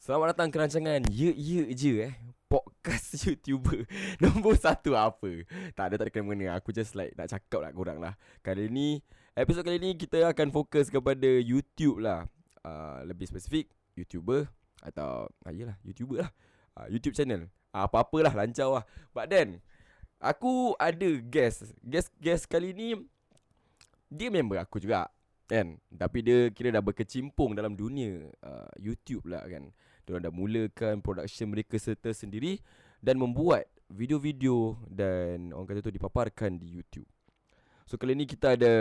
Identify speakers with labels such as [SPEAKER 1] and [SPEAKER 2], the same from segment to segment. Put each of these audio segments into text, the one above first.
[SPEAKER 1] Selamat datang ke rancangan Ye Ye Je eh Podcast YouTuber Nombor satu apa Tak ada tak ada kena-mengena Aku just like nak cakap lah korang lah Kali ni Episod kali ni kita akan fokus kepada YouTube lah uh, Lebih spesifik YouTuber Atau ah, Yelah YouTuber lah uh, YouTube channel uh, Apa-apalah lancar lah But then Aku ada guest Guest-guest kali ni Dia member aku juga Kan Tapi dia kira dah berkecimpung dalam dunia uh, YouTube lah kan Diorang dah mulakan production mereka serta sendiri Dan membuat video-video dan orang kata tu dipaparkan di YouTube So kali ni kita ada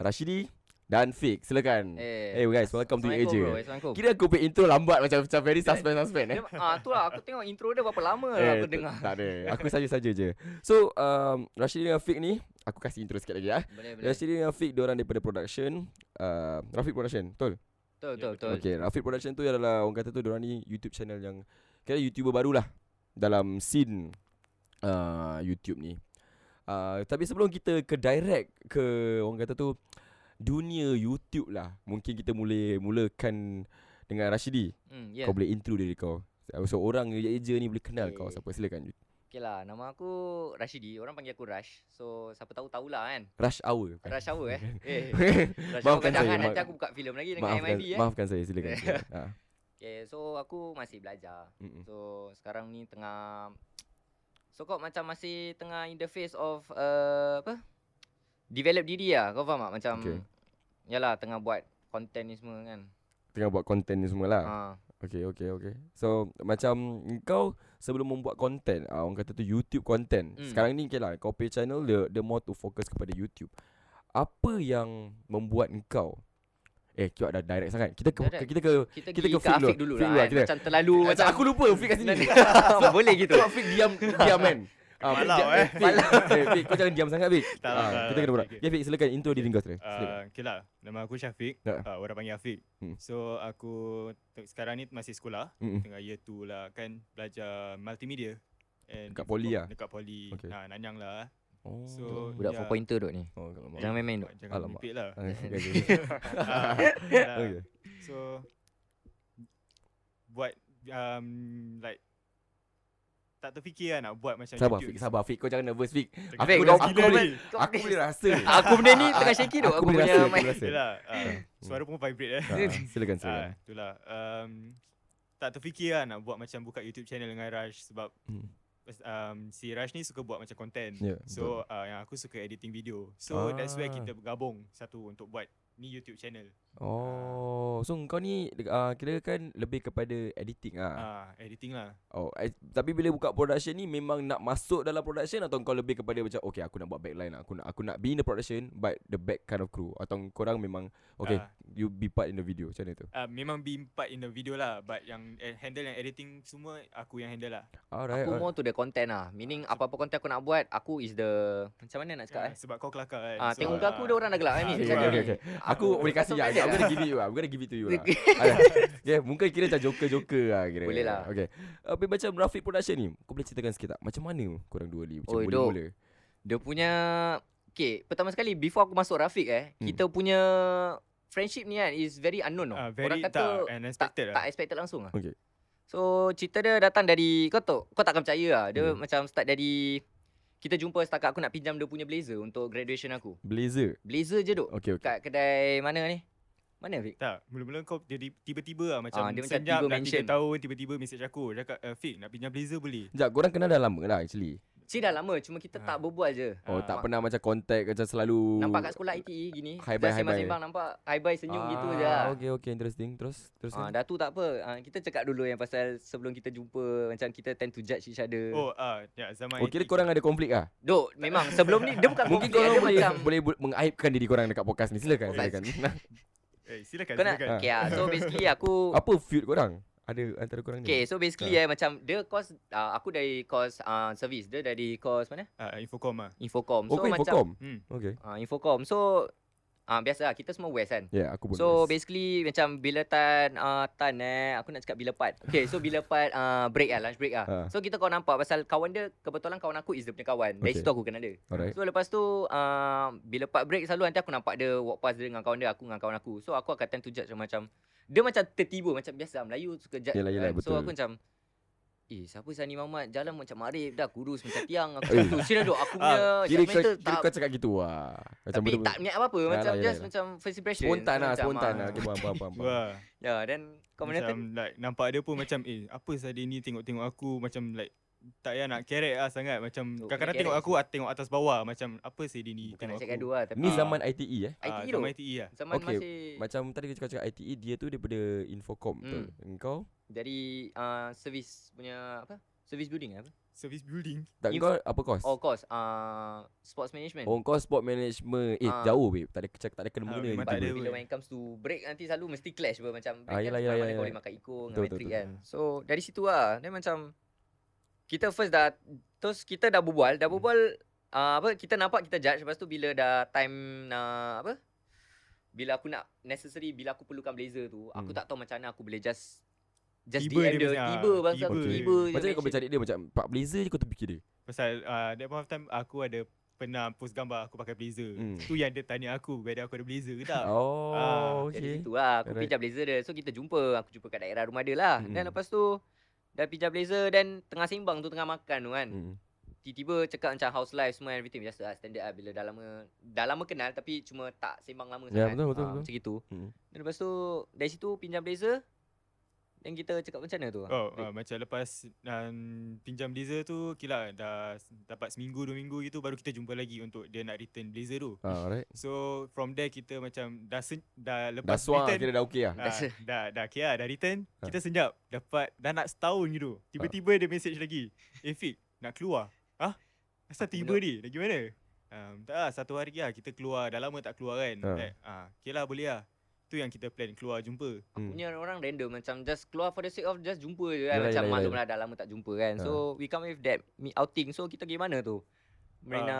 [SPEAKER 1] Rashidi dan Fik Silakan
[SPEAKER 2] Eh,
[SPEAKER 1] Hey, guys, welcome to
[SPEAKER 2] Assalamualaikum,
[SPEAKER 1] Asia.
[SPEAKER 2] bro. Assalamualaikum.
[SPEAKER 1] Kira aku punya intro lambat macam macam very suspense-suspense eh
[SPEAKER 2] Dia, ah tu lah aku tengok intro dia berapa lama eh, aku
[SPEAKER 1] tak-
[SPEAKER 2] dengar.
[SPEAKER 1] Tak ada Aku saja-saja je So um, Rashid dengan Fik ni Aku kasih intro sikit lagi lah
[SPEAKER 2] Boleh boleh.
[SPEAKER 1] Rashid dengan Fik Diorang daripada production uh, Rafiq Production Betul?
[SPEAKER 2] Betul betul Ya, betul.
[SPEAKER 1] Okay Rafiq Production tu adalah Orang kata tu Diorang ni YouTube channel yang Kira YouTuber barulah Dalam scene uh, YouTube ni uh, Tapi sebelum kita ke direct Ke orang kata tu Dunia YouTube lah Mungkin kita mula Mulakan Dengan Rashidi
[SPEAKER 2] Hmm
[SPEAKER 1] yeah.
[SPEAKER 2] yeah.
[SPEAKER 1] Kau boleh intro diri kau So orang je ni boleh kenal okay. kau
[SPEAKER 2] Okay.
[SPEAKER 1] Siapa silakan
[SPEAKER 2] Okay lah nama aku Rashidi. Orang panggil aku Rash. So siapa tahu tahulah kan.
[SPEAKER 1] Rush hour bukan?
[SPEAKER 2] Rush hour eh. eh
[SPEAKER 1] Eh.
[SPEAKER 2] Rush hour
[SPEAKER 1] Maafkan
[SPEAKER 2] kau jangan
[SPEAKER 1] saya,
[SPEAKER 2] nanti
[SPEAKER 1] maaf-
[SPEAKER 2] aku buka filem lagi dengan
[SPEAKER 1] maafkan,
[SPEAKER 2] MIB eh.
[SPEAKER 1] maafkan saya silakan. silakan. ha.
[SPEAKER 2] Okay so aku masih belajar.
[SPEAKER 1] Mm-mm.
[SPEAKER 2] So sekarang ni tengah So kau macam masih tengah in the face of uh, apa? Develop diri lah Kau faham tak? Macam
[SPEAKER 1] Okay.
[SPEAKER 2] Yalah tengah buat content ni semua kan
[SPEAKER 1] Tengah buat konten ni semua lah. Ha.
[SPEAKER 2] ha.
[SPEAKER 1] Okay, okay, okay. So macam kau sebelum membuat konten, ah, orang kata tu YouTube konten. Mm.
[SPEAKER 2] Mm.
[SPEAKER 1] Sekarang ni okay lah, kau pay channel dia, dia more to fokus kepada YouTube. Apa yang membuat kau Eh, kau dah direct sangat. Kita ke,
[SPEAKER 2] Direct.
[SPEAKER 1] kita ke
[SPEAKER 2] Kita,
[SPEAKER 1] Kita
[SPEAKER 2] kita
[SPEAKER 1] ke
[SPEAKER 2] pergi ke
[SPEAKER 1] Fik
[SPEAKER 2] Afiq
[SPEAKER 1] dulu.
[SPEAKER 2] dulu,
[SPEAKER 1] Fik
[SPEAKER 2] lah
[SPEAKER 1] dulu lah,
[SPEAKER 2] kan.
[SPEAKER 1] kita.
[SPEAKER 2] Macam terlalu
[SPEAKER 1] macam
[SPEAKER 2] macam
[SPEAKER 1] aku lupa Fik kat sini.
[SPEAKER 2] Boleh gitu
[SPEAKER 1] Kau Fik diam diam kan. Ah, Fik,
[SPEAKER 3] Malau,
[SPEAKER 1] diam-
[SPEAKER 3] eh.
[SPEAKER 1] Fik, eh, Fik, kau jangan diam sangat Fik.
[SPEAKER 3] Tak
[SPEAKER 1] Ah,
[SPEAKER 3] lah, tak
[SPEAKER 1] kita
[SPEAKER 3] lah,
[SPEAKER 1] kena berat.
[SPEAKER 3] okay,
[SPEAKER 1] Okay, Fik, silakan intro diri kau sendiri. Silakan.
[SPEAKER 3] Uh, okay lah, nama aku Syafiq.
[SPEAKER 1] Ya.
[SPEAKER 3] Uh. Uh, orang panggil Afiq.
[SPEAKER 1] Hmm.
[SPEAKER 3] Hmm. So aku te- sekarang ni masih sekolah,
[SPEAKER 1] Mm-mm.
[SPEAKER 3] tengah year 2 lah kan belajar multimedia. And
[SPEAKER 1] Dekat poli lah?
[SPEAKER 3] Dekat poli.
[SPEAKER 1] Okay.
[SPEAKER 3] Okay. Nah, Nanyang lah.
[SPEAKER 1] Oh.
[SPEAKER 3] So,
[SPEAKER 2] Budak
[SPEAKER 3] Ya.
[SPEAKER 2] yeah. 4 pointer duk ni
[SPEAKER 1] Oh, kalau
[SPEAKER 2] Jangan main-main duk
[SPEAKER 3] Buat- Jangan
[SPEAKER 1] Alamak.
[SPEAKER 3] Alamak. mimpi lah.
[SPEAKER 1] Okay, okay.
[SPEAKER 3] Ah, dah.
[SPEAKER 1] okay.
[SPEAKER 3] So buat um, like tak terfikir lah nak buat macam
[SPEAKER 1] Sabar Fik,
[SPEAKER 3] YouTube.
[SPEAKER 1] sabar Fik. Kau jangan nervous Fik. Aku
[SPEAKER 3] Tengah
[SPEAKER 2] Fik,
[SPEAKER 1] dah
[SPEAKER 3] nervous
[SPEAKER 1] aku
[SPEAKER 3] gila
[SPEAKER 1] boleh
[SPEAKER 3] ni.
[SPEAKER 1] aku boleh rasa.
[SPEAKER 2] Aku benda ni tengah shaky duk Aku
[SPEAKER 1] boleh
[SPEAKER 2] punya
[SPEAKER 1] rasa, aku
[SPEAKER 2] mic
[SPEAKER 1] boleh rasa. Hmm.
[SPEAKER 3] Yelah, ah, suara pun vibrate eh.
[SPEAKER 1] Ah, silakan silakan.
[SPEAKER 3] Ah, itulah. Um, tak terfikir lah nak buat macam buka YouTube channel dengan Raj sebab
[SPEAKER 1] Hmm.
[SPEAKER 3] um, si Raj ni suka buat macam content.
[SPEAKER 1] Ya,
[SPEAKER 3] so uh, yang aku suka editing video. So that's where
[SPEAKER 1] Ah.
[SPEAKER 3] kita bergabung satu untuk buat ni YouTube channel.
[SPEAKER 1] Oh, so kau ni uh, kira kan lebih kepada editing ah.
[SPEAKER 3] Ah, editing lah.
[SPEAKER 1] Oh, eh, tapi bila buka production ni memang nak masuk dalam production atau kau lebih kepada macam okay aku nak buat backline lah. aku nak aku nak be in the production but the back kind of crew atau korang memang okay
[SPEAKER 3] Ah.
[SPEAKER 1] you be part in the video macam mana tu.
[SPEAKER 3] Uh, memang be part in the video lah but yang eh, handle yang editing semua aku yang handle lah.
[SPEAKER 1] Alright.
[SPEAKER 2] Aku
[SPEAKER 1] alright.
[SPEAKER 2] more to the content lah Meaning apa-apa content aku nak buat Aku is the Macam mana nak
[SPEAKER 3] Ah,
[SPEAKER 2] cakap eh
[SPEAKER 3] sebab kau kelakar kan.
[SPEAKER 2] Ah, tengok muka aku dah orang dah gelap kan ni.
[SPEAKER 1] Okay,
[SPEAKER 2] Macam
[SPEAKER 1] okay,
[SPEAKER 2] ni.
[SPEAKER 1] okay, okay. Aku boleh kasih
[SPEAKER 2] Kau
[SPEAKER 1] ya.
[SPEAKER 2] pendek
[SPEAKER 1] I'm
[SPEAKER 2] lah.
[SPEAKER 1] gonna give it you lah. I'm gonna give it to you lah. Alah. okay, mungkin kira macam joker-joker lah kira.
[SPEAKER 2] Boleh lah.
[SPEAKER 1] Okay. Tapi macam Rafiq Production ni, kau boleh ceritakan sikit tak? Macam mana korang dua ni? Macam
[SPEAKER 2] Oi,
[SPEAKER 1] mula
[SPEAKER 2] Dok.
[SPEAKER 1] mula.
[SPEAKER 2] Dia punya Okay pertama sekali Before aku masuk Rafiq eh
[SPEAKER 1] Hmm.
[SPEAKER 2] Kita punya Friendship ni kan Is very unknown tau
[SPEAKER 3] Ah, very
[SPEAKER 2] Orang kata
[SPEAKER 1] eh.
[SPEAKER 3] tak
[SPEAKER 2] tak,
[SPEAKER 3] unexpected
[SPEAKER 2] tak
[SPEAKER 3] lah.
[SPEAKER 2] expected langsung lah
[SPEAKER 1] Okay.
[SPEAKER 2] So cerita dia datang dari Kau tak kau takkan percaya lah Dia
[SPEAKER 1] Hmm.
[SPEAKER 2] macam start dari Kita jumpa setakat aku nak pinjam dia punya blazer Untuk graduation aku
[SPEAKER 1] Blazer.
[SPEAKER 2] Blazer je duk
[SPEAKER 1] Okay, okay.
[SPEAKER 2] Kat kedai mana ni Mana Fik?
[SPEAKER 3] Tak, mula-mula kau dia di- tiba-tiba lah macam
[SPEAKER 2] Ah, dia macam
[SPEAKER 3] senyap
[SPEAKER 2] tiba
[SPEAKER 3] dah tiga
[SPEAKER 2] mention.
[SPEAKER 3] tahun tiba-tiba message aku cakap uh, Fik nak pinjam blazer boleh.
[SPEAKER 1] Sekejap, korang kenal dah lama lah actually.
[SPEAKER 2] Cik dah lama Cuma kita tak
[SPEAKER 3] Ah.
[SPEAKER 2] berbual je
[SPEAKER 1] Oh,
[SPEAKER 3] Ah,
[SPEAKER 1] tak pernah macam contact macam selalu
[SPEAKER 2] Nampak kat sekolah ITE gini
[SPEAKER 1] Oh. Hi
[SPEAKER 2] Just
[SPEAKER 1] bye, hi
[SPEAKER 2] sembang-sembang nampak Hi bye senyum gitu je lah
[SPEAKER 1] Ah, Okay, okay, interesting. Terus, terus.
[SPEAKER 2] Ah,
[SPEAKER 1] Ah,
[SPEAKER 2] dah tu tak apa. Ah, kita cakap dulu yang pasal sebelum kita jumpa macam kita tend to judge each other. Oh.
[SPEAKER 3] Oh, ah, ya zaman
[SPEAKER 1] Oh, kira
[SPEAKER 3] IT.
[SPEAKER 1] korang ada konflik ah.
[SPEAKER 2] Dok, memang sebelum ni dia bukan
[SPEAKER 1] Mungkin
[SPEAKER 2] konflik,
[SPEAKER 1] korang
[SPEAKER 2] dia
[SPEAKER 1] boleh
[SPEAKER 2] macam
[SPEAKER 1] boleh bu- mengaibkan diri korang dekat podcast ni. Silakan,
[SPEAKER 2] Okey.
[SPEAKER 1] silakan.
[SPEAKER 3] Eh, silakan.
[SPEAKER 2] Kau nak
[SPEAKER 3] silakan.
[SPEAKER 2] Okay lah So basically aku
[SPEAKER 1] Apa feud korang? Ada antara korang
[SPEAKER 2] Okay
[SPEAKER 1] ni?
[SPEAKER 2] so basically
[SPEAKER 1] Ah.
[SPEAKER 2] eh Macam dia course uh, Aku dari course uh, Service Dia dari course mana
[SPEAKER 3] Ah, Infocom ah.
[SPEAKER 2] Infocom
[SPEAKER 1] Oh,
[SPEAKER 2] So
[SPEAKER 1] kau
[SPEAKER 2] macam
[SPEAKER 1] Infocom?
[SPEAKER 3] Hmm.
[SPEAKER 1] Okay.
[SPEAKER 2] uh, Infocom So uh, Biasa lah Kita semua West kan
[SPEAKER 1] Yeah, Ya, aku pun.
[SPEAKER 2] So
[SPEAKER 1] yes.
[SPEAKER 2] basically Macam bila tan uh, Tan eh Aku nak cakap bila part Okay so bila part uh, Break lah Lunch break lah
[SPEAKER 1] Ah.
[SPEAKER 2] So kita kau nampak Pasal kawan dia Kebetulan kawan aku Is dia punya kawan Dari
[SPEAKER 1] Okay.
[SPEAKER 2] situ aku kenal dia
[SPEAKER 1] Alright.
[SPEAKER 2] So lepas tu uh, Bila part break selalu Nanti aku nampak dia Walk past dia dengan kawan dia Aku dengan kawan aku So aku akan time to judge macam Dia macam tertiba Macam biasa Melayu suka judge
[SPEAKER 1] Yelah, yelah,
[SPEAKER 2] kan. So
[SPEAKER 1] betul.
[SPEAKER 2] aku macam Eh siapa Sani Mamat Jalan macam Marif Dah kurus macam tiang Aku
[SPEAKER 1] Eh.
[SPEAKER 2] macam tu Serius duk Aku punya
[SPEAKER 3] Ah,
[SPEAKER 1] Kira kau,
[SPEAKER 2] judgemental
[SPEAKER 1] kira
[SPEAKER 2] tak-
[SPEAKER 1] kau cakap gitu lah. Macam
[SPEAKER 2] Tapi tak niat apa-apa
[SPEAKER 1] Yalah,
[SPEAKER 2] Macam
[SPEAKER 1] yalah,
[SPEAKER 2] just
[SPEAKER 1] yalah.
[SPEAKER 2] macam First impression
[SPEAKER 1] Spontan
[SPEAKER 2] So,
[SPEAKER 1] lah,
[SPEAKER 2] macam,
[SPEAKER 1] spontan
[SPEAKER 2] ah,
[SPEAKER 1] lah. Aku faham, faham, faham. faham.
[SPEAKER 3] Wah.
[SPEAKER 2] Ya then Kau mana
[SPEAKER 3] macam
[SPEAKER 2] tu
[SPEAKER 3] like nampak dia pun macam eh apa tadi ni tengok-tengok aku macam like tak payah nak kerek lah sangat macam
[SPEAKER 2] Tengok
[SPEAKER 3] kadang-kadang
[SPEAKER 2] kerek
[SPEAKER 3] tengok aku ah, tengok atas bawah macam apa sih dia ni
[SPEAKER 2] Oh, Bukan nak
[SPEAKER 3] tengok
[SPEAKER 2] cakap
[SPEAKER 3] aku.
[SPEAKER 2] gaduh lah Tapi
[SPEAKER 1] Ni
[SPEAKER 3] Ah.
[SPEAKER 1] zaman ITE eh.
[SPEAKER 2] ITE
[SPEAKER 3] tu.
[SPEAKER 2] tu
[SPEAKER 3] ITE lah.
[SPEAKER 2] Zaman
[SPEAKER 1] Okay,
[SPEAKER 2] masih
[SPEAKER 1] Macam tadi kau cakap ITE, dia tu daripada Infocom betul.
[SPEAKER 2] Hmm.
[SPEAKER 1] Engkau?
[SPEAKER 2] Dari ah, Service punya Apa Service building eh, apa
[SPEAKER 3] Service building.
[SPEAKER 1] Tak
[SPEAKER 2] Inf-
[SPEAKER 1] kau apa course?
[SPEAKER 2] Oh course uh, Sports management
[SPEAKER 1] Oh kau sport management Eh
[SPEAKER 2] Ah.
[SPEAKER 1] jauh babe Tak ada, tak ada kena
[SPEAKER 3] Ah,
[SPEAKER 1] mengena
[SPEAKER 3] memang
[SPEAKER 1] daripada-
[SPEAKER 3] tak ada.
[SPEAKER 2] Bila
[SPEAKER 3] pun.
[SPEAKER 2] when it comes to break Nanti selalu mesti clash pun Macam break
[SPEAKER 1] Ah, yelah, yelah,
[SPEAKER 2] kan sebelah mana
[SPEAKER 1] yelah,
[SPEAKER 2] kau boleh
[SPEAKER 1] yelah.
[SPEAKER 2] makan ikung Dengan
[SPEAKER 1] Betul,
[SPEAKER 2] metrik
[SPEAKER 1] betul,
[SPEAKER 2] kan So dari situ lah Then macam Kita first dah Terus kita dah berbual
[SPEAKER 1] Hmm.
[SPEAKER 2] Dah berbual uh, apa Kita nampak kita judge Lepas tu bila dah time nak Apa Bila aku nak Necessary Bila aku perlukan blazer tu Aku
[SPEAKER 1] Hmm.
[SPEAKER 2] tak tahu macam mana Aku boleh just Just tiba
[SPEAKER 3] Tiba
[SPEAKER 2] DM
[SPEAKER 3] dia
[SPEAKER 2] dia,
[SPEAKER 3] macam, ah,
[SPEAKER 2] Tiba bangsa aku
[SPEAKER 1] tiba.
[SPEAKER 2] Tiba je
[SPEAKER 1] Macam mana kau boleh
[SPEAKER 2] mention.
[SPEAKER 1] cari dia macam Pak blazer je kau terfikir dia
[SPEAKER 3] Pasal uh, that point of time aku ada pernah post gambar aku pakai blazer.
[SPEAKER 1] Hmm.
[SPEAKER 3] Tu yang dia tanya aku whether aku ada blazer ke tak. Ah,
[SPEAKER 1] Oh
[SPEAKER 2] Dari
[SPEAKER 1] okay
[SPEAKER 2] situ lah Aku
[SPEAKER 1] Alright. Hmm.
[SPEAKER 2] pinjam blazer dia So kita jumpa Aku jumpa kat daerah rumah dia lah Dan
[SPEAKER 1] Mm-mm.
[SPEAKER 2] lepas tu Dah pinjam blazer Dan tengah sembang tu Tengah makan tu kan
[SPEAKER 1] Hmm.
[SPEAKER 2] Tiba-tiba cakap macam House life semua Everything biasa lah Standard lah Bila dah lama Dah lama kenal Tapi cuma tak sembang lama
[SPEAKER 1] Ya, betul, betul,
[SPEAKER 2] sangat Ah,
[SPEAKER 1] betul.
[SPEAKER 2] Macam gitu
[SPEAKER 1] Mm.
[SPEAKER 2] Dan lepas tu Dari situ pinjam blazer Dan kita cakap macam mana tu
[SPEAKER 1] Ah,
[SPEAKER 3] Oh, uh, macam lepas um, pinjam blazer tu kira dah s- dapat seminggu dua minggu gitu baru kita jumpa lagi untuk dia nak return blazer tu.
[SPEAKER 1] Ah, Alright
[SPEAKER 3] So from there kita macam dah sen- dah
[SPEAKER 1] Dah
[SPEAKER 3] lepas
[SPEAKER 1] suar
[SPEAKER 3] return
[SPEAKER 1] kira dah okay lah
[SPEAKER 2] Dah
[SPEAKER 3] Dah,
[SPEAKER 2] se-
[SPEAKER 3] dah, dah, okay lah, dah return
[SPEAKER 1] Ha.
[SPEAKER 3] Kita senyap Dapat, dah nak setahun gitu Tiba-tiba dia message lagi Eh Fik, nak keluar? Hah? Asal
[SPEAKER 2] Aku
[SPEAKER 3] tiba ni? Lagi mana? Um, tak lah, satu hari lah kita keluar Dah lama tak keluar kan
[SPEAKER 1] Ha.
[SPEAKER 3] ha. like, ah, Okay lah, boleh lah Tu yang kita plan, keluar jumpa
[SPEAKER 1] Hmm.
[SPEAKER 2] Punya orang random Macam just keluar for the sake of Just jumpa je kan
[SPEAKER 1] Yalah,
[SPEAKER 2] Macam
[SPEAKER 1] yalah,
[SPEAKER 2] maklum lah Dah lama tak jumpa kan
[SPEAKER 1] Ha.
[SPEAKER 2] So we come with that meet Outing So kita pergi mana tu Marina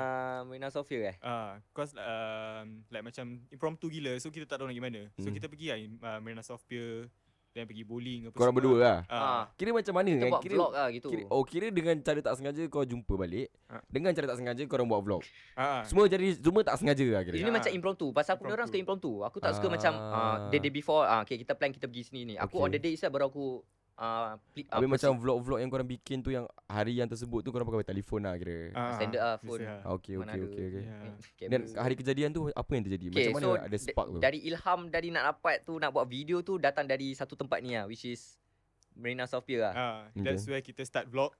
[SPEAKER 2] Marina Sofia eh
[SPEAKER 3] ah, Cause um, like macam impromptu gila So kita tak tahu nak pergi mana So
[SPEAKER 1] Hmm.
[SPEAKER 3] kita pergi lah uh, Marina South Pier Then pergi bowling apa
[SPEAKER 1] Korang
[SPEAKER 3] semua
[SPEAKER 1] berdua lah
[SPEAKER 3] Ah,
[SPEAKER 1] Kira macam mana
[SPEAKER 2] Kita
[SPEAKER 1] kan
[SPEAKER 2] buat
[SPEAKER 1] kira,
[SPEAKER 2] vlog lah gitu
[SPEAKER 1] kira, Oh kira dengan cara tak sengaja kau jumpa balik
[SPEAKER 3] Ah.
[SPEAKER 1] Dengan cara tak sengaja korang buat vlog
[SPEAKER 3] ah, ah.
[SPEAKER 1] Semua jadi semua tak sengaja lah kira
[SPEAKER 2] Ini
[SPEAKER 3] Ah.
[SPEAKER 2] macam impromptu Pasal aku punya orang suka impromptu Aku tak suka macam
[SPEAKER 1] Ah.
[SPEAKER 2] uh, The day before uh, Okay kita plan kita pergi sini ni Aku
[SPEAKER 1] Okay.
[SPEAKER 2] on the day saya baru aku uh, pli,
[SPEAKER 1] Habis macam vlog-vlog yang korang bikin tu Yang hari yang tersebut tu korang pakai telefon lah kira
[SPEAKER 3] ah, Ya.
[SPEAKER 2] standard lah, phone.
[SPEAKER 3] biasa lah.
[SPEAKER 1] Ah, Okay
[SPEAKER 2] Mana
[SPEAKER 1] okay
[SPEAKER 2] ada.
[SPEAKER 1] okay, okay.
[SPEAKER 3] Yeah.
[SPEAKER 1] Dan hari kejadian tu apa yang terjadi? ah, Macam mana ada spark tu?
[SPEAKER 2] Dari ilham Dari nak dapat tu Nak buat video tu Datang dari satu tempat ni lah Which is Marina South Pier lah
[SPEAKER 3] Ah,
[SPEAKER 1] Okay.
[SPEAKER 3] that's where kita start vlog.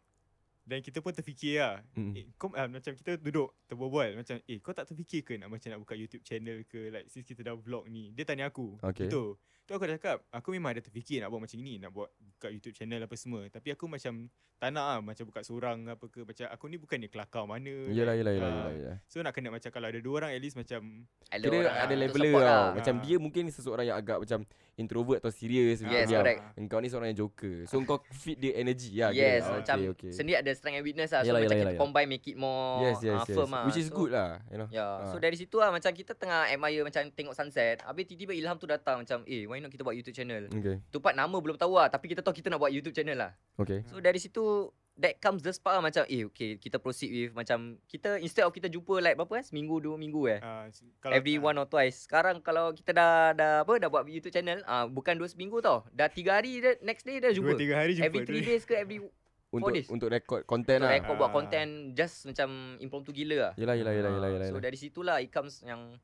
[SPEAKER 3] Dan kita pun terfikir lah.
[SPEAKER 1] Mm.
[SPEAKER 3] Eh, kau, ah, macam kita duduk terbual macam eh kau tak terfikir ke nak macam nak buka YouTube channel ke like since kita dah vlog ni. Dia tanya aku.
[SPEAKER 1] Okay.
[SPEAKER 3] Gitu. Tu aku dah cakap, aku memang ada terfikir nak buat macam ni, nak buat buka YouTube channel apa semua. Tapi aku macam tak nak lah, macam buka seorang apa ke. Macam aku ni bukannya kelakar mana.
[SPEAKER 1] Yelah yelah yelah
[SPEAKER 3] Ah,
[SPEAKER 1] yelah. yelah.
[SPEAKER 3] So nak kena macam kalau ada dua orang at least macam
[SPEAKER 2] Hello,
[SPEAKER 1] Kira
[SPEAKER 2] orang
[SPEAKER 1] ada
[SPEAKER 2] ah, untuk
[SPEAKER 1] leveler
[SPEAKER 2] support
[SPEAKER 1] tau.
[SPEAKER 2] lah.
[SPEAKER 1] Macam
[SPEAKER 3] Ah.
[SPEAKER 1] dia mungkin seseorang yang agak macam introvert atau serious
[SPEAKER 2] Yes,
[SPEAKER 3] ah,
[SPEAKER 1] macam
[SPEAKER 2] correct. Ah.
[SPEAKER 1] Engkau ni seorang yang joker. So kau fit dia energy lah. kira.
[SPEAKER 2] Yes
[SPEAKER 1] Ah,
[SPEAKER 2] Macam
[SPEAKER 1] okay, okay.
[SPEAKER 2] Sendiri ada strength and weakness lah So
[SPEAKER 1] Yelah,
[SPEAKER 2] macam
[SPEAKER 1] yelah,
[SPEAKER 2] kita
[SPEAKER 1] yelah,
[SPEAKER 2] combine Make it more
[SPEAKER 1] Yes yes
[SPEAKER 2] ah,
[SPEAKER 1] yes.
[SPEAKER 2] firm lah
[SPEAKER 1] Which is
[SPEAKER 2] So-
[SPEAKER 1] good lah, you know.
[SPEAKER 2] Ya, yeah. so
[SPEAKER 1] Ah.
[SPEAKER 2] dari situ lah macam kita tengah admire macam tengok sunset. Habis tiba-tiba Ilham tu datang macam, "Eh, why not kita buat YouTube channel?"
[SPEAKER 1] Okay.
[SPEAKER 2] Tu part nama belum tahu lah, tapi kita tahu kita nak buat YouTube channel lah.
[SPEAKER 1] Okay.
[SPEAKER 3] Hmm.
[SPEAKER 2] So dari situ that comes the spark lah, macam, "Eh, okay, kita proceed with macam kita instead of kita jumpa like berapa eh? Seminggu, dua minggu eh.
[SPEAKER 3] ah, s- kalau
[SPEAKER 2] Every one or twice. Sekarang kalau kita dah dah apa dah buat YouTube channel, ah bukan dua seminggu tau. Dah tiga hari dah, next day dah
[SPEAKER 3] dua
[SPEAKER 2] jumpa.
[SPEAKER 3] tiga hari jumpa.
[SPEAKER 2] Every three days ke every
[SPEAKER 1] Untuk
[SPEAKER 2] days.
[SPEAKER 1] untuk record content lah.
[SPEAKER 2] record buat
[SPEAKER 3] Ah.
[SPEAKER 2] content just macam impromptu gila lah.
[SPEAKER 1] Yelah yelah yelah
[SPEAKER 2] Ah,
[SPEAKER 1] yelah yelah.
[SPEAKER 2] So
[SPEAKER 1] yelah.
[SPEAKER 2] dari situlah it comes yang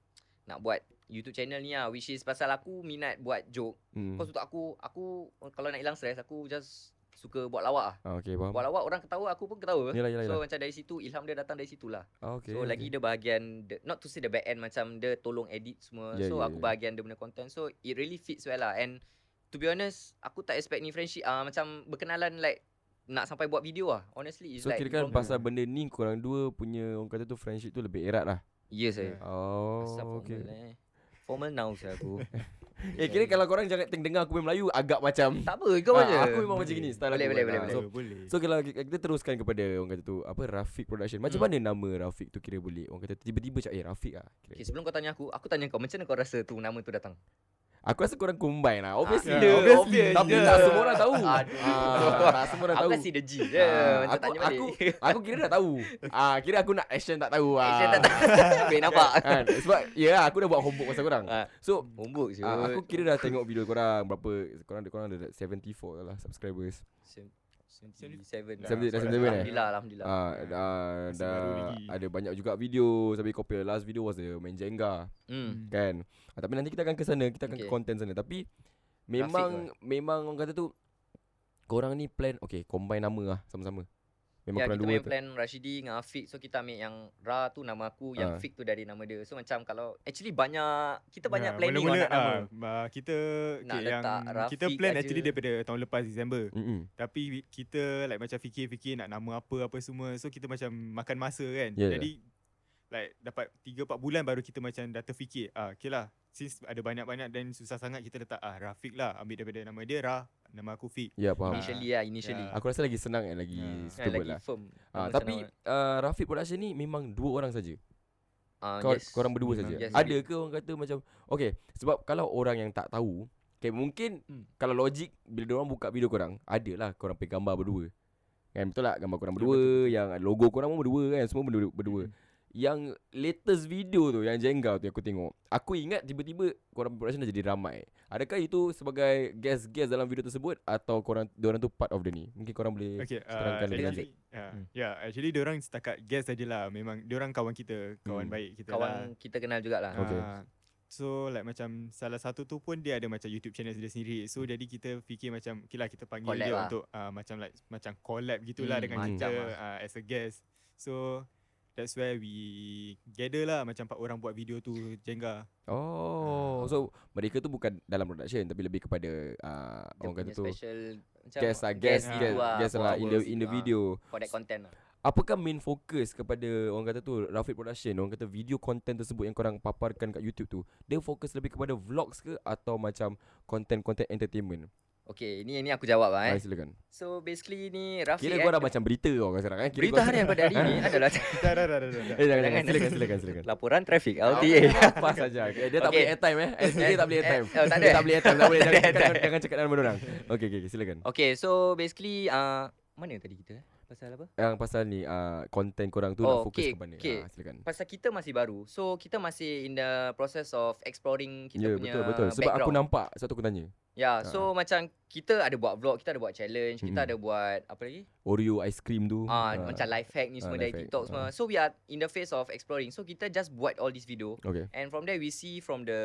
[SPEAKER 2] nak buat YouTube channel ni lah which is pasal aku minat buat joke.
[SPEAKER 1] Hmm.
[SPEAKER 2] Hmm. Kau aku aku kalau nak hilang stres aku just suka buat lawak ah.
[SPEAKER 1] Ah, okay faham.
[SPEAKER 2] Buat lawak orang ketawa aku pun ketawa.
[SPEAKER 1] Yelah yelah
[SPEAKER 2] So
[SPEAKER 1] yelah.
[SPEAKER 2] macam dari situ ilham dia datang dari situlah.
[SPEAKER 1] Ah,
[SPEAKER 2] Okay,
[SPEAKER 1] okay.
[SPEAKER 2] so lagi dia bahagian the, not to say the back end macam dia tolong edit semua.
[SPEAKER 1] Yeah,
[SPEAKER 2] so
[SPEAKER 1] yeah,
[SPEAKER 2] aku
[SPEAKER 1] yeah.
[SPEAKER 2] bahagian dia punya content. So it really fits well lah and to be honest aku tak expect ni friendship ah macam berkenalan like nak sampai buat video ah. Honestly it's
[SPEAKER 1] So
[SPEAKER 2] like
[SPEAKER 1] kira kan
[SPEAKER 2] impromptu.
[SPEAKER 1] pasal benda ni korang dua punya orang kata tu friendship tu lebih erat lah.
[SPEAKER 2] Yes eh.
[SPEAKER 3] Yeah.
[SPEAKER 1] Oh
[SPEAKER 2] Asal
[SPEAKER 1] okay.
[SPEAKER 2] formal, eh. Formal nouns lah aku.
[SPEAKER 1] Eh kira kalau korang jangan teng- dengar aku punya Melayu agak macam
[SPEAKER 2] tak apa, kau
[SPEAKER 1] Ah,
[SPEAKER 2] aja.
[SPEAKER 1] Aku memang macam gini style
[SPEAKER 2] Boleh,
[SPEAKER 1] aku
[SPEAKER 2] boleh,
[SPEAKER 1] kan.
[SPEAKER 2] boleh,
[SPEAKER 1] Ah,
[SPEAKER 2] boleh.
[SPEAKER 1] So
[SPEAKER 3] boleh.
[SPEAKER 1] So kalau ki- kita teruskan kepada orang kata tu apa Rafiq Production. Macam
[SPEAKER 2] Hmm.
[SPEAKER 1] mana nama Rafiq tu kira boleh? Orang kata tiba-tiba cak eh Rafiq ah. Kira.
[SPEAKER 2] Okay, sebelum kau tanya aku, aku tanya kau macam mana kau rasa tu nama tu datang?
[SPEAKER 1] Aku rasa korang combine lah. Obviously.
[SPEAKER 3] yeah,
[SPEAKER 1] lah,
[SPEAKER 3] obviously,
[SPEAKER 1] Tapi
[SPEAKER 3] yeah.
[SPEAKER 1] tak semua orang tahu. Ah,
[SPEAKER 2] Ya, Aduh.
[SPEAKER 1] tak semua orang
[SPEAKER 2] Aku
[SPEAKER 1] tahu.
[SPEAKER 2] kasi the G je.
[SPEAKER 1] Ah,
[SPEAKER 2] Macam
[SPEAKER 1] aku,
[SPEAKER 2] tanya balik.
[SPEAKER 1] aku, aku kira dah tahu. Ah, kira aku nak action tak tahu. Ah.
[SPEAKER 2] Action tak tahu. Boleh nampak.
[SPEAKER 1] Kan? Sebab ya yeah, aku dah buat homework pasal korang.
[SPEAKER 2] Ah.
[SPEAKER 1] So
[SPEAKER 2] Bombok je.
[SPEAKER 1] ah, aku kira dah tengok video korang berapa korang ada korang ada 74 lah subscribers.
[SPEAKER 2] Sem-
[SPEAKER 1] seventy-
[SPEAKER 2] 77 lah.
[SPEAKER 3] Seventy-
[SPEAKER 1] dah
[SPEAKER 2] Alhamdulillah,
[SPEAKER 1] seventy seven, eh?
[SPEAKER 2] Alhamdulillah, alhamdulillah.
[SPEAKER 1] Ah, dah,
[SPEAKER 3] Masih
[SPEAKER 1] dah
[SPEAKER 3] baru lagi.
[SPEAKER 1] ada banyak juga video. Sampai kau punya last video was the main Jenga.
[SPEAKER 2] Hmm.
[SPEAKER 1] Kan ah, Tapi nanti kita akan ke sana Kita akan okay.
[SPEAKER 2] Okay.
[SPEAKER 1] ke content sana Tapi Memang Memang orang kata tu Korang ni plan Okay combine nama lah Sama-sama Memang
[SPEAKER 2] Ya,
[SPEAKER 1] korang dua
[SPEAKER 2] kita main
[SPEAKER 1] tu
[SPEAKER 2] plan Rashidi dengan Afiq. So kita ambil yang Ra tu nama aku,
[SPEAKER 1] Ah.
[SPEAKER 2] yang Fik tu dari nama dia. So macam kalau actually banyak kita
[SPEAKER 3] Ya,
[SPEAKER 2] banyak planning lah
[SPEAKER 3] mula-mula,
[SPEAKER 2] nak nama.
[SPEAKER 3] ah, ah, kita
[SPEAKER 2] Nak
[SPEAKER 3] okay, yang
[SPEAKER 2] letak
[SPEAKER 3] kita
[SPEAKER 2] Rafiq
[SPEAKER 3] plan
[SPEAKER 2] aja.
[SPEAKER 3] actually daripada tahun lepas Disember.
[SPEAKER 1] Mm-mm.
[SPEAKER 3] Tapi we- kita like macam fikir-fikir nak nama apa apa semua. So kita macam makan masa kan.
[SPEAKER 1] Ya, ya.
[SPEAKER 3] Jadi like dapat 3 4 bulan baru kita macam dah terfikir. Ah, okay lah. Since ada banyak-banyak dan susah sangat kita letak ah Rafiq lah. Ambil daripada nama dia Ra, nama aku Fiq.
[SPEAKER 1] Ya yeah, faham
[SPEAKER 3] Initial-
[SPEAKER 2] Initially lah, initially.
[SPEAKER 3] Ya.
[SPEAKER 1] Aku rasa lagi senang and lagi
[SPEAKER 3] Ah.
[SPEAKER 2] Kan,
[SPEAKER 1] suitable
[SPEAKER 2] lagi
[SPEAKER 1] Ah, lah
[SPEAKER 2] firm.
[SPEAKER 1] ah,
[SPEAKER 2] nama
[SPEAKER 1] Tapi
[SPEAKER 2] senang.
[SPEAKER 1] uh, Rafiq Production ni Memang dua orang saja.
[SPEAKER 2] Ah,
[SPEAKER 1] Kau,
[SPEAKER 2] yes.
[SPEAKER 1] Korang berdua
[SPEAKER 3] Memang.
[SPEAKER 1] saja.
[SPEAKER 2] Yes,
[SPEAKER 1] Ada ke orang kata macam Okay Sebab kalau orang yang tak tahu Okay mungkin
[SPEAKER 2] Hmm.
[SPEAKER 1] Kalau logik Bila orang buka video korang Adalah korang pergi gambar berdua Kan betul lah Gambar korang
[SPEAKER 3] Ya,
[SPEAKER 1] berdua Yang logo korang pun berdua kan Semua berdua,
[SPEAKER 2] Hmm.
[SPEAKER 1] berdua. Yang latest video tu Yang jenggal tu yang aku tengok Aku ingat tiba-tiba Korang production dah jadi ramai Adakah itu sebagai Guest-guest dalam video tersebut Atau korang Diorang tu part of the ni Mungkin korang boleh okay.
[SPEAKER 3] Okay, uh,
[SPEAKER 1] terangkan lebih
[SPEAKER 3] actually, yeah,
[SPEAKER 1] Hmm.
[SPEAKER 3] yeah, actually diorang setakat guess sajalah. Memang diorang kawan kita, kawan
[SPEAKER 1] Hmm.
[SPEAKER 3] baik kita
[SPEAKER 2] Kawan
[SPEAKER 3] lah.
[SPEAKER 2] kita kenal jugalah.
[SPEAKER 1] Ah. Okay.
[SPEAKER 3] Ah, so like macam salah satu tu pun dia ada macam YouTube channel dia sendiri. So jadi kita fikir macam okay lah kita
[SPEAKER 2] Hmm.
[SPEAKER 3] panggil
[SPEAKER 2] Collab
[SPEAKER 3] dia
[SPEAKER 2] lah.
[SPEAKER 3] untuk uh, macam like macam collab gitulah
[SPEAKER 2] Hmm,
[SPEAKER 3] dengan
[SPEAKER 2] mantap
[SPEAKER 3] kita
[SPEAKER 2] lah.
[SPEAKER 3] uh, as a guest. So that's where we gather lah macam empat orang buat video tu Jenga.
[SPEAKER 1] Oh
[SPEAKER 3] Ah.
[SPEAKER 1] So mereka tu bukan Dalam production Tapi lebih kepada uh,
[SPEAKER 2] Dia
[SPEAKER 1] Orang kata
[SPEAKER 2] punya
[SPEAKER 1] tu
[SPEAKER 2] special macam
[SPEAKER 1] Guest lah Guest
[SPEAKER 3] gitu
[SPEAKER 1] Guest,
[SPEAKER 3] lah,
[SPEAKER 1] guest
[SPEAKER 2] for
[SPEAKER 1] lah In the,
[SPEAKER 2] hours
[SPEAKER 1] in the
[SPEAKER 2] gitu, ah,
[SPEAKER 1] video
[SPEAKER 2] for that content lah.
[SPEAKER 1] Apakah main fokus Kepada Orang kata tu Rafiq Production Orang kata video content tersebut Yang korang paparkan kat YouTube tu Dia fokus lebih kepada Vlogs ke Atau macam Content-content entertainment
[SPEAKER 2] Okay, ni ni aku jawab
[SPEAKER 1] Hai
[SPEAKER 2] lah eh.
[SPEAKER 1] silakan
[SPEAKER 2] So basically ni Rafiq
[SPEAKER 1] Kira
[SPEAKER 2] eh,
[SPEAKER 1] kau dah macam berita kau kau sekarang eh. Kira
[SPEAKER 2] berita
[SPEAKER 1] kau-
[SPEAKER 2] harian pada hari ni adalah
[SPEAKER 3] Dah dah dah dah. dah, dah.
[SPEAKER 1] Eh jangan, jangan
[SPEAKER 2] Jangan.
[SPEAKER 1] silakan silakan silakan. Ah,
[SPEAKER 2] laporan trafik LTA.
[SPEAKER 1] Pas saja. Eh, Dia tak
[SPEAKER 2] Okay.
[SPEAKER 1] boleh airtime eh. Eh, Dia tak boleh airtime.
[SPEAKER 2] Eh, oh, tak ada.
[SPEAKER 1] Dia tak boleh airtime. Tak boleh jangan
[SPEAKER 2] Tak ada
[SPEAKER 1] jangan-
[SPEAKER 2] airtime.
[SPEAKER 1] jangan cakap dalam benda orang. Okey okey okey, silakan.
[SPEAKER 2] Okay, so basically uh, mana tadi kita? eh? Pasal apa?
[SPEAKER 1] Yang pasal ni ah, konten korang tu nak
[SPEAKER 2] Oh,
[SPEAKER 1] fokus
[SPEAKER 2] okay,
[SPEAKER 1] ke mana?
[SPEAKER 2] okay.
[SPEAKER 1] Ah, silakan.
[SPEAKER 2] Pasal kita masih baru. So kita masih in the process of exploring kita
[SPEAKER 1] Ya
[SPEAKER 2] punya
[SPEAKER 1] betul betul. Sebab aku
[SPEAKER 2] background.
[SPEAKER 1] nampak sebab tu aku tanya.
[SPEAKER 2] Ya, yeah, so macam kita ada buat vlog, kita ada buat challenge, kita
[SPEAKER 1] Mm-mm.
[SPEAKER 2] ada buat apa lagi?
[SPEAKER 1] Oreo ice cream tu.
[SPEAKER 2] Ah, macam life hack
[SPEAKER 1] Ah,
[SPEAKER 2] ni
[SPEAKER 1] life
[SPEAKER 2] semua dari
[SPEAKER 1] hack.
[SPEAKER 2] TikTok semua. So we are in the phase of exploring. So kita just buat all this video
[SPEAKER 1] Okay.
[SPEAKER 2] and from there we see from the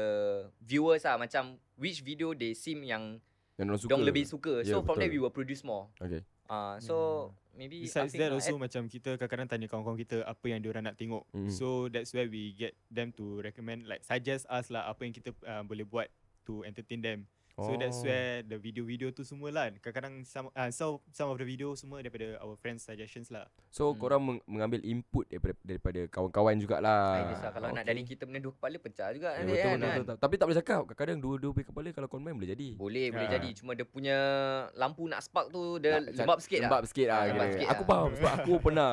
[SPEAKER 2] viewers ah macam which video they seem yang
[SPEAKER 1] Yang orang suka.
[SPEAKER 2] dong lebih suka.
[SPEAKER 1] Ya,
[SPEAKER 2] so
[SPEAKER 1] betul.
[SPEAKER 2] from
[SPEAKER 1] Hmm.
[SPEAKER 2] there we will produce more.
[SPEAKER 1] Okay.
[SPEAKER 2] Ah, so maybe
[SPEAKER 3] Besides
[SPEAKER 2] Afiq
[SPEAKER 3] that
[SPEAKER 2] nak
[SPEAKER 3] also
[SPEAKER 2] add?
[SPEAKER 3] macam kita kadang-kadang tanya kawan-kawan kita apa yang diorang nak tengok.
[SPEAKER 1] Mm.
[SPEAKER 2] Hmm.
[SPEAKER 3] So that's where we get them to recommend like suggest us lah apa yang kita uh, boleh buat to entertain them.
[SPEAKER 1] Oh.
[SPEAKER 3] So that's
[SPEAKER 2] Oh.
[SPEAKER 3] where the video-video tu semua lah Kadang-kadang some, uh, so, some of the video semua daripada our friends suggestions lah
[SPEAKER 1] So
[SPEAKER 2] Hmm.
[SPEAKER 1] korang meng- mengambil input daripada daripada kawan-kawan jugalah.
[SPEAKER 2] Ideas lah. Kalau nak dari kita punya dua kepala pecah juga
[SPEAKER 1] Ah, Ya,
[SPEAKER 2] nanti
[SPEAKER 1] betul,
[SPEAKER 2] kan.
[SPEAKER 1] betul,
[SPEAKER 2] kan?
[SPEAKER 1] betul, betul. Tapi tak boleh cakap Kadang-kadang dua-dua punya kepala Kalau combine boleh jadi
[SPEAKER 2] Boleh, boleh
[SPEAKER 3] Ah.
[SPEAKER 2] jadi. Cuma dia punya lampu nak spark tu dia
[SPEAKER 1] Ya. Nak macam
[SPEAKER 2] lembab sikit
[SPEAKER 1] Lembab
[SPEAKER 2] lah.
[SPEAKER 1] sikit lah
[SPEAKER 2] Ah, lembab
[SPEAKER 1] kira.
[SPEAKER 2] sikit
[SPEAKER 1] Aku
[SPEAKER 2] lah.
[SPEAKER 1] faham Sebab aku pernah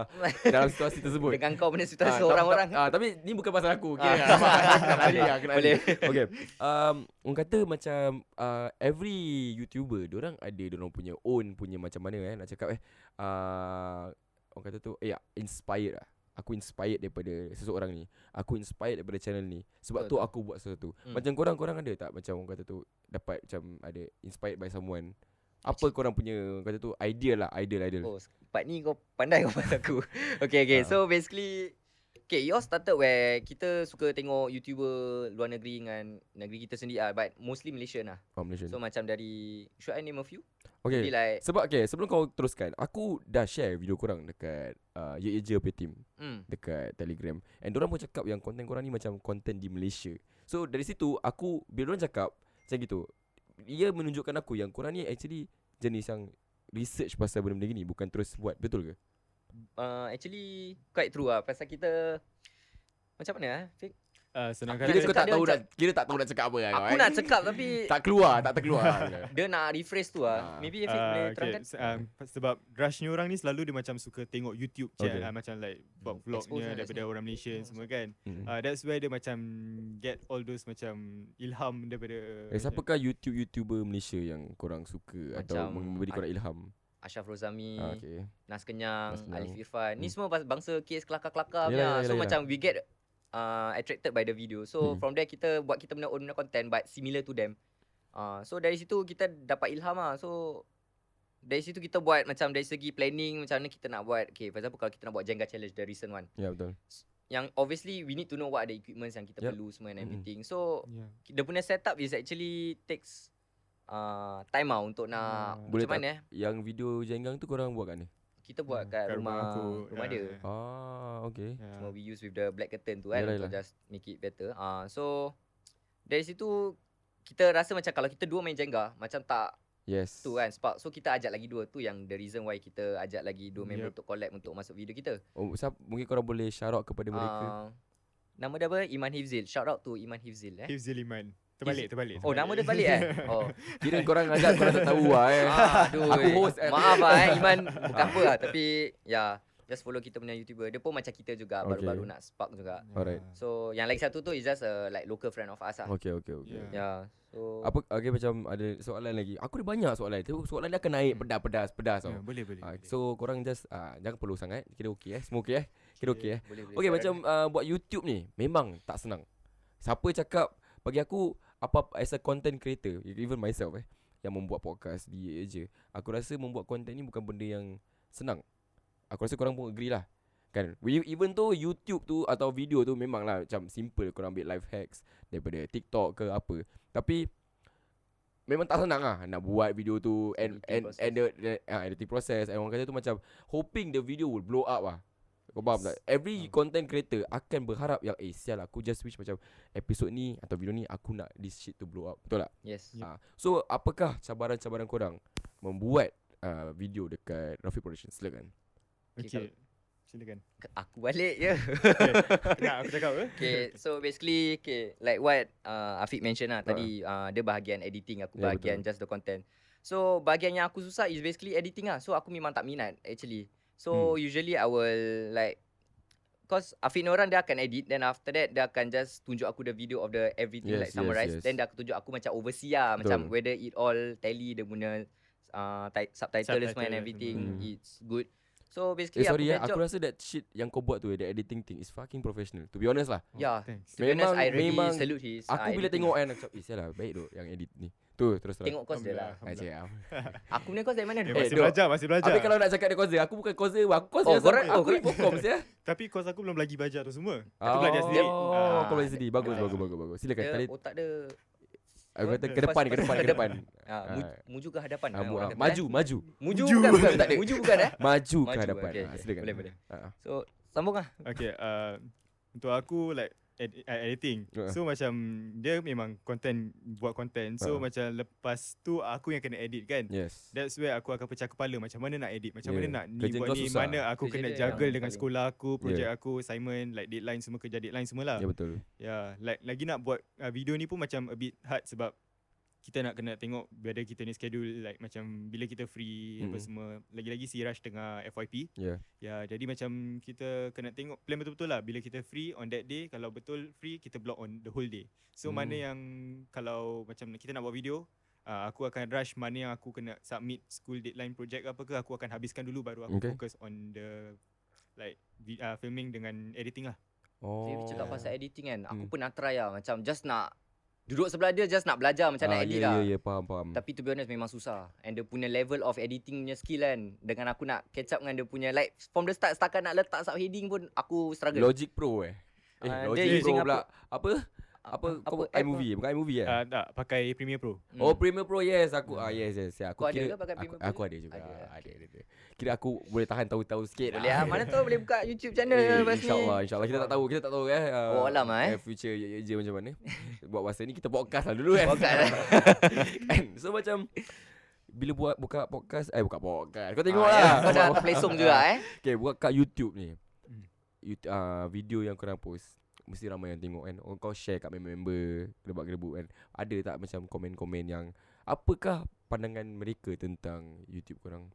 [SPEAKER 1] Dalam situasi tersebut
[SPEAKER 2] Dengan kau punya
[SPEAKER 1] Ah,
[SPEAKER 2] situasi
[SPEAKER 1] tapi-
[SPEAKER 2] orang-orang.
[SPEAKER 1] ah, Tapi ni bukan pasal aku
[SPEAKER 2] Ah.
[SPEAKER 1] Kira nak nampak aku nak lari lah, aku nak
[SPEAKER 2] Boleh.
[SPEAKER 1] lari. Okay um, Orang kata macam uh, Every YouTuber Diorang ada Diorang punya own Punya macam mana eh Nak cakap eh uh, Orang kata tu Eh inspired lah Aku inspired daripada Seseorang ni Aku inspired daripada channel ni Sebab
[SPEAKER 2] Betul,
[SPEAKER 1] tu aku buat sesuatu
[SPEAKER 2] Hmm.
[SPEAKER 1] Macam korang Korang ada tak Macam orang kata tu Dapat macam Ada inspired by someone Apa korang punya Orang kata tu Ideal lah Ideal-ideal
[SPEAKER 2] Oh, part ni kau pandai kau pasal aku. okay,
[SPEAKER 1] Ah.
[SPEAKER 2] okay. So basically Okay, it all started where kita suka tengok YouTuber luar negeri dengan negeri kita sendiri lah. But mostly Malaysian lah.
[SPEAKER 1] From Malaysia
[SPEAKER 2] So macam dari, should I name a few?
[SPEAKER 1] Okay
[SPEAKER 2] Maybe like,
[SPEAKER 1] Sebab okay Sebelum kau teruskan Aku dah share video korang Dekat uh, Ye Ye Je punya team
[SPEAKER 2] hmm,
[SPEAKER 1] Dekat Telegram And dorang pun cakap Yang konten korang ni Macam konten di Malaysia So dari situ Aku Bila dorang cakap Macam gitu Ia menunjukkan aku Yang korang ni actually Jenis yang Research pasal benda-benda gini Bukan terus buat Betul ke?
[SPEAKER 2] uh, actually quite true lah. Pasal kita, macam mana lah? Fik?
[SPEAKER 3] uh, senang
[SPEAKER 2] Aku
[SPEAKER 1] Kira
[SPEAKER 3] kata
[SPEAKER 1] kau tak
[SPEAKER 2] dia
[SPEAKER 1] tahu
[SPEAKER 2] macam-
[SPEAKER 1] nak Kira tak tahu nak cakap apa lah kau,
[SPEAKER 2] Aku
[SPEAKER 1] eh?
[SPEAKER 2] nak cakap tapi
[SPEAKER 1] Tak keluar Tak terkeluar
[SPEAKER 2] dia nak rephrase tu
[SPEAKER 1] Ah.
[SPEAKER 2] ah. Maybe Afiq boleh
[SPEAKER 3] Ah,
[SPEAKER 2] terangkan.
[SPEAKER 3] s- um, sebab rush ni orang ni selalu dia macam suka tengok YouTube je
[SPEAKER 1] Okay.
[SPEAKER 3] okay. uh, macam like buat
[SPEAKER 2] Expose lah
[SPEAKER 3] vlognya
[SPEAKER 2] kat
[SPEAKER 3] daripada
[SPEAKER 2] sini.
[SPEAKER 3] orang Malaysia
[SPEAKER 2] Expose.
[SPEAKER 3] semua kan.
[SPEAKER 1] Mm.
[SPEAKER 3] Uh, that's where dia macam get all those macam ilham daripada
[SPEAKER 1] Eh, siapakah YouTube-YouTuber Malaysia yang korang suka atau
[SPEAKER 2] Macam-
[SPEAKER 1] memberi korang ilham?
[SPEAKER 2] Ashraf Rozami,
[SPEAKER 1] Ah, okay.
[SPEAKER 2] Nas Kenyang,
[SPEAKER 1] Nas Kenyang.
[SPEAKER 2] Alif Irfan. Ni
[SPEAKER 1] Hmm.
[SPEAKER 2] semua bas- bangsa kes
[SPEAKER 1] Yelah,
[SPEAKER 2] kelakar-kelakar punya.
[SPEAKER 1] yelah,
[SPEAKER 2] so
[SPEAKER 1] yelah,
[SPEAKER 2] macam we get uh, attracted by the video. So
[SPEAKER 1] Hmm.
[SPEAKER 2] from there kita buat kita punya own punya content but similar to them. Uh, so dari situ kita dapat ilham lah. So dari situ kita buat macam dari segi planning macam mana kita nak buat. Okay, for example kalau kita nak buat Jenga challenge the recent one.
[SPEAKER 1] Ya, betul.
[SPEAKER 2] Yang obviously we need to know what are the equipments yang kita
[SPEAKER 1] Yup.
[SPEAKER 2] perlu semua and
[SPEAKER 1] Mm-mm.
[SPEAKER 2] everything. So
[SPEAKER 3] Yeah.
[SPEAKER 2] dia punya setup is actually takes uh, time lah untuk nak
[SPEAKER 3] Ah.
[SPEAKER 1] Hmm. Boleh
[SPEAKER 2] macam
[SPEAKER 1] tak-
[SPEAKER 2] mana eh.
[SPEAKER 1] Yang video jenggang tu korang buat kat ni?
[SPEAKER 2] Kita buat
[SPEAKER 3] Ah,
[SPEAKER 2] kat,
[SPEAKER 3] kat rumah
[SPEAKER 2] rumah,
[SPEAKER 3] aku,
[SPEAKER 2] rumah
[SPEAKER 3] ya,
[SPEAKER 2] dia. Oh.
[SPEAKER 3] ya.
[SPEAKER 1] Ah, okay.
[SPEAKER 3] Yeah.
[SPEAKER 2] Cuma we use with the black curtain tu kan
[SPEAKER 1] Yalah,
[SPEAKER 2] yalah, Untuk just make it better Ah, So Dari situ Kita rasa macam Kalau kita dua main Jenga Macam tak
[SPEAKER 1] Yes.
[SPEAKER 2] tu kan spark So kita ajak lagi dua Tu yang the reason why Kita ajak lagi dua member
[SPEAKER 3] Yup.
[SPEAKER 2] Untuk collab Untuk masuk video kita
[SPEAKER 1] Oh, siap, mungkin korang boleh shout out kepada mereka.
[SPEAKER 2] Ah, Nama dia apa Iman Hifzil Shout out to Iman Hifzil eh
[SPEAKER 3] Hifzul Iman. Terbalik, terbalik.
[SPEAKER 2] Oh nama dia balik eh Oh
[SPEAKER 1] Kira korang ajak korang tak tahu lah eh.
[SPEAKER 2] Aduh
[SPEAKER 1] Aku host, eh.
[SPEAKER 2] Maaf lah eh Iman Bukan apa lah Tapi Ya Just follow kita punya YouTuber Dia pun macam kita juga
[SPEAKER 1] Okay.
[SPEAKER 2] Baru-baru nak spark juga
[SPEAKER 1] Alright.
[SPEAKER 3] Ya.
[SPEAKER 2] So yang lagi satu tu Is just a, like local friend of us lah
[SPEAKER 1] Okay, okay, okay.
[SPEAKER 3] Yeah.
[SPEAKER 2] Ya, so
[SPEAKER 1] Apa okay macam ada soalan lagi. Aku ada banyak soalan. Tapi soalan dia akan naik
[SPEAKER 3] Hmm.
[SPEAKER 1] pedas-pedas pedas tau.
[SPEAKER 3] Yeah, boleh, boleh.
[SPEAKER 1] Ah,
[SPEAKER 3] boleh.
[SPEAKER 1] so korang just ah, jangan perlu sangat. Kira okey eh. Semua okey eh. Kira okey eh.
[SPEAKER 2] boleh boleh.
[SPEAKER 1] Okay macam uh, buat YouTube ni memang tak senang. Siapa cakap bagi aku apa as a content creator even myself eh yang membuat podcast di aja. Aku rasa membuat content ni bukan benda yang senang. Aku rasa korang pun agree lah. Kan We- Even tu YouTube tu Atau video tu Memang lah macam simple Korang ambil life hacks Daripada TikTok ke apa Tapi Memang tak senang lah Nak buat video tu And
[SPEAKER 2] Editing
[SPEAKER 1] and,
[SPEAKER 2] process.
[SPEAKER 1] and the, the uh, Editing process And orang kata tu macam Hoping the video will blow up lah Kau faham tak Every
[SPEAKER 3] Faham.
[SPEAKER 1] content creator Akan berharap yang Eh sial aku just wish macam Episode ni Atau video ni Aku nak this shit to blow up Betul tak
[SPEAKER 2] Yes.
[SPEAKER 1] Ah, So apakah cabaran-cabaran korang Membuat uh, video dekat Rafi Production Silakan
[SPEAKER 2] okay,
[SPEAKER 3] okay. Silakan.
[SPEAKER 2] Ke- Aku balik je.
[SPEAKER 3] Okay. Nak aku cakap apa?
[SPEAKER 2] Okay, so basically okay, like what uh, Afiq mention lah tadi uh, dia bahagian editing, aku
[SPEAKER 1] Uh-huh. Ya,
[SPEAKER 2] bahagian just the content. So bahagian yang aku susah is basically editing lah. So aku memang tak minat actually. So
[SPEAKER 1] Hmm.
[SPEAKER 2] usually I will like Cause Afiq ni orang dia akan edit Then after that Dia akan just tunjuk aku the video of the everything
[SPEAKER 1] Yes,
[SPEAKER 2] Like
[SPEAKER 1] yes,
[SPEAKER 2] summarize
[SPEAKER 1] yes.
[SPEAKER 2] Then dia akan tunjuk aku macam oversee lah Macam
[SPEAKER 1] Betul.
[SPEAKER 2] whether it all tally Dia punya uh, ti- subtitle,
[SPEAKER 3] Subtitle
[SPEAKER 2] semua and
[SPEAKER 3] dan
[SPEAKER 2] everything
[SPEAKER 1] semua.
[SPEAKER 2] It's good So
[SPEAKER 1] hmm. Eh
[SPEAKER 2] basically
[SPEAKER 1] sorry
[SPEAKER 2] aku
[SPEAKER 1] ya,
[SPEAKER 2] punya
[SPEAKER 1] aku
[SPEAKER 2] job-
[SPEAKER 1] rasa that shit yang kau buat tu, eh, the editing thing is fucking professional. To be honest lah.
[SPEAKER 3] Oh,
[SPEAKER 2] Yeah.
[SPEAKER 3] Thanks.
[SPEAKER 2] To be honest,
[SPEAKER 1] Memang-
[SPEAKER 2] I really
[SPEAKER 1] memang
[SPEAKER 2] salute
[SPEAKER 1] Aku
[SPEAKER 2] his uh,
[SPEAKER 1] bila
[SPEAKER 2] editing
[SPEAKER 1] tengok kan aku cakap, "Eh sial lah, baik tu yang edit ni." Tu terus
[SPEAKER 2] lah.
[SPEAKER 1] terang.
[SPEAKER 2] Tengok course dia lah
[SPEAKER 1] Ah, cik, ah.
[SPEAKER 2] Aku punya course dari mana
[SPEAKER 3] Eh,
[SPEAKER 1] Eh,
[SPEAKER 2] tu?
[SPEAKER 3] masih
[SPEAKER 1] dok.
[SPEAKER 3] belajar, masih belajar.
[SPEAKER 1] Habis kalau nak cakap dia kozer, aku bukan kozer, aku kozer
[SPEAKER 2] Oh,
[SPEAKER 1] oh,
[SPEAKER 2] korang- oh,
[SPEAKER 1] aku ni
[SPEAKER 2] korang-
[SPEAKER 1] fokom sia.
[SPEAKER 3] Tapi kos aku belum lagi belajar tu semua. Aku
[SPEAKER 1] Oh,
[SPEAKER 3] belajar sendiri.
[SPEAKER 1] oh,
[SPEAKER 3] Ah.
[SPEAKER 1] kau belajar sendiri. Bagus,
[SPEAKER 3] Ah.
[SPEAKER 1] bagus, bagus, bagus. Silakan.
[SPEAKER 2] Dia
[SPEAKER 1] Tadi
[SPEAKER 2] otak dia
[SPEAKER 1] aku kata ke depan,
[SPEAKER 2] first-
[SPEAKER 1] ke
[SPEAKER 2] first-
[SPEAKER 1] depan, ke
[SPEAKER 2] first-
[SPEAKER 1] depan.
[SPEAKER 2] ah, mu-
[SPEAKER 1] Ah.
[SPEAKER 2] Muju ke hadapan
[SPEAKER 1] Ah,
[SPEAKER 2] eh,
[SPEAKER 1] bu-
[SPEAKER 2] orang
[SPEAKER 1] ah,
[SPEAKER 2] kata,
[SPEAKER 1] Maju,
[SPEAKER 2] eh?
[SPEAKER 1] maju.
[SPEAKER 2] Muju
[SPEAKER 3] Muju.
[SPEAKER 2] bukan bukan, tak ada. Muju bukan eh
[SPEAKER 1] Maju ke
[SPEAKER 2] Maju,
[SPEAKER 1] hadapan.
[SPEAKER 2] okay,
[SPEAKER 1] Ah,
[SPEAKER 2] okay.
[SPEAKER 1] Silakan.
[SPEAKER 2] Boleh, boleh.
[SPEAKER 1] Ah,
[SPEAKER 2] So sambung lah
[SPEAKER 3] Okay, uh, untuk aku like ed- uh, editing.
[SPEAKER 1] Uh-uh.
[SPEAKER 3] So macam dia memang content buat content. So
[SPEAKER 1] Uh-uh.
[SPEAKER 3] macam lepas tu aku yang kena edit kan.
[SPEAKER 1] Yes.
[SPEAKER 3] That's where aku akan pecah kepala macam mana nak edit, macam
[SPEAKER 1] Yeah.
[SPEAKER 3] mana nak ni
[SPEAKER 1] Ya. Kerja
[SPEAKER 3] buat
[SPEAKER 1] kau
[SPEAKER 3] ni,
[SPEAKER 1] susah.
[SPEAKER 3] mana aku
[SPEAKER 2] Kerja
[SPEAKER 3] kena
[SPEAKER 2] dia
[SPEAKER 3] juggle
[SPEAKER 2] yang
[SPEAKER 3] dengan
[SPEAKER 2] paling-
[SPEAKER 3] sekolah aku, projek aku, assignment, like deadline semua kerja deadline semualah.
[SPEAKER 1] Ya betul.
[SPEAKER 3] Ya, like lagi nak buat uh, video ni pun macam a bit hard sebab kita nak kena tengok whether kita ni schedule like macam bila kita free mm. apa
[SPEAKER 1] Mm-mm.
[SPEAKER 3] semua. Lagi-lagi si Raj tengah FYP.
[SPEAKER 1] Ya.
[SPEAKER 3] Ya, jadi macam kita kena tengok plan betul-betul lah bila kita free on that day. Kalau betul free, kita block on the whole day. So mana
[SPEAKER 1] Mm.
[SPEAKER 3] yang kalau macam kita nak buat video, uh, aku akan rush mana yang aku kena submit school deadline project ke apa ke, aku akan habiskan dulu baru aku
[SPEAKER 1] Okay.
[SPEAKER 3] okay. focus on the like vi- uh, filming dengan editing lah.
[SPEAKER 1] Oh.
[SPEAKER 2] Saya cakap
[SPEAKER 3] Oh.
[SPEAKER 2] pasal editing kan Aku
[SPEAKER 1] Hmm.
[SPEAKER 2] pernah try lah Macam just nak Duduk sebelah dia Just nak belajar Macam
[SPEAKER 1] Ah,
[SPEAKER 2] nak edit
[SPEAKER 1] ya,
[SPEAKER 2] lah
[SPEAKER 1] Ya, ya, faham, faham.
[SPEAKER 2] Tapi to be honest memang susah And dia punya level of editing punya skill kan Dengan aku nak catch up dengan dia punya Like from the start Setakat nak letak subheading pun Aku struggle
[SPEAKER 1] Logic Pro eh. Eh,
[SPEAKER 2] Ah, dia
[SPEAKER 1] Logic Pro
[SPEAKER 2] using
[SPEAKER 1] pula. Apa?
[SPEAKER 2] Ah,
[SPEAKER 1] Apa kau
[SPEAKER 2] app
[SPEAKER 1] iMovie bukan iMovie eh?
[SPEAKER 3] Uh, tak, pakai Premiere Pro.
[SPEAKER 2] lah?
[SPEAKER 1] Oh
[SPEAKER 2] Hmm.
[SPEAKER 1] Premiere Pro yes aku ah yes yes yeah, aku
[SPEAKER 2] Kau ada
[SPEAKER 1] kira
[SPEAKER 2] ke pakai
[SPEAKER 1] aku,
[SPEAKER 2] Premiere Pro
[SPEAKER 1] aku
[SPEAKER 2] ni?
[SPEAKER 1] ada juga ada
[SPEAKER 2] Ada,
[SPEAKER 1] ada, ada, kira aku boleh tahan tahu-tahu sikit Ah.
[SPEAKER 2] Boleh lah. Mana tahu boleh buka YouTube channel
[SPEAKER 1] Eh,
[SPEAKER 2] lepas ni.
[SPEAKER 1] InsyaAllah InsyaAllah Kita tak tahu Kita tak tahu eh ah,
[SPEAKER 2] Oh, alam lah, eh.
[SPEAKER 1] Future ye, ye, je macam mana Buat masa ni Kita podcast lah dulu kan
[SPEAKER 2] Podcast lah.
[SPEAKER 1] Kan? So macam Bila buat Buka podcast Eh buka podcast Kau tengok
[SPEAKER 2] Ah,
[SPEAKER 1] lah
[SPEAKER 2] ya, Kau dah play song juga eh.
[SPEAKER 1] Okay buat kat YouTube ni
[SPEAKER 3] Hmm.
[SPEAKER 1] YouTube, uh, Video yang korang post mesti ramai yang tengok kan oh, Kau share kat member-member Gerebak-gerebuk kan Ada tak macam komen-komen yang Apakah pandangan mereka tentang YouTube korang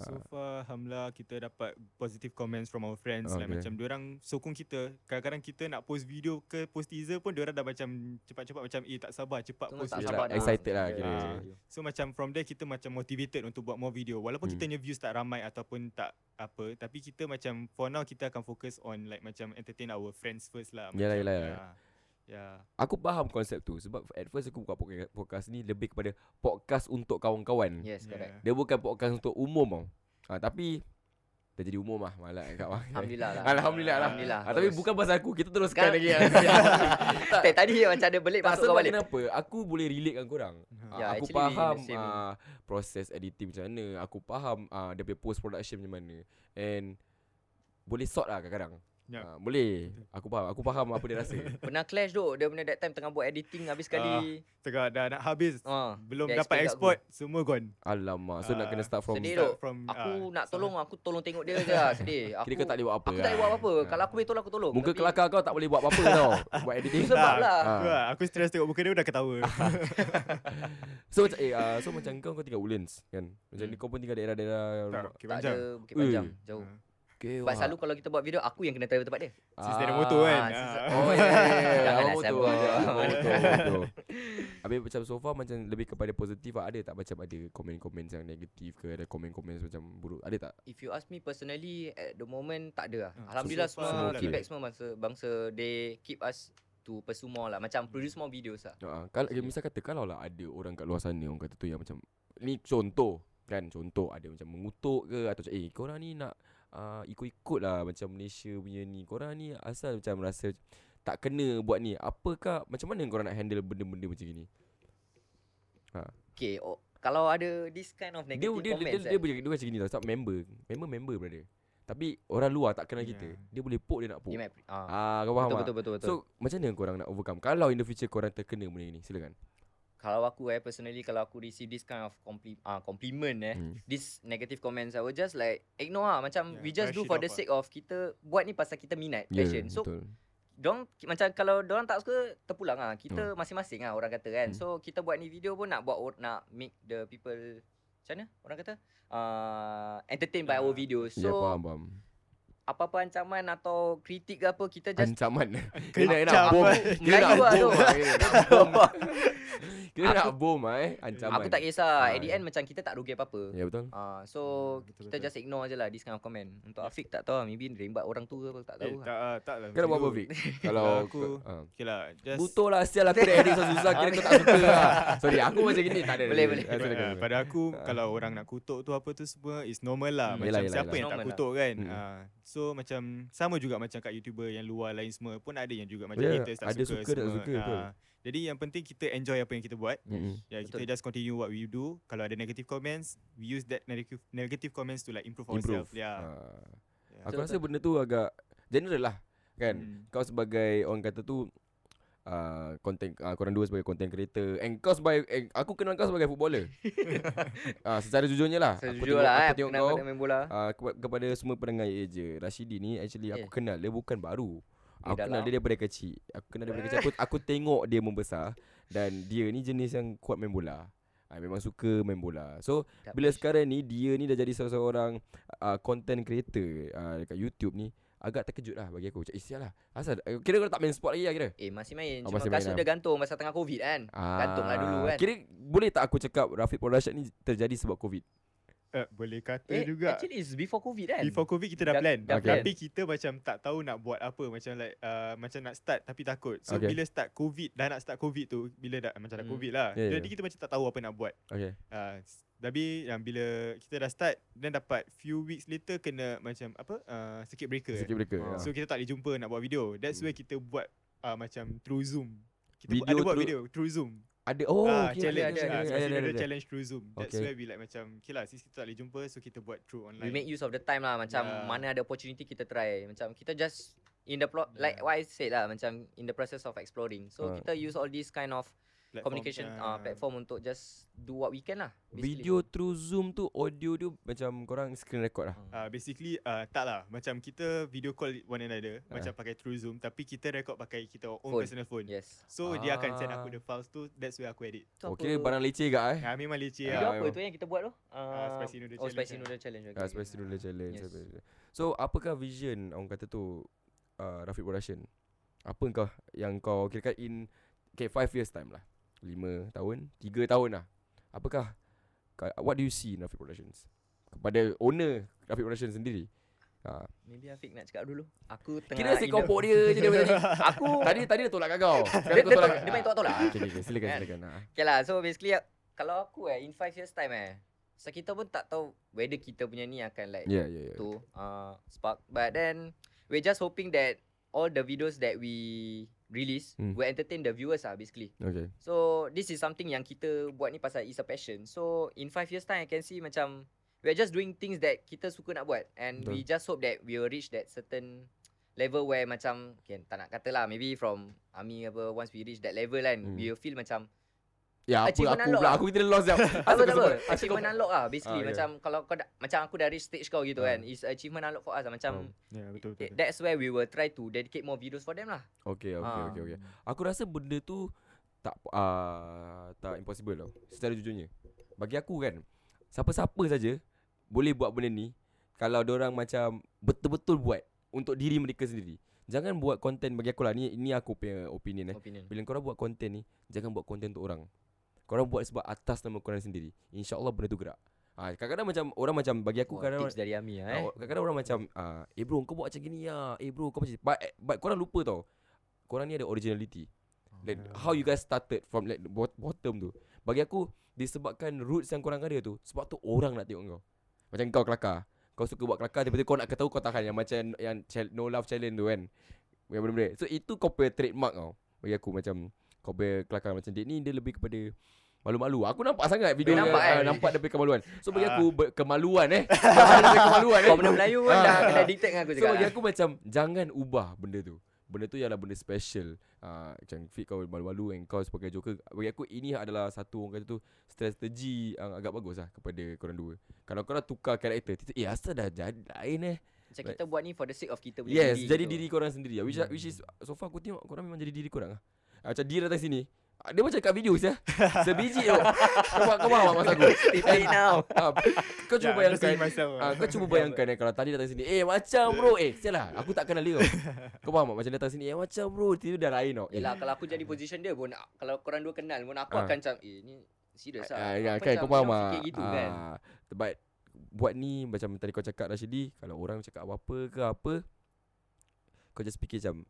[SPEAKER 1] Ah.
[SPEAKER 3] So far Alhamdulillah kita dapat positive comments from our friends okay. like
[SPEAKER 1] Okay.
[SPEAKER 3] macam diorang sokong kita. Kadang-kadang kita nak post video ke post teaser pun diorang dah macam cepat-cepat macam eh tak sabar cepat
[SPEAKER 2] Tengok
[SPEAKER 3] post.
[SPEAKER 2] tak
[SPEAKER 1] Yelah,
[SPEAKER 3] video."
[SPEAKER 2] sabar dah. Ah.
[SPEAKER 1] excited lah
[SPEAKER 2] Yelah,
[SPEAKER 1] kira.
[SPEAKER 2] macam tu.
[SPEAKER 3] So macam from there kita macam motivated untuk buat more video walaupun
[SPEAKER 1] Hmm.
[SPEAKER 3] kita punya views tak ramai ataupun tak apa tapi kita macam for now kita akan fokus on like macam entertain our friends first lah.
[SPEAKER 1] Yalah,
[SPEAKER 3] macam,
[SPEAKER 1] yalah.
[SPEAKER 3] Ya. Yeah.
[SPEAKER 1] Aku faham konsep tu Sebab at first aku buka podcast, podcast ni Lebih kepada podcast untuk kawan-kawan
[SPEAKER 2] Yes, correct.
[SPEAKER 1] Dia bukan podcast untuk umum tau ha, Tapi Dah jadi umum lah Malak kat awak
[SPEAKER 2] Alhamdulillah lah.
[SPEAKER 1] Alhamdulillah lah
[SPEAKER 2] Alhamdulillah.
[SPEAKER 1] ha, Tapi
[SPEAKER 2] bagus.
[SPEAKER 1] bukan pasal aku Kita teruskan
[SPEAKER 2] Kan-
[SPEAKER 1] lagi
[SPEAKER 2] tak, tadi macam ada belik
[SPEAKER 1] Tak
[SPEAKER 2] masuk kau
[SPEAKER 1] sebab
[SPEAKER 2] balik.
[SPEAKER 1] kenapa Aku boleh relate dengan korang
[SPEAKER 3] Yeah.
[SPEAKER 1] yeah,
[SPEAKER 2] Yeah,
[SPEAKER 1] Aku
[SPEAKER 2] actually,
[SPEAKER 1] faham
[SPEAKER 2] the same.
[SPEAKER 1] uh, Proses editing macam mana Aku faham uh, Dia punya post production macam mana And Boleh sort lah kadang-kadang
[SPEAKER 3] Yup.
[SPEAKER 1] uh, Boleh Aku faham Aku faham apa dia rasa
[SPEAKER 2] Pernah clash tu. Dia punya that time tengah buat editing habis sekali.
[SPEAKER 3] Tengah dah nak habis.
[SPEAKER 2] Ah,
[SPEAKER 3] Belum
[SPEAKER 2] dia
[SPEAKER 3] dapat
[SPEAKER 2] explain kat
[SPEAKER 3] export semua gone.
[SPEAKER 1] Alamak So uh, nak
[SPEAKER 3] Ah,
[SPEAKER 1] kena start from
[SPEAKER 2] sedih lah
[SPEAKER 1] Kira
[SPEAKER 2] tu.
[SPEAKER 3] Start from
[SPEAKER 2] Aku
[SPEAKER 3] ah,
[SPEAKER 2] nak
[SPEAKER 3] sama-
[SPEAKER 2] tolong, aku tolong tengok dia je lah sedih. Aku,
[SPEAKER 1] kau tak boleh buat apa
[SPEAKER 2] Aku tak boleh buat apa-apa.
[SPEAKER 1] Ah.
[SPEAKER 2] Kalau aku boleh tolong, aku tolong.
[SPEAKER 1] Muka
[SPEAKER 2] Tapi
[SPEAKER 1] kelakar kau tak boleh buat apa-apa tau Buat editing
[SPEAKER 2] Sebab
[SPEAKER 3] Tak,
[SPEAKER 2] lah.
[SPEAKER 1] Ah.
[SPEAKER 3] tu lah. Aku stress tengok muka dia dah ketawa.
[SPEAKER 1] So macam eh, uh, So macam kau kau tinggal Woodlands kan Macam
[SPEAKER 3] Hmm.
[SPEAKER 1] ni kau pun tinggal daerah-daerah
[SPEAKER 3] tak,
[SPEAKER 1] rumah-
[SPEAKER 3] okay,
[SPEAKER 2] Tak
[SPEAKER 3] panjang.
[SPEAKER 2] ada Bukit Panjang.
[SPEAKER 1] Eh.
[SPEAKER 2] Jauh.
[SPEAKER 3] Ah.
[SPEAKER 1] Okay, wah.
[SPEAKER 2] Sebab selalu kalau kita buat video, aku yang kena travel tempat dia.
[SPEAKER 3] Since dia ada motor kan.
[SPEAKER 2] Ah, since-
[SPEAKER 3] Ah.
[SPEAKER 1] Oh ya yeah, yeah.
[SPEAKER 2] Janganlah
[SPEAKER 1] Abang motor
[SPEAKER 2] sambung
[SPEAKER 1] ah,
[SPEAKER 2] je.
[SPEAKER 1] abang motor, abang motor. Habis macam so far Macam lebih kepada positif lah. Ada tak macam ada Komen-komen yang negatif ke Ada komen-komen macam buruk Ada tak
[SPEAKER 2] If you ask me personally, at the moment tak ada lah.
[SPEAKER 3] Ah,
[SPEAKER 2] Alhamdulillah
[SPEAKER 3] so far,
[SPEAKER 2] semua
[SPEAKER 1] Alhamdulillah.
[SPEAKER 2] feedback semua bangsa, bangsa they keep us to pursue more lah. Macam produce more videos lah.
[SPEAKER 1] uh, kalau, okay, Misal kata Kalau lah ada orang kat luar sana Orang kata tu yang macam Ni contoh Kan contoh Ada macam mengutuk ke Atau macam Eh korang ni nak uh, Ikut-ikut lah Macam Malaysia punya ni Korang ni asal macam rasa Tak kena buat ni Apakah Macam mana korang nak handle Benda-benda macam ni
[SPEAKER 2] Okay, oh, kalau ada this kind of
[SPEAKER 1] dia
[SPEAKER 2] negative
[SPEAKER 1] dia dia,
[SPEAKER 2] comments eh?
[SPEAKER 1] dia, dia, dia, dia macam gini tau sebab member member member brother tapi orang luar tak kenal
[SPEAKER 3] Ya.
[SPEAKER 1] kita dia boleh poke dia nak
[SPEAKER 2] dia
[SPEAKER 1] poke
[SPEAKER 2] might-
[SPEAKER 1] ah
[SPEAKER 2] ah,
[SPEAKER 1] kau faham tak?
[SPEAKER 2] betul, betul, betul, betul.
[SPEAKER 1] so macam mana korang nak overcome kalau in the future korang terkena benda ni silakan
[SPEAKER 2] kalau aku eh personally kalau aku receive this kind of compli- uh, compliment eh
[SPEAKER 1] Hmm.
[SPEAKER 2] this negative comments I will just like ignore lah macam
[SPEAKER 3] Yeah,
[SPEAKER 2] we just do
[SPEAKER 3] brush
[SPEAKER 2] for
[SPEAKER 3] it off
[SPEAKER 2] the
[SPEAKER 3] lah.
[SPEAKER 2] sake of kita buat ni pasal kita minat passion so
[SPEAKER 1] betul.
[SPEAKER 2] dong macam kalau dorang tak suka terpulang ah kita masing-masing ah orang kata kan
[SPEAKER 1] Hmm.
[SPEAKER 2] so kita buat ni video pun nak buat or- nak make the people macam mana orang kata uh, entertained by
[SPEAKER 3] Ah.
[SPEAKER 2] our videos
[SPEAKER 1] ya
[SPEAKER 2] so
[SPEAKER 1] faham faham
[SPEAKER 2] apa-apa ancaman atau kritik ke apa kita just
[SPEAKER 1] ancaman
[SPEAKER 3] Kejap.
[SPEAKER 1] Dia nak- nak bom dia nak
[SPEAKER 2] Melayu lah tu.
[SPEAKER 1] bom ah, dia nak bom. Dia nak bom ah, eh ancaman
[SPEAKER 2] aku tak kisah
[SPEAKER 1] Ah,
[SPEAKER 2] at the
[SPEAKER 1] ya.
[SPEAKER 2] end macam kita tak rugi apa-apa
[SPEAKER 1] ya betul
[SPEAKER 2] Ah, so
[SPEAKER 3] betul,
[SPEAKER 2] kita
[SPEAKER 3] betul.
[SPEAKER 2] just ignore je lah this kind of comment. Untuk Afiq tak tahu lah, maybe rembat orang tu ke apa, tak
[SPEAKER 3] Eh,
[SPEAKER 2] tahu lah.
[SPEAKER 3] tak, ah, tak lah.
[SPEAKER 1] kau nak buat apa
[SPEAKER 3] macam tu.
[SPEAKER 1] Vic kalau
[SPEAKER 3] Aku-
[SPEAKER 1] ah.
[SPEAKER 3] Okay lah. Just
[SPEAKER 1] Butuh lah sial aku dah edit susah-susah Kira kau tak suka lah Sorry aku macam gini Tak ada
[SPEAKER 2] Boleh,
[SPEAKER 1] ada.
[SPEAKER 2] boleh.
[SPEAKER 1] Ah, silakan,
[SPEAKER 3] Uh,
[SPEAKER 1] silakan.
[SPEAKER 3] pada aku
[SPEAKER 1] Ah.
[SPEAKER 3] kalau orang nak kutuk tu apa tu semua is normal lah
[SPEAKER 1] Hmm.
[SPEAKER 3] macam
[SPEAKER 1] Yelah, yelah,
[SPEAKER 3] siapa
[SPEAKER 1] yelah.
[SPEAKER 3] yang tak
[SPEAKER 2] Normal lah.
[SPEAKER 3] kutuk kan
[SPEAKER 1] Hmm.
[SPEAKER 3] Ah, so macam sama juga macam kat YouTuber yang luar lain semua pun ada yang juga macam
[SPEAKER 1] Yeah,
[SPEAKER 3] haters tak
[SPEAKER 1] Ya, ada
[SPEAKER 3] suka,
[SPEAKER 1] suka, tak
[SPEAKER 3] semua
[SPEAKER 1] suka, betul.
[SPEAKER 3] Ah, jadi yang penting kita enjoy apa yang kita buat
[SPEAKER 1] Mm-mm.
[SPEAKER 3] ya
[SPEAKER 2] Betul.
[SPEAKER 3] kita just continue what we do kalau ada negative comments we use that negative negative comments to like improve,
[SPEAKER 1] Improve
[SPEAKER 3] ourselves yeah
[SPEAKER 1] Ah.
[SPEAKER 3] Ya.
[SPEAKER 1] Aku
[SPEAKER 2] Betul,
[SPEAKER 1] rasa benda tu agak General lah Kan
[SPEAKER 3] Hmm.
[SPEAKER 1] Kau sebagai orang kata tu Uh, content uh, korang dua sebagai content creator and kau sebagai eh, aku kenal kau sebagai footballer uh, secara jujurnya lah
[SPEAKER 2] So,
[SPEAKER 1] Aku
[SPEAKER 2] jujur
[SPEAKER 1] tengok-
[SPEAKER 2] lah eh,
[SPEAKER 1] aku tengok
[SPEAKER 2] pernah
[SPEAKER 1] kau
[SPEAKER 2] kau main bola.
[SPEAKER 1] uh, kepa- kepada semua pendengar ye je Rashidi ni actually aku
[SPEAKER 2] Yeah.
[SPEAKER 1] kenal dia bukan baru
[SPEAKER 2] Dia
[SPEAKER 1] Aku
[SPEAKER 2] Eh, dah lah.
[SPEAKER 1] kenal dia daripada kecil Aku kenal dia daripada kecil aku, aku tengok dia membesar Dan dia ni jenis yang kuat main bola uh, Memang suka main bola So
[SPEAKER 2] Tak
[SPEAKER 1] bila
[SPEAKER 2] push.
[SPEAKER 1] sekarang ni dia ni dah jadi seorang uh, content creator uh, dekat YouTube ni agak terkejut lah bagi aku. Macam eh, sial lah. Asal eh, kira kau tak main sport lagi lah kira.
[SPEAKER 2] Eh masih main.
[SPEAKER 1] Oh,
[SPEAKER 2] Cuma
[SPEAKER 1] masih main
[SPEAKER 2] kasut
[SPEAKER 1] lah.
[SPEAKER 2] dia gantung masa tengah Covid kan. Gantung lah dulu
[SPEAKER 1] Ah,
[SPEAKER 2] kan.
[SPEAKER 1] Kira boleh tak aku cakap Rafiq Production ni terjadi sebab COVID?
[SPEAKER 3] Eh, boleh kata
[SPEAKER 2] Eh,
[SPEAKER 3] juga
[SPEAKER 2] actually it's before Covid kan.
[SPEAKER 3] Before COVID kita dah
[SPEAKER 2] Dah-
[SPEAKER 3] plan
[SPEAKER 2] dah
[SPEAKER 1] plan.
[SPEAKER 3] Tapi kita macam tak tahu nak buat apa Macam like uh, Macam nak start tapi takut
[SPEAKER 1] Okay.
[SPEAKER 3] So okay. bila start COVID Dah nak start COVID tu Bila dah macam dah
[SPEAKER 2] Hmm.
[SPEAKER 3] COVID lah
[SPEAKER 1] Ya, ya,
[SPEAKER 3] Jadi kita macam tak tahu apa nak buat
[SPEAKER 1] Okay.
[SPEAKER 3] uh, Tapi yang bila kita dah start Then dapat few weeks later Kena macam apa uh, Circuit breaker
[SPEAKER 1] Sikit mereka. Ah.
[SPEAKER 2] Ah.
[SPEAKER 3] So kita tak boleh jumpa nak buat video That's
[SPEAKER 1] Hmm.
[SPEAKER 3] where kita buat uh, Macam through Zoom Kita
[SPEAKER 1] Video
[SPEAKER 3] video ada buat
[SPEAKER 1] through-
[SPEAKER 3] video through Zoom
[SPEAKER 1] ada oh
[SPEAKER 3] Ah,
[SPEAKER 1] okay, ada,
[SPEAKER 3] challenge
[SPEAKER 1] ada,
[SPEAKER 3] ah,
[SPEAKER 1] ada,
[SPEAKER 3] so
[SPEAKER 1] ada,
[SPEAKER 3] kita
[SPEAKER 1] ada,
[SPEAKER 3] ada
[SPEAKER 1] ada.
[SPEAKER 3] challenge through Zoom That's
[SPEAKER 1] Okay.
[SPEAKER 3] where we like macam Okay lah since kita tak boleh jumpa So kita buat through online
[SPEAKER 2] We make use of the time lah macam
[SPEAKER 3] Yeah.
[SPEAKER 2] mana ada opportunity kita try. Macam kita just in the plot like
[SPEAKER 3] Yeah.
[SPEAKER 2] what I said lah macam in the process of exploring. So
[SPEAKER 1] Ah.
[SPEAKER 2] kita use all these kind of
[SPEAKER 3] platform, ah,
[SPEAKER 2] communication uh, platform untuk just do what we can lah. basically.
[SPEAKER 1] Video through Zoom tu audio dia macam korang screen record lah.
[SPEAKER 3] Uh, basically uh, tak lah Macam kita video call one another
[SPEAKER 1] Ah.
[SPEAKER 3] Macam pakai through Zoom Tapi kita record pakai kita own
[SPEAKER 2] Phone.
[SPEAKER 3] personal phone
[SPEAKER 2] Yes.
[SPEAKER 3] So dia akan send
[SPEAKER 1] Ah.
[SPEAKER 3] aku the files tu That's where aku edit
[SPEAKER 2] Tu
[SPEAKER 1] Oh, kira barang leceh gak eh.
[SPEAKER 3] Ah, memang leceh
[SPEAKER 2] Video
[SPEAKER 1] Ya,
[SPEAKER 3] lah
[SPEAKER 2] apa
[SPEAKER 1] memang.
[SPEAKER 2] tu yang kita buat tu?
[SPEAKER 3] Ah,
[SPEAKER 2] Uh,
[SPEAKER 3] spicy
[SPEAKER 2] oh,
[SPEAKER 3] noodle challenge
[SPEAKER 2] spicy
[SPEAKER 3] kan?
[SPEAKER 2] noodle challenge. Okay,
[SPEAKER 1] Ah,
[SPEAKER 2] okay.
[SPEAKER 1] Spicy Noodle Challenge.
[SPEAKER 2] Yes.
[SPEAKER 1] Yes. So, apakah vision orang kata tu uh, Rafiq Production? Apa kau yang kau kira in okay, five years time lah. lima tahun, tiga tahun lah. Apakah ka- what do you see in Rafiq Productions? Kepada owner Rafiq Productions sendiri. Ha.
[SPEAKER 2] Maybe Afiq nak cakap dulu. Aku tengah
[SPEAKER 1] Kira si
[SPEAKER 2] in the-
[SPEAKER 1] kopok dia je dia macam ni.
[SPEAKER 2] Aku
[SPEAKER 1] Tadi tadi dia tolak kat kau.
[SPEAKER 2] dia,
[SPEAKER 1] Sekarang
[SPEAKER 2] dia,
[SPEAKER 1] kau tolak. Ah,
[SPEAKER 2] tolak- dia main tolak-tolak.
[SPEAKER 1] Okay, okay, okay, silakan
[SPEAKER 2] Kan?
[SPEAKER 1] silakan. Ha.
[SPEAKER 2] Okay lah, so basically ah, kalau aku eh, in 5 years time eh, so kita pun tak tahu whether kita punya ni akan like
[SPEAKER 1] Yeah, yeah, yeah.
[SPEAKER 2] to uh, spark. But then we're just hoping that all the videos that we release
[SPEAKER 1] Hmm.
[SPEAKER 2] will entertain the viewers ah basically.
[SPEAKER 1] Okay.
[SPEAKER 2] So this is something yang kita buat ni pasal it's a passion. So in 5 years time I can see macam we are just doing things that kita suka nak buat and
[SPEAKER 1] Betul.
[SPEAKER 2] we just hope that we will reach that certain level where macam okay, tak nak kata lah maybe from army apa once we reach that level kan
[SPEAKER 1] Hmm.
[SPEAKER 2] we will feel macam
[SPEAKER 1] Ya, apa
[SPEAKER 2] Achievement
[SPEAKER 1] aku
[SPEAKER 2] unlock
[SPEAKER 1] pula
[SPEAKER 2] lah.
[SPEAKER 1] aku kena lost jap.
[SPEAKER 2] apa tak apa achievement unlock lah basically
[SPEAKER 1] Ah, yeah.
[SPEAKER 2] macam kalau kau dah, macam aku dah reach stage kau gitu
[SPEAKER 1] Ah. Oh,
[SPEAKER 2] kan is achievement unlock for us lah macam
[SPEAKER 3] Ya yeah,
[SPEAKER 2] it-
[SPEAKER 3] betul betul, betul.
[SPEAKER 2] that's where we will try to dedicate more videos for them lah
[SPEAKER 1] Okay, okay,
[SPEAKER 2] Ah.
[SPEAKER 1] okay, okay. Aku rasa benda tu tak uh, tak impossible tau. Secara jujurnya. Bagi aku kan, siapa-siapa saja boleh buat benda ni kalau orang macam betul-betul buat untuk diri mereka sendiri. Jangan buat konten bagi aku lah ni ini aku punya opinion eh.
[SPEAKER 2] opinion
[SPEAKER 1] Bila korang buat konten ni, jangan buat konten untuk orang. Korang buat sebab atas nama korang sendiri. InsyaAllah benda tu gerak. Ha, kadang-kadang macam orang macam bagi aku
[SPEAKER 2] Wah,
[SPEAKER 1] kadang
[SPEAKER 2] tips dari Ami lah eh
[SPEAKER 1] Eh? Kadang-kadang orang macam ah, Eh bro kau buat macam gini ya Eh bro kau macam But, eh, but korang lupa tau Korang ni ada originality Like
[SPEAKER 3] Hmm. Ah.
[SPEAKER 1] how you guys started From like the bot- bottom tu Bagi aku Disebabkan roots yang korang ada tu Sebab tu orang nak tengok kau Macam kau kelakar Kau suka buat kelakar Tiba-tiba kau nak ketahu kau tahan Yang macam yang chal- No love challenge tu kan Yang benda-benda So itu kau punya trademark kau Bagi aku macam Kau punya kelakar macam dia ni Dia lebih kepada Malu-malu Aku nampak sangat video
[SPEAKER 2] Nampak,
[SPEAKER 1] yang, ah,
[SPEAKER 2] eh?
[SPEAKER 1] nampak dia punya kemaluan So bagi
[SPEAKER 3] Ah.
[SPEAKER 1] aku ber- Kemaluan eh Dia punya Kemaluan eh
[SPEAKER 2] kau benda Melayu pun
[SPEAKER 1] Ah.
[SPEAKER 2] dah kena detect dengan aku
[SPEAKER 1] So
[SPEAKER 2] cakap
[SPEAKER 1] bagi
[SPEAKER 2] lah.
[SPEAKER 1] aku macam Jangan ubah benda tu Benda tu ialah benda special uh, Macam fit kau malu-malu And kau sebagai joker Bagi aku ini adalah Satu orang kata tu Strategi yang agak bagus lah Kepada korang dua Kalau korang tukar karakter tiba- Eh asal dah jadi lain eh
[SPEAKER 2] Macam kita buat ni for the sake of kita punya
[SPEAKER 1] Yes
[SPEAKER 2] diri
[SPEAKER 1] Jadi
[SPEAKER 2] gitu.
[SPEAKER 1] diri korang sendiri lah. which, which is So far aku tengok Korang memang jadi diri korang lah Ah, Macam dia datang sini ah, Dia macam kat video sah Sebiji tau Kau faham- kau faham maksud aku
[SPEAKER 2] Play now
[SPEAKER 1] Ah, Kau cuba
[SPEAKER 3] Yeah, I'm just
[SPEAKER 1] bayangkan
[SPEAKER 3] seeing myself,
[SPEAKER 1] Ah, kau cuba bayangkan eh, kalau tadi datang sini, eh macam bro, eh sialah, aku tak kenal dia. tau. Kau faham tak macam datang sini, eh macam bro, tiba dah lain tau. Eh,
[SPEAKER 2] Yelah kalau aku jadi position dia pun Kalau korang dua kenal pun Aku
[SPEAKER 1] Ah.
[SPEAKER 2] akan macam Eh ni serius lah
[SPEAKER 1] ah, ya,
[SPEAKER 2] Aku
[SPEAKER 1] kan
[SPEAKER 2] macam
[SPEAKER 1] kau faham
[SPEAKER 2] dorang
[SPEAKER 1] ah.
[SPEAKER 2] fikir gitu kan
[SPEAKER 1] Ah, But buat ni macam tadi kau cakap Rashidi, kalau orang cakap apa-apa ke apa, kau just fikir macam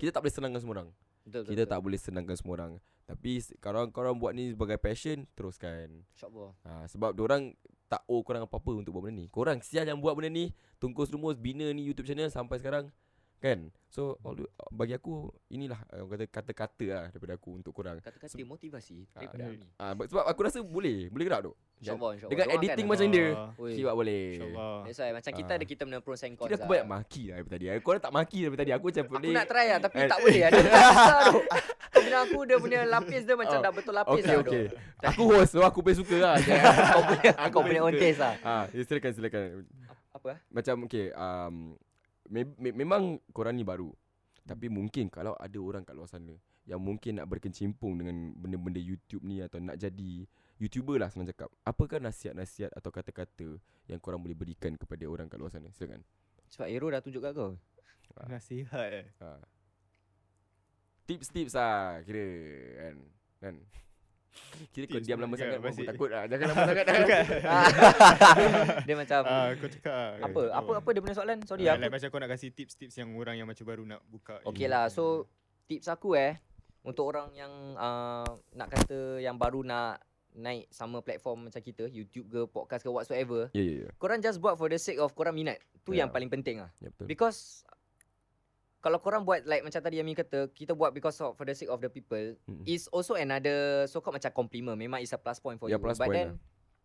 [SPEAKER 1] kita tak boleh senangkan semua orang.
[SPEAKER 2] Betul, betul,
[SPEAKER 1] Kita
[SPEAKER 2] betul.
[SPEAKER 1] tak boleh senangkan semua orang. Tapi se- kalau korang buat ni sebagai passion, teruskan.
[SPEAKER 2] InsyaAllah
[SPEAKER 1] Ha, sebab orang tak owe korang apa-apa untuk buat benda ni. Korang sial yang buat benda ni, tungkus rumus bina ni YouTube channel sampai sekarang. Kan? So all the, bagi aku inilah eh, orang kata kata-kata lah daripada aku untuk korang.
[SPEAKER 2] Kata-kata
[SPEAKER 1] Seb-
[SPEAKER 2] motivasi
[SPEAKER 1] Ah,
[SPEAKER 2] Daripada
[SPEAKER 3] yeah.
[SPEAKER 2] Ami
[SPEAKER 1] Ah ha, sebab aku rasa boleh, boleh gerak tu.
[SPEAKER 2] InsyaAllah insyaAllah
[SPEAKER 1] Dengan
[SPEAKER 2] Doakan
[SPEAKER 1] editing
[SPEAKER 2] lah.
[SPEAKER 1] macam dia.
[SPEAKER 2] Oi,
[SPEAKER 1] Kira boleh.
[SPEAKER 3] Ah, InsyaAllah
[SPEAKER 2] That's why macam kita
[SPEAKER 1] Ah.
[SPEAKER 2] ada kita punya pros and cons
[SPEAKER 1] Kira aku banyak maki lah daripada tadi. Korang tak maki daripada tadi. Aku macam
[SPEAKER 2] Aku
[SPEAKER 1] pelik.
[SPEAKER 2] nak try lah tapi
[SPEAKER 1] Eh.
[SPEAKER 2] tak boleh lah Dia macam susah tu Kau bilang aku dia punya lapis dia macam
[SPEAKER 1] Oh.
[SPEAKER 2] dah betul lapis
[SPEAKER 1] Okay,
[SPEAKER 2] lah
[SPEAKER 1] okay. aku host, so aku boleh suka lah.
[SPEAKER 2] Kau punya,
[SPEAKER 1] Aku
[SPEAKER 2] kau punya
[SPEAKER 1] punya
[SPEAKER 2] own
[SPEAKER 1] suka.
[SPEAKER 2] taste lah
[SPEAKER 1] Ah, ha, silakan, silakan.
[SPEAKER 2] Apa ah?
[SPEAKER 1] macam okay um, me- me- memang korang ni baru tapi mungkin kalau ada orang kat luar sana yang mungkin nak berkecimpung dengan benda-benda YouTube ni atau nak jadi YouTuber lah senang cakap. Apakah nasihat-nasihat atau kata-kata yang korang boleh berikan kepada orang kat luar sana? Silakan.
[SPEAKER 2] Sebab Aero dah tunjuk kat kau
[SPEAKER 3] Nasihat eh
[SPEAKER 1] Ha. Tips-tips lah kira kan. Kan. Kira kau
[SPEAKER 3] Tips
[SPEAKER 1] diam
[SPEAKER 3] pula
[SPEAKER 1] lama
[SPEAKER 3] juga,
[SPEAKER 1] sangat pun aku
[SPEAKER 3] basyik.
[SPEAKER 1] takut lah. Jangan lama sangat. dah.
[SPEAKER 3] Bukan
[SPEAKER 2] Ah. Dia macam
[SPEAKER 3] Ah, Kau cakap ah.
[SPEAKER 2] Apa
[SPEAKER 3] Kau-
[SPEAKER 2] apa apa dia punya soalan Sorry
[SPEAKER 3] Ah,
[SPEAKER 2] aku
[SPEAKER 3] like, Macam kau nak kasih tips-tips yang orang yang macam baru nak buka
[SPEAKER 2] Okay
[SPEAKER 3] ini.
[SPEAKER 2] lah so tips aku eh Untuk orang yang uh, nak kata yang baru nak naik sama platform macam kita YouTube ke podcast ke whatsoever
[SPEAKER 1] Ya ya ya.
[SPEAKER 2] Korang just buat for the sake of korang minat Tu
[SPEAKER 1] Yeah.
[SPEAKER 2] yang paling penting lah
[SPEAKER 1] Ya betul.
[SPEAKER 2] Because kalau korang buat like macam tadi Yami kata Kita buat because of, for the sake of the people
[SPEAKER 1] Mm.
[SPEAKER 2] It's also another so called macam compliment Memang it's a plus point for
[SPEAKER 1] Yeah,
[SPEAKER 2] you
[SPEAKER 1] plus
[SPEAKER 2] But
[SPEAKER 1] point lah.
[SPEAKER 2] then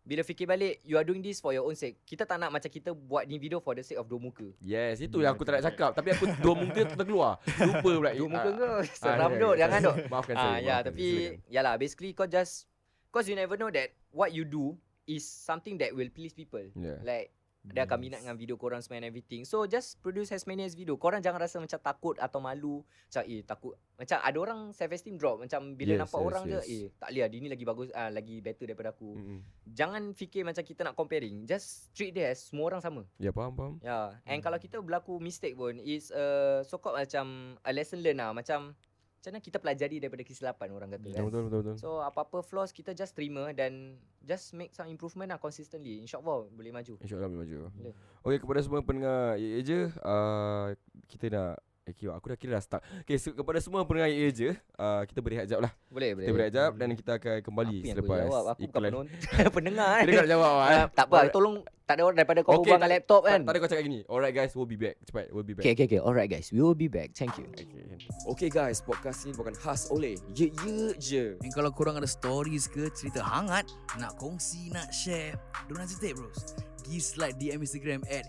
[SPEAKER 2] bila fikir balik you are doing this for your own sake. Kita tak nak macam kita buat ni video for the sake of dua muka.
[SPEAKER 1] Yes, itu
[SPEAKER 3] Hmm,
[SPEAKER 1] yang aku tak nak
[SPEAKER 3] betul.
[SPEAKER 1] cakap. Tapi aku dua muka tu terkeluar. Lupa pula.
[SPEAKER 2] Dua muka
[SPEAKER 1] Ah,
[SPEAKER 2] ke?
[SPEAKER 1] ah,
[SPEAKER 2] Seram dok, jangan dok.
[SPEAKER 1] Maafkan saya.
[SPEAKER 2] Ah
[SPEAKER 1] Kan maafkan
[SPEAKER 2] ya,
[SPEAKER 1] saya.
[SPEAKER 2] tapi
[SPEAKER 1] Silakan.
[SPEAKER 2] yalah basically kau just cause you never know that what you do is something that will please people.
[SPEAKER 1] Yeah.
[SPEAKER 2] Like dia akan
[SPEAKER 3] Hmm.
[SPEAKER 2] minat dengan video korang semua and everything. So just produce as many as video. Korang jangan rasa macam takut atau malu. Macam eh takut. Macam ada orang self esteem drop. Macam
[SPEAKER 1] Yes,
[SPEAKER 2] bila yes, nampak
[SPEAKER 1] yes,
[SPEAKER 2] yes, orang yes.
[SPEAKER 1] yes. Hmm.
[SPEAKER 2] je eh tak boleh lah. Dia ni lagi bagus, ah, lagi better daripada aku. Mm.
[SPEAKER 1] Mm-mm.
[SPEAKER 2] Jangan fikir macam kita nak comparing. Just treat dia as semua orang sama.
[SPEAKER 1] Ya, faham, faham.
[SPEAKER 2] Ya. Yeah. And
[SPEAKER 3] Hmm.
[SPEAKER 2] kalau kita berlaku mistake pun it's a so called macam a lesson learn lah. Macam macam mana kita pelajari daripada kesilapan orang kata
[SPEAKER 1] Betul,
[SPEAKER 2] kan.
[SPEAKER 1] betul, betul. betul.
[SPEAKER 2] So apa-apa flaws kita just terima dan just make some improvement lah consistently. InsyaAllah boleh maju.
[SPEAKER 1] InsyaAllah boleh maju
[SPEAKER 2] Boleh.
[SPEAKER 1] Okay kepada semua pendengar Ye Ye Je uh, Kita nak Eh kira aku dah kira dah start Okay so, kepada semua pendengar Ye Ye Je uh, Kita berehat jap lah
[SPEAKER 2] Boleh boleh.
[SPEAKER 1] Kita berehat jap Dan kita akan kembali
[SPEAKER 2] Apa yang
[SPEAKER 1] selepas
[SPEAKER 2] aku jawab? Aku bukan
[SPEAKER 1] iklan.
[SPEAKER 2] penonton. pendengar kan.
[SPEAKER 1] Kita kena jawab ah.
[SPEAKER 2] Ah, tak apa,
[SPEAKER 1] Alright.
[SPEAKER 2] tolong tak ada orang daripada
[SPEAKER 1] Okay,
[SPEAKER 2] kau okay, berbual
[SPEAKER 1] tak-
[SPEAKER 2] dengan laptop
[SPEAKER 1] Tak,
[SPEAKER 2] kan.
[SPEAKER 1] tak ada kau cakap gini Alright guys we'll be back Cepat we'll be back
[SPEAKER 2] Okay, okay, okay. Alright guys, we will be back. Thank you.
[SPEAKER 1] okay. kan?
[SPEAKER 4] Okay guys, podcast ni bukan khas oleh
[SPEAKER 1] Ya,
[SPEAKER 4] Ye Ye Je.
[SPEAKER 5] And kalau korang ada stories ke cerita hangat nak kongsi, nak share, don't hesitate bros. Gi slide DM Instagram at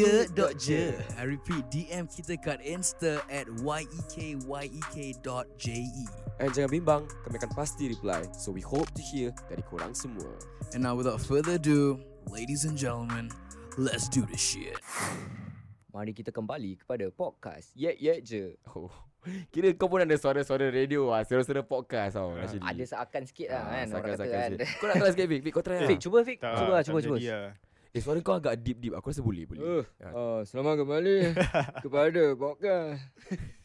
[SPEAKER 5] yeye.je. I repeat, DM kita kat Insta at e yekyek.je.
[SPEAKER 4] And jangan bimbang, kami akan pasti reply. So we hope to hear dari korang semua.
[SPEAKER 5] And now without further ado, ladies and gentlemen, let's do this shit.
[SPEAKER 2] Mari kita kembali kepada podcast. Ye ye je.
[SPEAKER 1] oh. Kira kau pun ada suara-suara radio lah Suara-suara podcast tau
[SPEAKER 3] Ah,
[SPEAKER 1] actually.
[SPEAKER 2] Ada seakan sikit lah
[SPEAKER 1] Ah,
[SPEAKER 2] kan orang kata
[SPEAKER 1] sakan-sakan
[SPEAKER 2] kan.
[SPEAKER 1] sikit. Kau nak try sikit Vic Vic kau try lah
[SPEAKER 2] Fik, cuba Fik.
[SPEAKER 3] Tak,
[SPEAKER 2] Cuba
[SPEAKER 3] tak
[SPEAKER 2] cuba cuba.
[SPEAKER 3] jadi lah.
[SPEAKER 1] Eh suara kau agak deep-deep Aku rasa boleh boleh
[SPEAKER 6] Uh,
[SPEAKER 2] Ah,
[SPEAKER 6] uh, selamat kembali kepada podcast.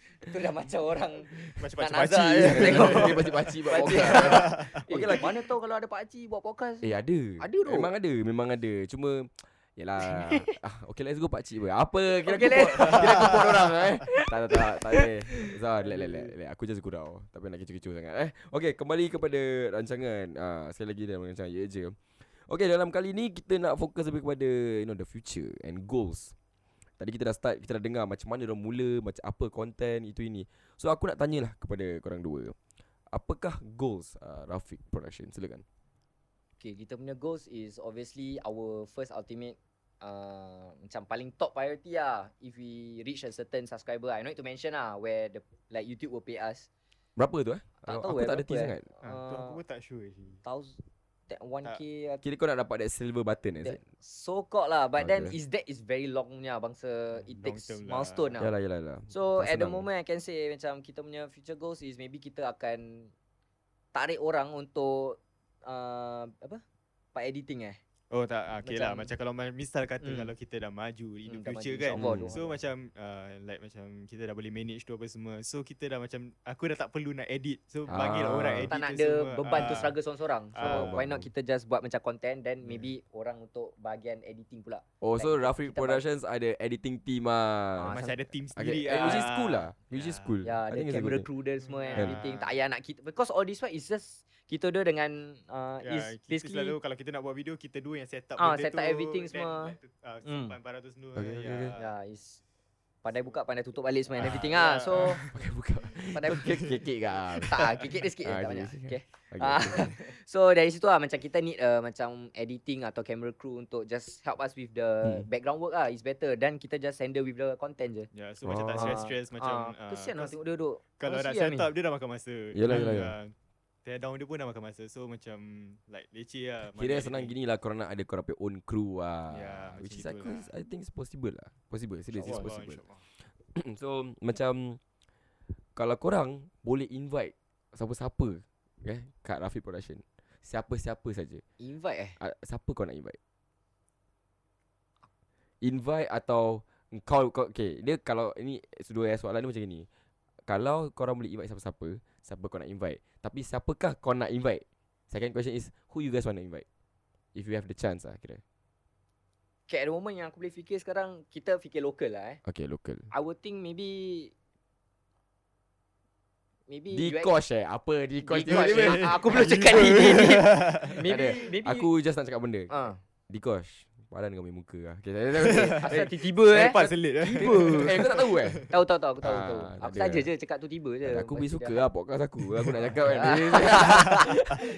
[SPEAKER 2] Itu dah macam orang
[SPEAKER 3] Macam
[SPEAKER 2] nak
[SPEAKER 3] macam
[SPEAKER 2] nazar
[SPEAKER 3] pakcik.
[SPEAKER 2] je. Tengok.
[SPEAKER 1] Okay pakcik-pakcik buat
[SPEAKER 2] Pakcik.
[SPEAKER 1] podcast
[SPEAKER 2] Eh,
[SPEAKER 1] Okey lah,
[SPEAKER 2] mana tahu kalau ada pakcik buat podcast.
[SPEAKER 1] Eh ada
[SPEAKER 2] Ada tu.
[SPEAKER 1] Memang ada Memang ada Cuma Yalah ah, Okay let's go pakcik pun Apa Kira
[SPEAKER 2] Okay,
[SPEAKER 1] okay, aku
[SPEAKER 2] let's-
[SPEAKER 1] pot Kira aku pot orang eh Tak tak tak Tak boleh Zah let, let, let, let. Aku just gurau Tak payah nak kecoh-kecoh sangat eh Okay kembali kepada rancangan ah, Sekali lagi dalam rancangan Ya je Okay dalam kali ni Kita nak fokus lebih kepada You know the future And goals Tadi kita dah start Kita dah dengar macam mana orang mula Macam apa content Itu ini So aku nak tanyalah Kepada korang dua Apakah goals uh, Rafiq Production Silakan
[SPEAKER 2] Okay, kita punya goals is obviously our first ultimate uh, macam paling top priority lah if we reach a certain subscriber. I know it to mention lah where the like YouTube will pay us.
[SPEAKER 1] Berapa tu eh?
[SPEAKER 2] Tak
[SPEAKER 1] Aku-
[SPEAKER 2] tahu
[SPEAKER 1] aku
[SPEAKER 2] eh,
[SPEAKER 1] tak ada T
[SPEAKER 2] berapa eh.
[SPEAKER 1] sangat.
[SPEAKER 3] Ah, tu aku
[SPEAKER 2] Uh,
[SPEAKER 3] pun tak sure eh. actually.
[SPEAKER 2] thousand, that 1k atau
[SPEAKER 1] Kira kau nak dapat that silver button eh.
[SPEAKER 2] that
[SPEAKER 1] Zaid?
[SPEAKER 2] so called lah but
[SPEAKER 1] Ah,
[SPEAKER 2] then
[SPEAKER 1] Okay.
[SPEAKER 2] is that is very long punya bangsa uh, it
[SPEAKER 3] Long
[SPEAKER 2] takes
[SPEAKER 3] term lah.
[SPEAKER 2] milestone lah.
[SPEAKER 1] Yalah yalah yalah.
[SPEAKER 2] So
[SPEAKER 1] Hmm, Tak
[SPEAKER 2] at the
[SPEAKER 1] senang.
[SPEAKER 2] moment I can say macam kita punya future goals is maybe kita akan tarik orang untuk uh, apa? Part editing eh.
[SPEAKER 3] Oh tak, ah, okay lah.
[SPEAKER 2] Macam-
[SPEAKER 3] Macam kalau ma- misal kata
[SPEAKER 2] Hmm.
[SPEAKER 3] kalau kita dah maju in
[SPEAKER 2] Hmm,
[SPEAKER 3] the
[SPEAKER 2] dah
[SPEAKER 3] future
[SPEAKER 2] maju,
[SPEAKER 3] kan.
[SPEAKER 2] insyaAllah
[SPEAKER 1] Hmm.
[SPEAKER 2] doa.
[SPEAKER 3] So macam uh, like macam kita dah boleh manage tu apa semua. So kita dah macam aku dah tak perlu nak edit. So
[SPEAKER 1] Ah.
[SPEAKER 3] panggil orang edit
[SPEAKER 2] tak nak
[SPEAKER 3] tu
[SPEAKER 2] ada
[SPEAKER 3] semua.
[SPEAKER 2] beban tu
[SPEAKER 3] Ah.
[SPEAKER 2] struggle seorang-seorang. So
[SPEAKER 3] Ah, Hmm.
[SPEAKER 2] why
[SPEAKER 1] faham.
[SPEAKER 2] not kita just buat macam content then maybe orang untuk bahagian editing pula.
[SPEAKER 1] Oh so
[SPEAKER 2] like,
[SPEAKER 1] Rafiq
[SPEAKER 2] kita buat-
[SPEAKER 1] Productions ada editing team ah.
[SPEAKER 3] Ah, Macam ada team
[SPEAKER 1] Okay,
[SPEAKER 3] sendiri. ah.
[SPEAKER 1] eh, which is cool lah. Which is
[SPEAKER 3] Yeah.
[SPEAKER 1] cool. I
[SPEAKER 2] Ya, ada
[SPEAKER 1] think it's a good
[SPEAKER 2] camera
[SPEAKER 1] Kan. thing.
[SPEAKER 2] crew dan
[SPEAKER 3] Hmm.
[SPEAKER 2] semua and
[SPEAKER 1] Yeah.
[SPEAKER 2] everything. Tak payah nak kita because all this one is just kita dua dengan uh, is
[SPEAKER 3] Ya, kita
[SPEAKER 2] basically
[SPEAKER 3] selalu kalau kita nak buat video kita dua yang set up
[SPEAKER 2] Ah,
[SPEAKER 3] benda
[SPEAKER 2] set up
[SPEAKER 3] tu,
[SPEAKER 2] everything
[SPEAKER 3] then
[SPEAKER 2] semua.
[SPEAKER 3] like tu- ah,
[SPEAKER 2] Hmm.
[SPEAKER 3] Simpan barang tu semua.
[SPEAKER 1] Okay, okay,
[SPEAKER 3] ya.
[SPEAKER 1] okay.
[SPEAKER 2] ya is pandai buka pandai tutup balik semua and
[SPEAKER 3] Ah,
[SPEAKER 2] everything
[SPEAKER 3] ya.
[SPEAKER 2] ah. So
[SPEAKER 1] Pakai buka.
[SPEAKER 2] pandai buka
[SPEAKER 1] Kekek ke ah.
[SPEAKER 2] tak kikit dia sikit je,
[SPEAKER 1] Ah,
[SPEAKER 2] tak
[SPEAKER 1] okay,
[SPEAKER 2] banyak.
[SPEAKER 1] okay.
[SPEAKER 2] Okay.
[SPEAKER 1] Okay,
[SPEAKER 2] Ah.
[SPEAKER 1] okay.
[SPEAKER 2] So dari situ lah macam kita need uh, macam editing atau camera crew untuk just help us with the
[SPEAKER 1] Hmm.
[SPEAKER 2] background work ah is better dan kita just handle with the content je.
[SPEAKER 3] Ya, so macam tak
[SPEAKER 1] Ah.
[SPEAKER 3] stress-stress macam
[SPEAKER 2] ah,
[SPEAKER 3] ah,
[SPEAKER 2] kesian lah
[SPEAKER 3] cause
[SPEAKER 2] tengok dia duduk.
[SPEAKER 3] kalau dah
[SPEAKER 2] Kesian
[SPEAKER 3] set
[SPEAKER 2] ni.
[SPEAKER 3] up dia dah makan masa.
[SPEAKER 1] Yelah, yelah, yelah.
[SPEAKER 3] Ah, Tear down dia pun dah makan masa. So macam like leceh lah.
[SPEAKER 1] Kira
[SPEAKER 3] Mana
[SPEAKER 1] senang
[SPEAKER 3] edit.
[SPEAKER 1] gini lah korang nak ada korang punya own crew ah.
[SPEAKER 3] Ya,
[SPEAKER 1] which is
[SPEAKER 3] macam
[SPEAKER 1] aku
[SPEAKER 3] itulah.
[SPEAKER 1] I think it's possible lah. Possible. Serious it's
[SPEAKER 3] InsyaAllah,
[SPEAKER 1] possible.
[SPEAKER 3] insyaAllah.
[SPEAKER 1] so macam kalau korang boleh invite siapa-siapa eh kat Rafiq Production. Siapa-siapa saja.
[SPEAKER 2] Invite eh.
[SPEAKER 1] uh, siapa kau nak invite? Invite atau kau kau okay, dia kalau ini dua soalan ni macam ni. Kalau korang boleh invite siapa-siapa, siapa kau nak invite? Tapi siapakah kau nak invite? Second question is who you guys want to invite? If you have the chance lah kira.
[SPEAKER 2] Okay, at the moment yang aku boleh fikir sekarang kita fikir lokal lah eh.
[SPEAKER 1] Okay, local.
[SPEAKER 3] Hmm.
[SPEAKER 2] I would think maybe maybe
[SPEAKER 1] Dikosh eh. Apa
[SPEAKER 2] Dikosh.
[SPEAKER 1] Dikosh?
[SPEAKER 2] eh.
[SPEAKER 1] tiba-tiba?
[SPEAKER 2] Ah, aku belum cakap ni. ni, ni.
[SPEAKER 1] Tak
[SPEAKER 2] Maybe
[SPEAKER 1] ada.
[SPEAKER 2] maybe
[SPEAKER 1] Aku just nak cakap benda.
[SPEAKER 2] ah
[SPEAKER 1] Dikosh. Padan kau punya muka lah. Okay, tak
[SPEAKER 2] asal tiba-tiba eh.
[SPEAKER 3] Lepas selit eh.
[SPEAKER 1] Tiba. Eh, kau tak tahu eh?
[SPEAKER 2] Tahu tahu tahu aku tahu
[SPEAKER 1] Ah,
[SPEAKER 2] tahu.
[SPEAKER 1] tak
[SPEAKER 2] Aku
[SPEAKER 1] ada.
[SPEAKER 2] saja je cakap tu tiba je.
[SPEAKER 1] Tak, Aku
[SPEAKER 2] Lepas
[SPEAKER 1] pun
[SPEAKER 2] tu
[SPEAKER 1] suka
[SPEAKER 2] dah-
[SPEAKER 1] lah podcast aku Aku nak cakap kan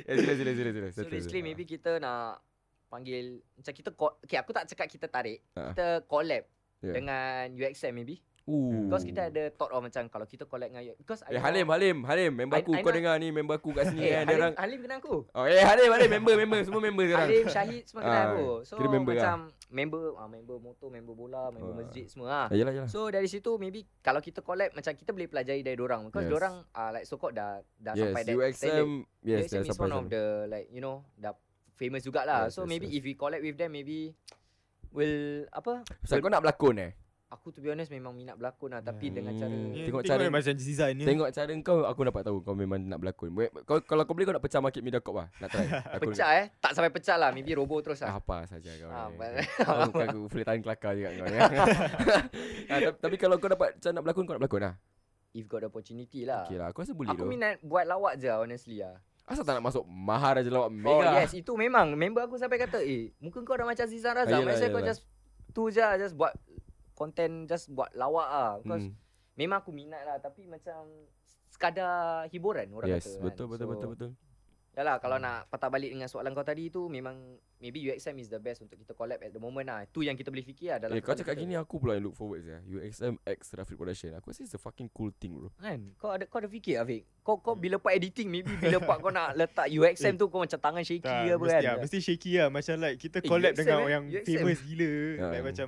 [SPEAKER 1] Eh, Sila sila sila sila
[SPEAKER 2] So basically maybe kita nak panggil macam kita co- okay, aku tak cakap kita tarik.
[SPEAKER 1] Ah.
[SPEAKER 2] Kita collab
[SPEAKER 1] Yeah.
[SPEAKER 2] dengan UXM maybe.
[SPEAKER 1] Ooh.
[SPEAKER 2] Hmm. Because kita ada thought of macam kalau kita collab dengan UXM because
[SPEAKER 1] Eh
[SPEAKER 2] I know-
[SPEAKER 1] Halim Halim Halim member
[SPEAKER 2] I-
[SPEAKER 1] aku
[SPEAKER 2] I
[SPEAKER 1] kau
[SPEAKER 2] nak-
[SPEAKER 1] dengar ni member aku kat sini kan
[SPEAKER 2] Eh,
[SPEAKER 1] dia
[SPEAKER 2] Halim,
[SPEAKER 1] orang.
[SPEAKER 2] Halim kenal aku.
[SPEAKER 1] Oh eh Halim Halim member member semua member sekarang.
[SPEAKER 2] Halim Syahid semua kenal
[SPEAKER 1] Ah,
[SPEAKER 2] aku. So
[SPEAKER 1] kira member
[SPEAKER 2] macam member ah member motor, member bola, member
[SPEAKER 1] Ah.
[SPEAKER 2] masjid semua ah.
[SPEAKER 1] Ah, Yalah yalah.
[SPEAKER 2] So dari situ maybe kalau kita collab macam kita boleh pelajari dari orang
[SPEAKER 1] Yes.
[SPEAKER 2] because yes. orang uh, like so called dah dah
[SPEAKER 1] Yes,
[SPEAKER 2] sampai that
[SPEAKER 1] UXM yes,
[SPEAKER 2] UXM
[SPEAKER 1] dah
[SPEAKER 2] is
[SPEAKER 1] sampai
[SPEAKER 2] one of
[SPEAKER 1] sana.
[SPEAKER 2] the like you know dah famous jugalah.
[SPEAKER 1] Yes, yes,
[SPEAKER 2] so maybe
[SPEAKER 1] yes.
[SPEAKER 2] if we collab with them maybe will apa
[SPEAKER 1] Ustaz, kau nak berlakon eh?
[SPEAKER 2] aku to be honest memang minat berlakon lah tapi
[SPEAKER 1] Yeah.
[SPEAKER 2] dengan cara
[SPEAKER 1] Hmm.
[SPEAKER 3] Ni
[SPEAKER 1] Tengok
[SPEAKER 3] Tengok,
[SPEAKER 1] cara-
[SPEAKER 3] cara macam Ziza ni.
[SPEAKER 1] Tengok cara kau aku dapat tahu kau memang nak berlakon. Boleh- Kau kalau kau boleh kau nak pecah market media corp lah. Nak try. Aku
[SPEAKER 2] pecah eh tak sampai pecah lah maybe robo terus lah.
[SPEAKER 1] apa saja kau
[SPEAKER 2] Ah,
[SPEAKER 1] ni.
[SPEAKER 2] but-
[SPEAKER 1] Kau bukan aku boleh tahan kelakar juga kau ni. Ah, tapi- Tapi kalau kau dapat macam nak berlakon kau nak berlakon lah.
[SPEAKER 2] if got the opportunity lah.
[SPEAKER 1] Okey lah aku rasa boleh tu.
[SPEAKER 2] aku minat buat lawak je honestly lah.
[SPEAKER 1] Asal tak nak masuk Maharaja Lawak Mega.
[SPEAKER 2] Oh yes, itu memang member aku sampai kata, "Eh, muka kau dah macam Zizan Razak.
[SPEAKER 1] Ayolah,
[SPEAKER 2] Maksudnya kau
[SPEAKER 1] ayolah.
[SPEAKER 2] just tu je lah, just buat content just buat lawak ah." Because
[SPEAKER 1] Hmm.
[SPEAKER 2] memang aku minat lah tapi macam sekadar hiburan orang
[SPEAKER 1] Yes,
[SPEAKER 2] kata. kan,
[SPEAKER 1] betul betul
[SPEAKER 2] so,
[SPEAKER 1] betul Hmm. betul.
[SPEAKER 2] Yalah kalau nak patah balik dengan soalan kau tadi tu memang maybe UXM is the best untuk kita collab at the moment lah. Itu yang kita boleh fikir lah
[SPEAKER 1] Eh
[SPEAKER 2] dalam
[SPEAKER 1] kau
[SPEAKER 2] kepala
[SPEAKER 1] cakap
[SPEAKER 2] kita.
[SPEAKER 1] gini aku pula yang look forward je UXM X Rafiq Production Aku rasa it's a fucking cool thing bro
[SPEAKER 2] kan. Kau ada kau ada fikir Afiq. Kau kau
[SPEAKER 1] Hmm.
[SPEAKER 2] bila part editing maybe bila part kau nak letak UXM tu kau macam tangan shaky
[SPEAKER 3] Tak,
[SPEAKER 2] ke apa
[SPEAKER 3] mesti,
[SPEAKER 2] kan.
[SPEAKER 3] lah, mesti shaky lah Macam like Kita
[SPEAKER 2] Eh,
[SPEAKER 3] collab
[SPEAKER 2] UXM
[SPEAKER 3] dengan
[SPEAKER 2] eh,
[SPEAKER 3] orang
[SPEAKER 2] UXM.
[SPEAKER 3] famous gila
[SPEAKER 1] Ya.
[SPEAKER 3] Like macam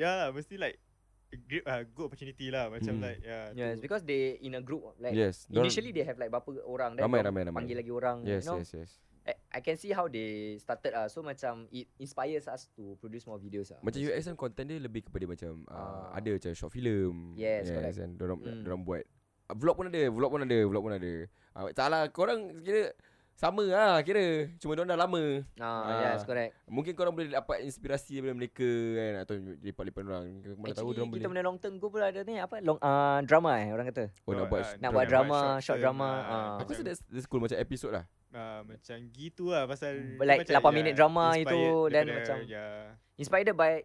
[SPEAKER 3] Ya lah mesti like a Great, uh, good opportunity lah
[SPEAKER 1] Hmm.
[SPEAKER 3] Macam like yeah,
[SPEAKER 2] Yes, because they in a group like
[SPEAKER 1] Yes dorang-
[SPEAKER 2] Initially they have like berapa orang then
[SPEAKER 1] Ramai,
[SPEAKER 2] dorang
[SPEAKER 1] ramai, ramai.
[SPEAKER 2] panggil lagi orang
[SPEAKER 1] Yes
[SPEAKER 2] you know
[SPEAKER 1] yes yes
[SPEAKER 2] I- I can see how they started ah so macam it inspires us to produce more videos ah
[SPEAKER 1] Macam UXM content dia lebih kepada macam uh,
[SPEAKER 2] Ah.
[SPEAKER 1] Ada macam short film
[SPEAKER 2] Yes, correct.
[SPEAKER 1] and dorang,
[SPEAKER 2] Mm.
[SPEAKER 1] dorang buat Ah, Vlog pun ada Vlog pun ada Vlog pun ada uh, Tak lah korang kira Sama lah kira Cuma dorang dah lama
[SPEAKER 2] ah
[SPEAKER 1] Ah.
[SPEAKER 2] yes correct
[SPEAKER 1] Mungkin korang boleh dapat inspirasi daripada mereka kan Atau lipat-lipat orang Kau mana tahu
[SPEAKER 2] actually
[SPEAKER 1] dorang
[SPEAKER 2] kita
[SPEAKER 1] boleh
[SPEAKER 2] punya long term goal pun ada ni apa long ah drama eh orang kata
[SPEAKER 1] Oh nak buat
[SPEAKER 3] ah,
[SPEAKER 2] nak
[SPEAKER 3] dorang
[SPEAKER 2] buat drama, short
[SPEAKER 3] film
[SPEAKER 2] drama,
[SPEAKER 3] lah.
[SPEAKER 2] ah.
[SPEAKER 1] Aku rasa
[SPEAKER 3] macam,
[SPEAKER 1] that's, that's cool Macam episode lah
[SPEAKER 3] ah, macam gitu lah Pasal dia
[SPEAKER 2] Like
[SPEAKER 3] macam,
[SPEAKER 2] 8
[SPEAKER 3] yeah,
[SPEAKER 2] minit drama
[SPEAKER 3] inspired
[SPEAKER 2] itu, then
[SPEAKER 3] daripada, ya.
[SPEAKER 2] macam-
[SPEAKER 3] yeah.
[SPEAKER 2] inspired by inspired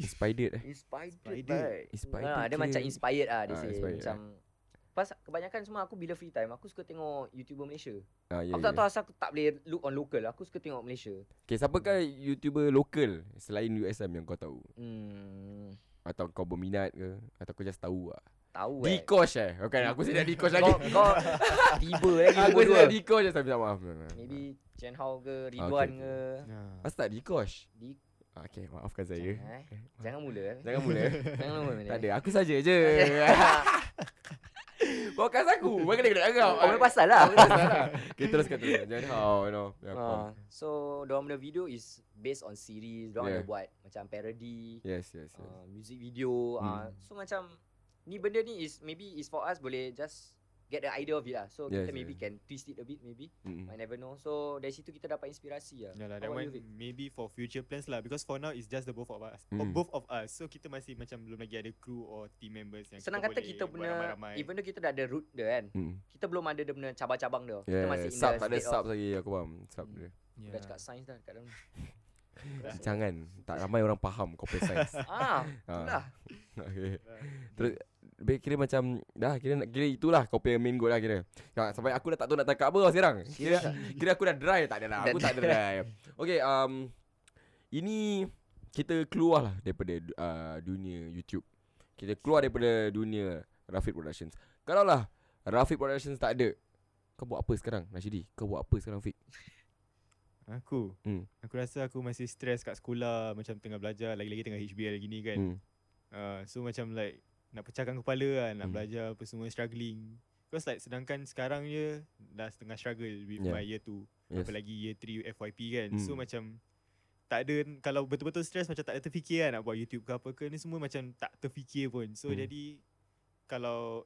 [SPEAKER 1] Inspired eh
[SPEAKER 2] inspired,
[SPEAKER 3] Inspired.
[SPEAKER 2] by
[SPEAKER 1] Inspired
[SPEAKER 2] ah, dia
[SPEAKER 1] kira-
[SPEAKER 2] macam inspired ah dia
[SPEAKER 1] Ah,
[SPEAKER 2] say
[SPEAKER 1] inspired,
[SPEAKER 2] macam Pas kebanyakan semua aku bila free time aku suka tengok YouTuber Malaysia.
[SPEAKER 1] ah, yeah,
[SPEAKER 2] aku tak tahu asal aku tak boleh look on local. Aku suka tengok Malaysia.
[SPEAKER 1] Okay, siapakah YouTuber lokal selain USM yang kau tahu?
[SPEAKER 2] Hmm.
[SPEAKER 1] Atau kau berminat ke? Atau kau just tahu lah?
[SPEAKER 2] Tahu eh.
[SPEAKER 1] Dikosh eh? Bukan, aku sedap Dikosh lagi.
[SPEAKER 2] Kau, kau tiba lagi
[SPEAKER 1] aku
[SPEAKER 2] dua-dua.
[SPEAKER 1] sedap Dikosh je, tapi tak maaf.
[SPEAKER 2] Maybe Chen Hao
[SPEAKER 1] Ah,
[SPEAKER 2] ke Ridwan
[SPEAKER 1] okay.
[SPEAKER 2] ke
[SPEAKER 3] Yeah.
[SPEAKER 1] Asal tak Dikosh?
[SPEAKER 2] di
[SPEAKER 1] Ah, Okay, maafkan saya.
[SPEAKER 2] jangan, eh. jangan mula eh.
[SPEAKER 1] Jangan mula. eh.
[SPEAKER 2] Jangan mula.
[SPEAKER 1] tak ada, aku saja je. Podcast aku. Bukan kena kena agak. Ah.
[SPEAKER 2] Kau punya pasal lah.
[SPEAKER 1] Okay, teruskan, teruskan. Jangan how, you know. Ya, faham.
[SPEAKER 2] Ha. So, dorang punya video is based on series. Dorang
[SPEAKER 1] Yeah.
[SPEAKER 2] ada buat macam parody,
[SPEAKER 1] Yes, yes, yes.
[SPEAKER 2] uh, music video.
[SPEAKER 1] Hmm.
[SPEAKER 2] ah. So macam ni benda ni is maybe is for us boleh just get the idea of it lah. So
[SPEAKER 1] Yes,
[SPEAKER 2] kita maybe
[SPEAKER 1] yes.
[SPEAKER 2] can twist it a bit maybe.
[SPEAKER 1] Mm.
[SPEAKER 2] I never know. So dari situ kita dapat inspirasi lah.
[SPEAKER 3] Yeah lah,
[SPEAKER 2] How
[SPEAKER 3] that
[SPEAKER 2] about
[SPEAKER 3] one
[SPEAKER 2] you, Vic?
[SPEAKER 3] maybe for future plans lah because for now it's just the both of us.
[SPEAKER 1] Mm.
[SPEAKER 3] Mm. both of us. So kita masih macam belum lagi ada crew or team members yang
[SPEAKER 2] Senang
[SPEAKER 3] kita
[SPEAKER 2] kata
[SPEAKER 3] boleh
[SPEAKER 2] kita
[SPEAKER 3] buat
[SPEAKER 2] punya
[SPEAKER 3] ramai-ramai.
[SPEAKER 2] even though kita dah ada root dia kan.
[SPEAKER 1] Mm.
[SPEAKER 2] Kita belum ada dia punya cabang-cabang dia. Kita
[SPEAKER 1] Yeah,
[SPEAKER 2] masih in
[SPEAKER 1] sub
[SPEAKER 2] the
[SPEAKER 1] tak ada
[SPEAKER 2] state of-
[SPEAKER 1] sub lagi aku faham sub dia.
[SPEAKER 3] yeah.
[SPEAKER 2] Dah cakap sains dah kat dalam.
[SPEAKER 1] Jangan, tak ramai orang faham kau science.
[SPEAKER 2] ah,
[SPEAKER 1] Ah.
[SPEAKER 2] itulah.
[SPEAKER 1] Okay. Terus Baik kira macam Dah kira nak kira itulah Kau punya main goal lah kira ya, Sampai aku dah tak tahu nak tangkap apa kau sekarang Kira, kira aku dah dry Tak ada lah Aku tak
[SPEAKER 2] Dah
[SPEAKER 1] ada dry Okay um, Ini Kita keluar lah Daripada uh, dunia YouTube Kita keluar daripada dunia Rafiq Productions Kalau lah Rafiq Productions tak ada Kau buat apa sekarang Rashidi Kau buat apa sekarang Fik
[SPEAKER 3] Aku
[SPEAKER 1] Hmm.
[SPEAKER 3] Aku rasa aku masih stres kat sekolah Macam tengah belajar Lagi-lagi tengah HBL gini kan
[SPEAKER 1] hmm.
[SPEAKER 3] uh, So macam like Nak pecahkan kepala lah Nak
[SPEAKER 1] Hmm.
[SPEAKER 3] belajar apa semua Struggling Because like sedangkan sekarang je Dah setengah struggle With
[SPEAKER 1] Yeah.
[SPEAKER 3] yeah. my year 2 yes.
[SPEAKER 1] Yes.
[SPEAKER 3] Apalagi year 3 FYP kan
[SPEAKER 1] Hmm.
[SPEAKER 3] So macam Tak ada Kalau betul-betul stres Macam tak ada terfikir lah Nak buat YouTube ke apa ke Ni semua macam tak terfikir pun So
[SPEAKER 1] Hmm.
[SPEAKER 3] jadi Kalau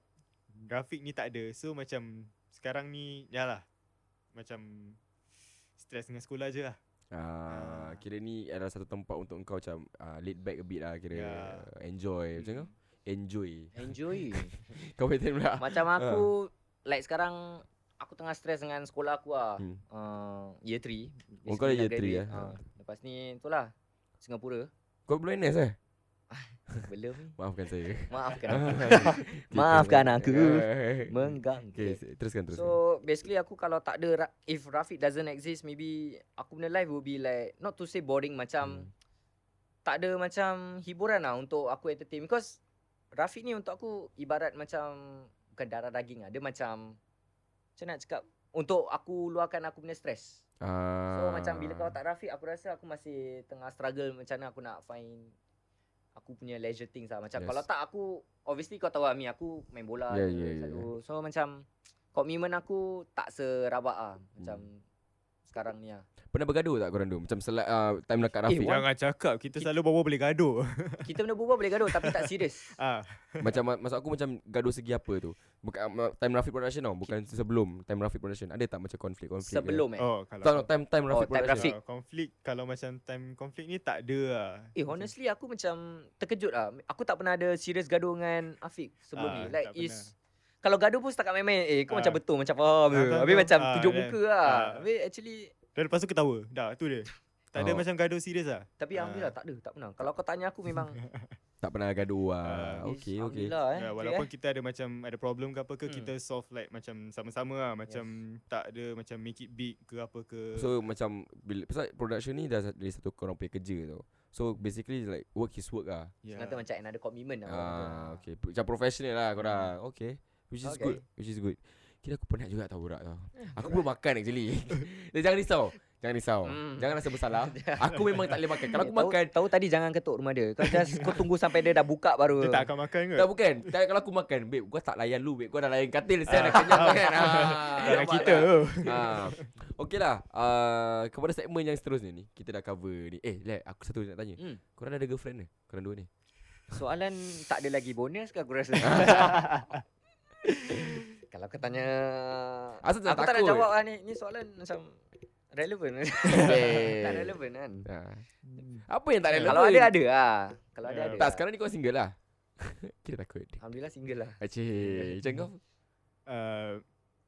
[SPEAKER 3] Grafik ni tak ada So macam Sekarang ni Yalah Macam Stres dengan sekolah je lah
[SPEAKER 1] Ah,
[SPEAKER 3] Ah.
[SPEAKER 1] kira ni adalah satu tempat untuk kau macam uh, laid back a bit lah kira
[SPEAKER 3] Ya.
[SPEAKER 1] yeah. enjoy Eh,
[SPEAKER 2] Hmm.
[SPEAKER 1] macam kau enjoy
[SPEAKER 2] Enjoy.
[SPEAKER 1] kau betul pula
[SPEAKER 2] Macam aku like sekarang aku tengah stres dengan sekolah aku ah.
[SPEAKER 1] Hmm.
[SPEAKER 2] Uh, year 3.
[SPEAKER 1] Oh,
[SPEAKER 2] Ah,
[SPEAKER 1] kau dah year three, eh?
[SPEAKER 2] Ha. Lepas ni itulah Singapura.
[SPEAKER 1] kau belum NS eh
[SPEAKER 2] Belum ni.
[SPEAKER 1] Maafkan saya Ah. Eh,
[SPEAKER 2] Maafkan aku. Maafkan aku.
[SPEAKER 1] Okay
[SPEAKER 2] Mengganggu.
[SPEAKER 1] s- teruskan teruskan
[SPEAKER 2] So basically aku kalau tak ada Ra- if Rafiq doesn't exist maybe aku punya life will be like not to say boring macam
[SPEAKER 1] Hmm.
[SPEAKER 2] tak ada macam hiburan lah untuk aku entertain because Rafiq ni untuk aku ibarat macam bukan darah daging lah dia macam macam nak cakap untuk aku luahkan aku punya stress. So
[SPEAKER 1] Ah.
[SPEAKER 2] macam bila kau tak Rafiq aku rasa aku masih tengah struggle macam mana aku nak find aku punya leisure things lah. Macam yes.
[SPEAKER 1] Yes.
[SPEAKER 2] kalau tak aku obviously kau tahu lah Mi aku main bola
[SPEAKER 1] Yeah, yeah,
[SPEAKER 2] je
[SPEAKER 1] yeah.
[SPEAKER 2] selalu. So macam komitmen aku tak serabak ah macam
[SPEAKER 1] Hmm.
[SPEAKER 2] sekarang ni ah.
[SPEAKER 1] Pernah bergaduh tak korang dulu? Macam sela, uh, time dekat Rafiq
[SPEAKER 2] Eh, what?
[SPEAKER 3] Jangan cakap kita selalu bawa boleh gaduh.
[SPEAKER 2] Kita benda berbual boleh gaduh tapi tak serius.
[SPEAKER 3] ah,
[SPEAKER 1] Macam ma- maksud aku macam gaduh segi apa tu Bukan ma- time Rafiq production tau Bukan sebelum time Rafiq production Ada tak macam konflik-konflik ke?
[SPEAKER 2] Sebelum eh.
[SPEAKER 3] oh
[SPEAKER 1] Tak
[SPEAKER 3] kalau
[SPEAKER 1] no, time time Rafiq
[SPEAKER 2] Oh, time
[SPEAKER 1] production
[SPEAKER 2] Rafiq.
[SPEAKER 3] kalau konflik kalau macam time konflik ni tak ada lah.
[SPEAKER 2] Eh honestly aku macam terkejut ah. Aku tak pernah ada serius gaduh dengan Afiq sebelum
[SPEAKER 3] Ah,
[SPEAKER 2] ni. Like
[SPEAKER 3] tak
[SPEAKER 2] is
[SPEAKER 3] pernah.
[SPEAKER 2] kalau gaduh pun setakat main-main Eh kau
[SPEAKER 3] Ah.
[SPEAKER 2] macam betul Macam faham
[SPEAKER 3] Ah,
[SPEAKER 2] ke?
[SPEAKER 3] tahu,
[SPEAKER 2] Habis
[SPEAKER 3] tahu.
[SPEAKER 2] macam
[SPEAKER 3] Ah,
[SPEAKER 2] tunjuk
[SPEAKER 3] then-
[SPEAKER 2] muka lah
[SPEAKER 3] ah.
[SPEAKER 2] Habis actually
[SPEAKER 3] Dan lepas tu ketawa. Dah tu dia. Tak ada
[SPEAKER 1] Oh.
[SPEAKER 3] macam gaduh serius lah.
[SPEAKER 2] Tapi
[SPEAKER 3] Ah.
[SPEAKER 2] Alhamdulillah tak ada Tak pernah Kalau kau tanya aku memang
[SPEAKER 1] Tak pernah gaduh lah
[SPEAKER 2] is
[SPEAKER 1] Okay okay
[SPEAKER 2] Ah. Alhamdulillah eh
[SPEAKER 3] Ya,
[SPEAKER 2] Okey,
[SPEAKER 3] walaupun
[SPEAKER 2] eh.
[SPEAKER 3] kita ada macam ada problem ke apa ke
[SPEAKER 2] Hmm.
[SPEAKER 3] kita solve like macam sama-sama lah macam tak ada macam make it big ke apa ke.
[SPEAKER 1] So macam bila, Pasal production ni dah Dari satu korang punya kerja tau So basically like Work is work lah
[SPEAKER 3] yeah.
[SPEAKER 2] Senata macam another commitment lah orang kata.
[SPEAKER 1] Ah, okay. Macam professional lah korang. Okay. Which is okay. good.
[SPEAKER 2] Hmm. Okay.
[SPEAKER 1] Which is good. Kira aku penat juga tau budak tau. Aku belum makan actually. Dan jangan risau. Jangan risau.
[SPEAKER 2] Hmm.
[SPEAKER 1] Jangan rasa bersalah. aku memang tak boleh makan. Kalau aku
[SPEAKER 2] Eh, tahu,
[SPEAKER 1] makan
[SPEAKER 2] Tahu tadi jangan ketuk rumah dia Kau just Kau tunggu sampai dia dah buka baru
[SPEAKER 3] Dia tak akan makan ke?
[SPEAKER 1] tak bukan. Tak, kalau aku makan, babe, gua tak layan lu, babe. Gua dah layan katil, saya dah kenyang kan. Ah,
[SPEAKER 3] Jangan
[SPEAKER 1] nampak
[SPEAKER 3] kita.
[SPEAKER 1] tak? ha. Okey lah uh, Kepada segmen yang seterusnya ni Kita dah cover ni Eh Lek aku satu nak tanya
[SPEAKER 2] Hmm.
[SPEAKER 1] hmm. Korang dah ada girlfriend ke? Korang dua ni
[SPEAKER 2] Soalan tak ada lagi bonus ke aku rasa Kalau kau tanya
[SPEAKER 1] Asal tak
[SPEAKER 2] Aku tak nak
[SPEAKER 1] takut?
[SPEAKER 2] jawab lah ni Ni soalan macam Relevan Tak relevan kan
[SPEAKER 1] ha.
[SPEAKER 3] Hmm.
[SPEAKER 1] Apa yang tak relevan
[SPEAKER 2] Kalau ada ada lah Kalau ada
[SPEAKER 3] Ya,
[SPEAKER 2] ada
[SPEAKER 1] Tak
[SPEAKER 2] lah.
[SPEAKER 1] sekarang ni kau single lah Kira takut
[SPEAKER 2] Alhamdulillah single lah
[SPEAKER 1] Acik Macam kau
[SPEAKER 3] Uh,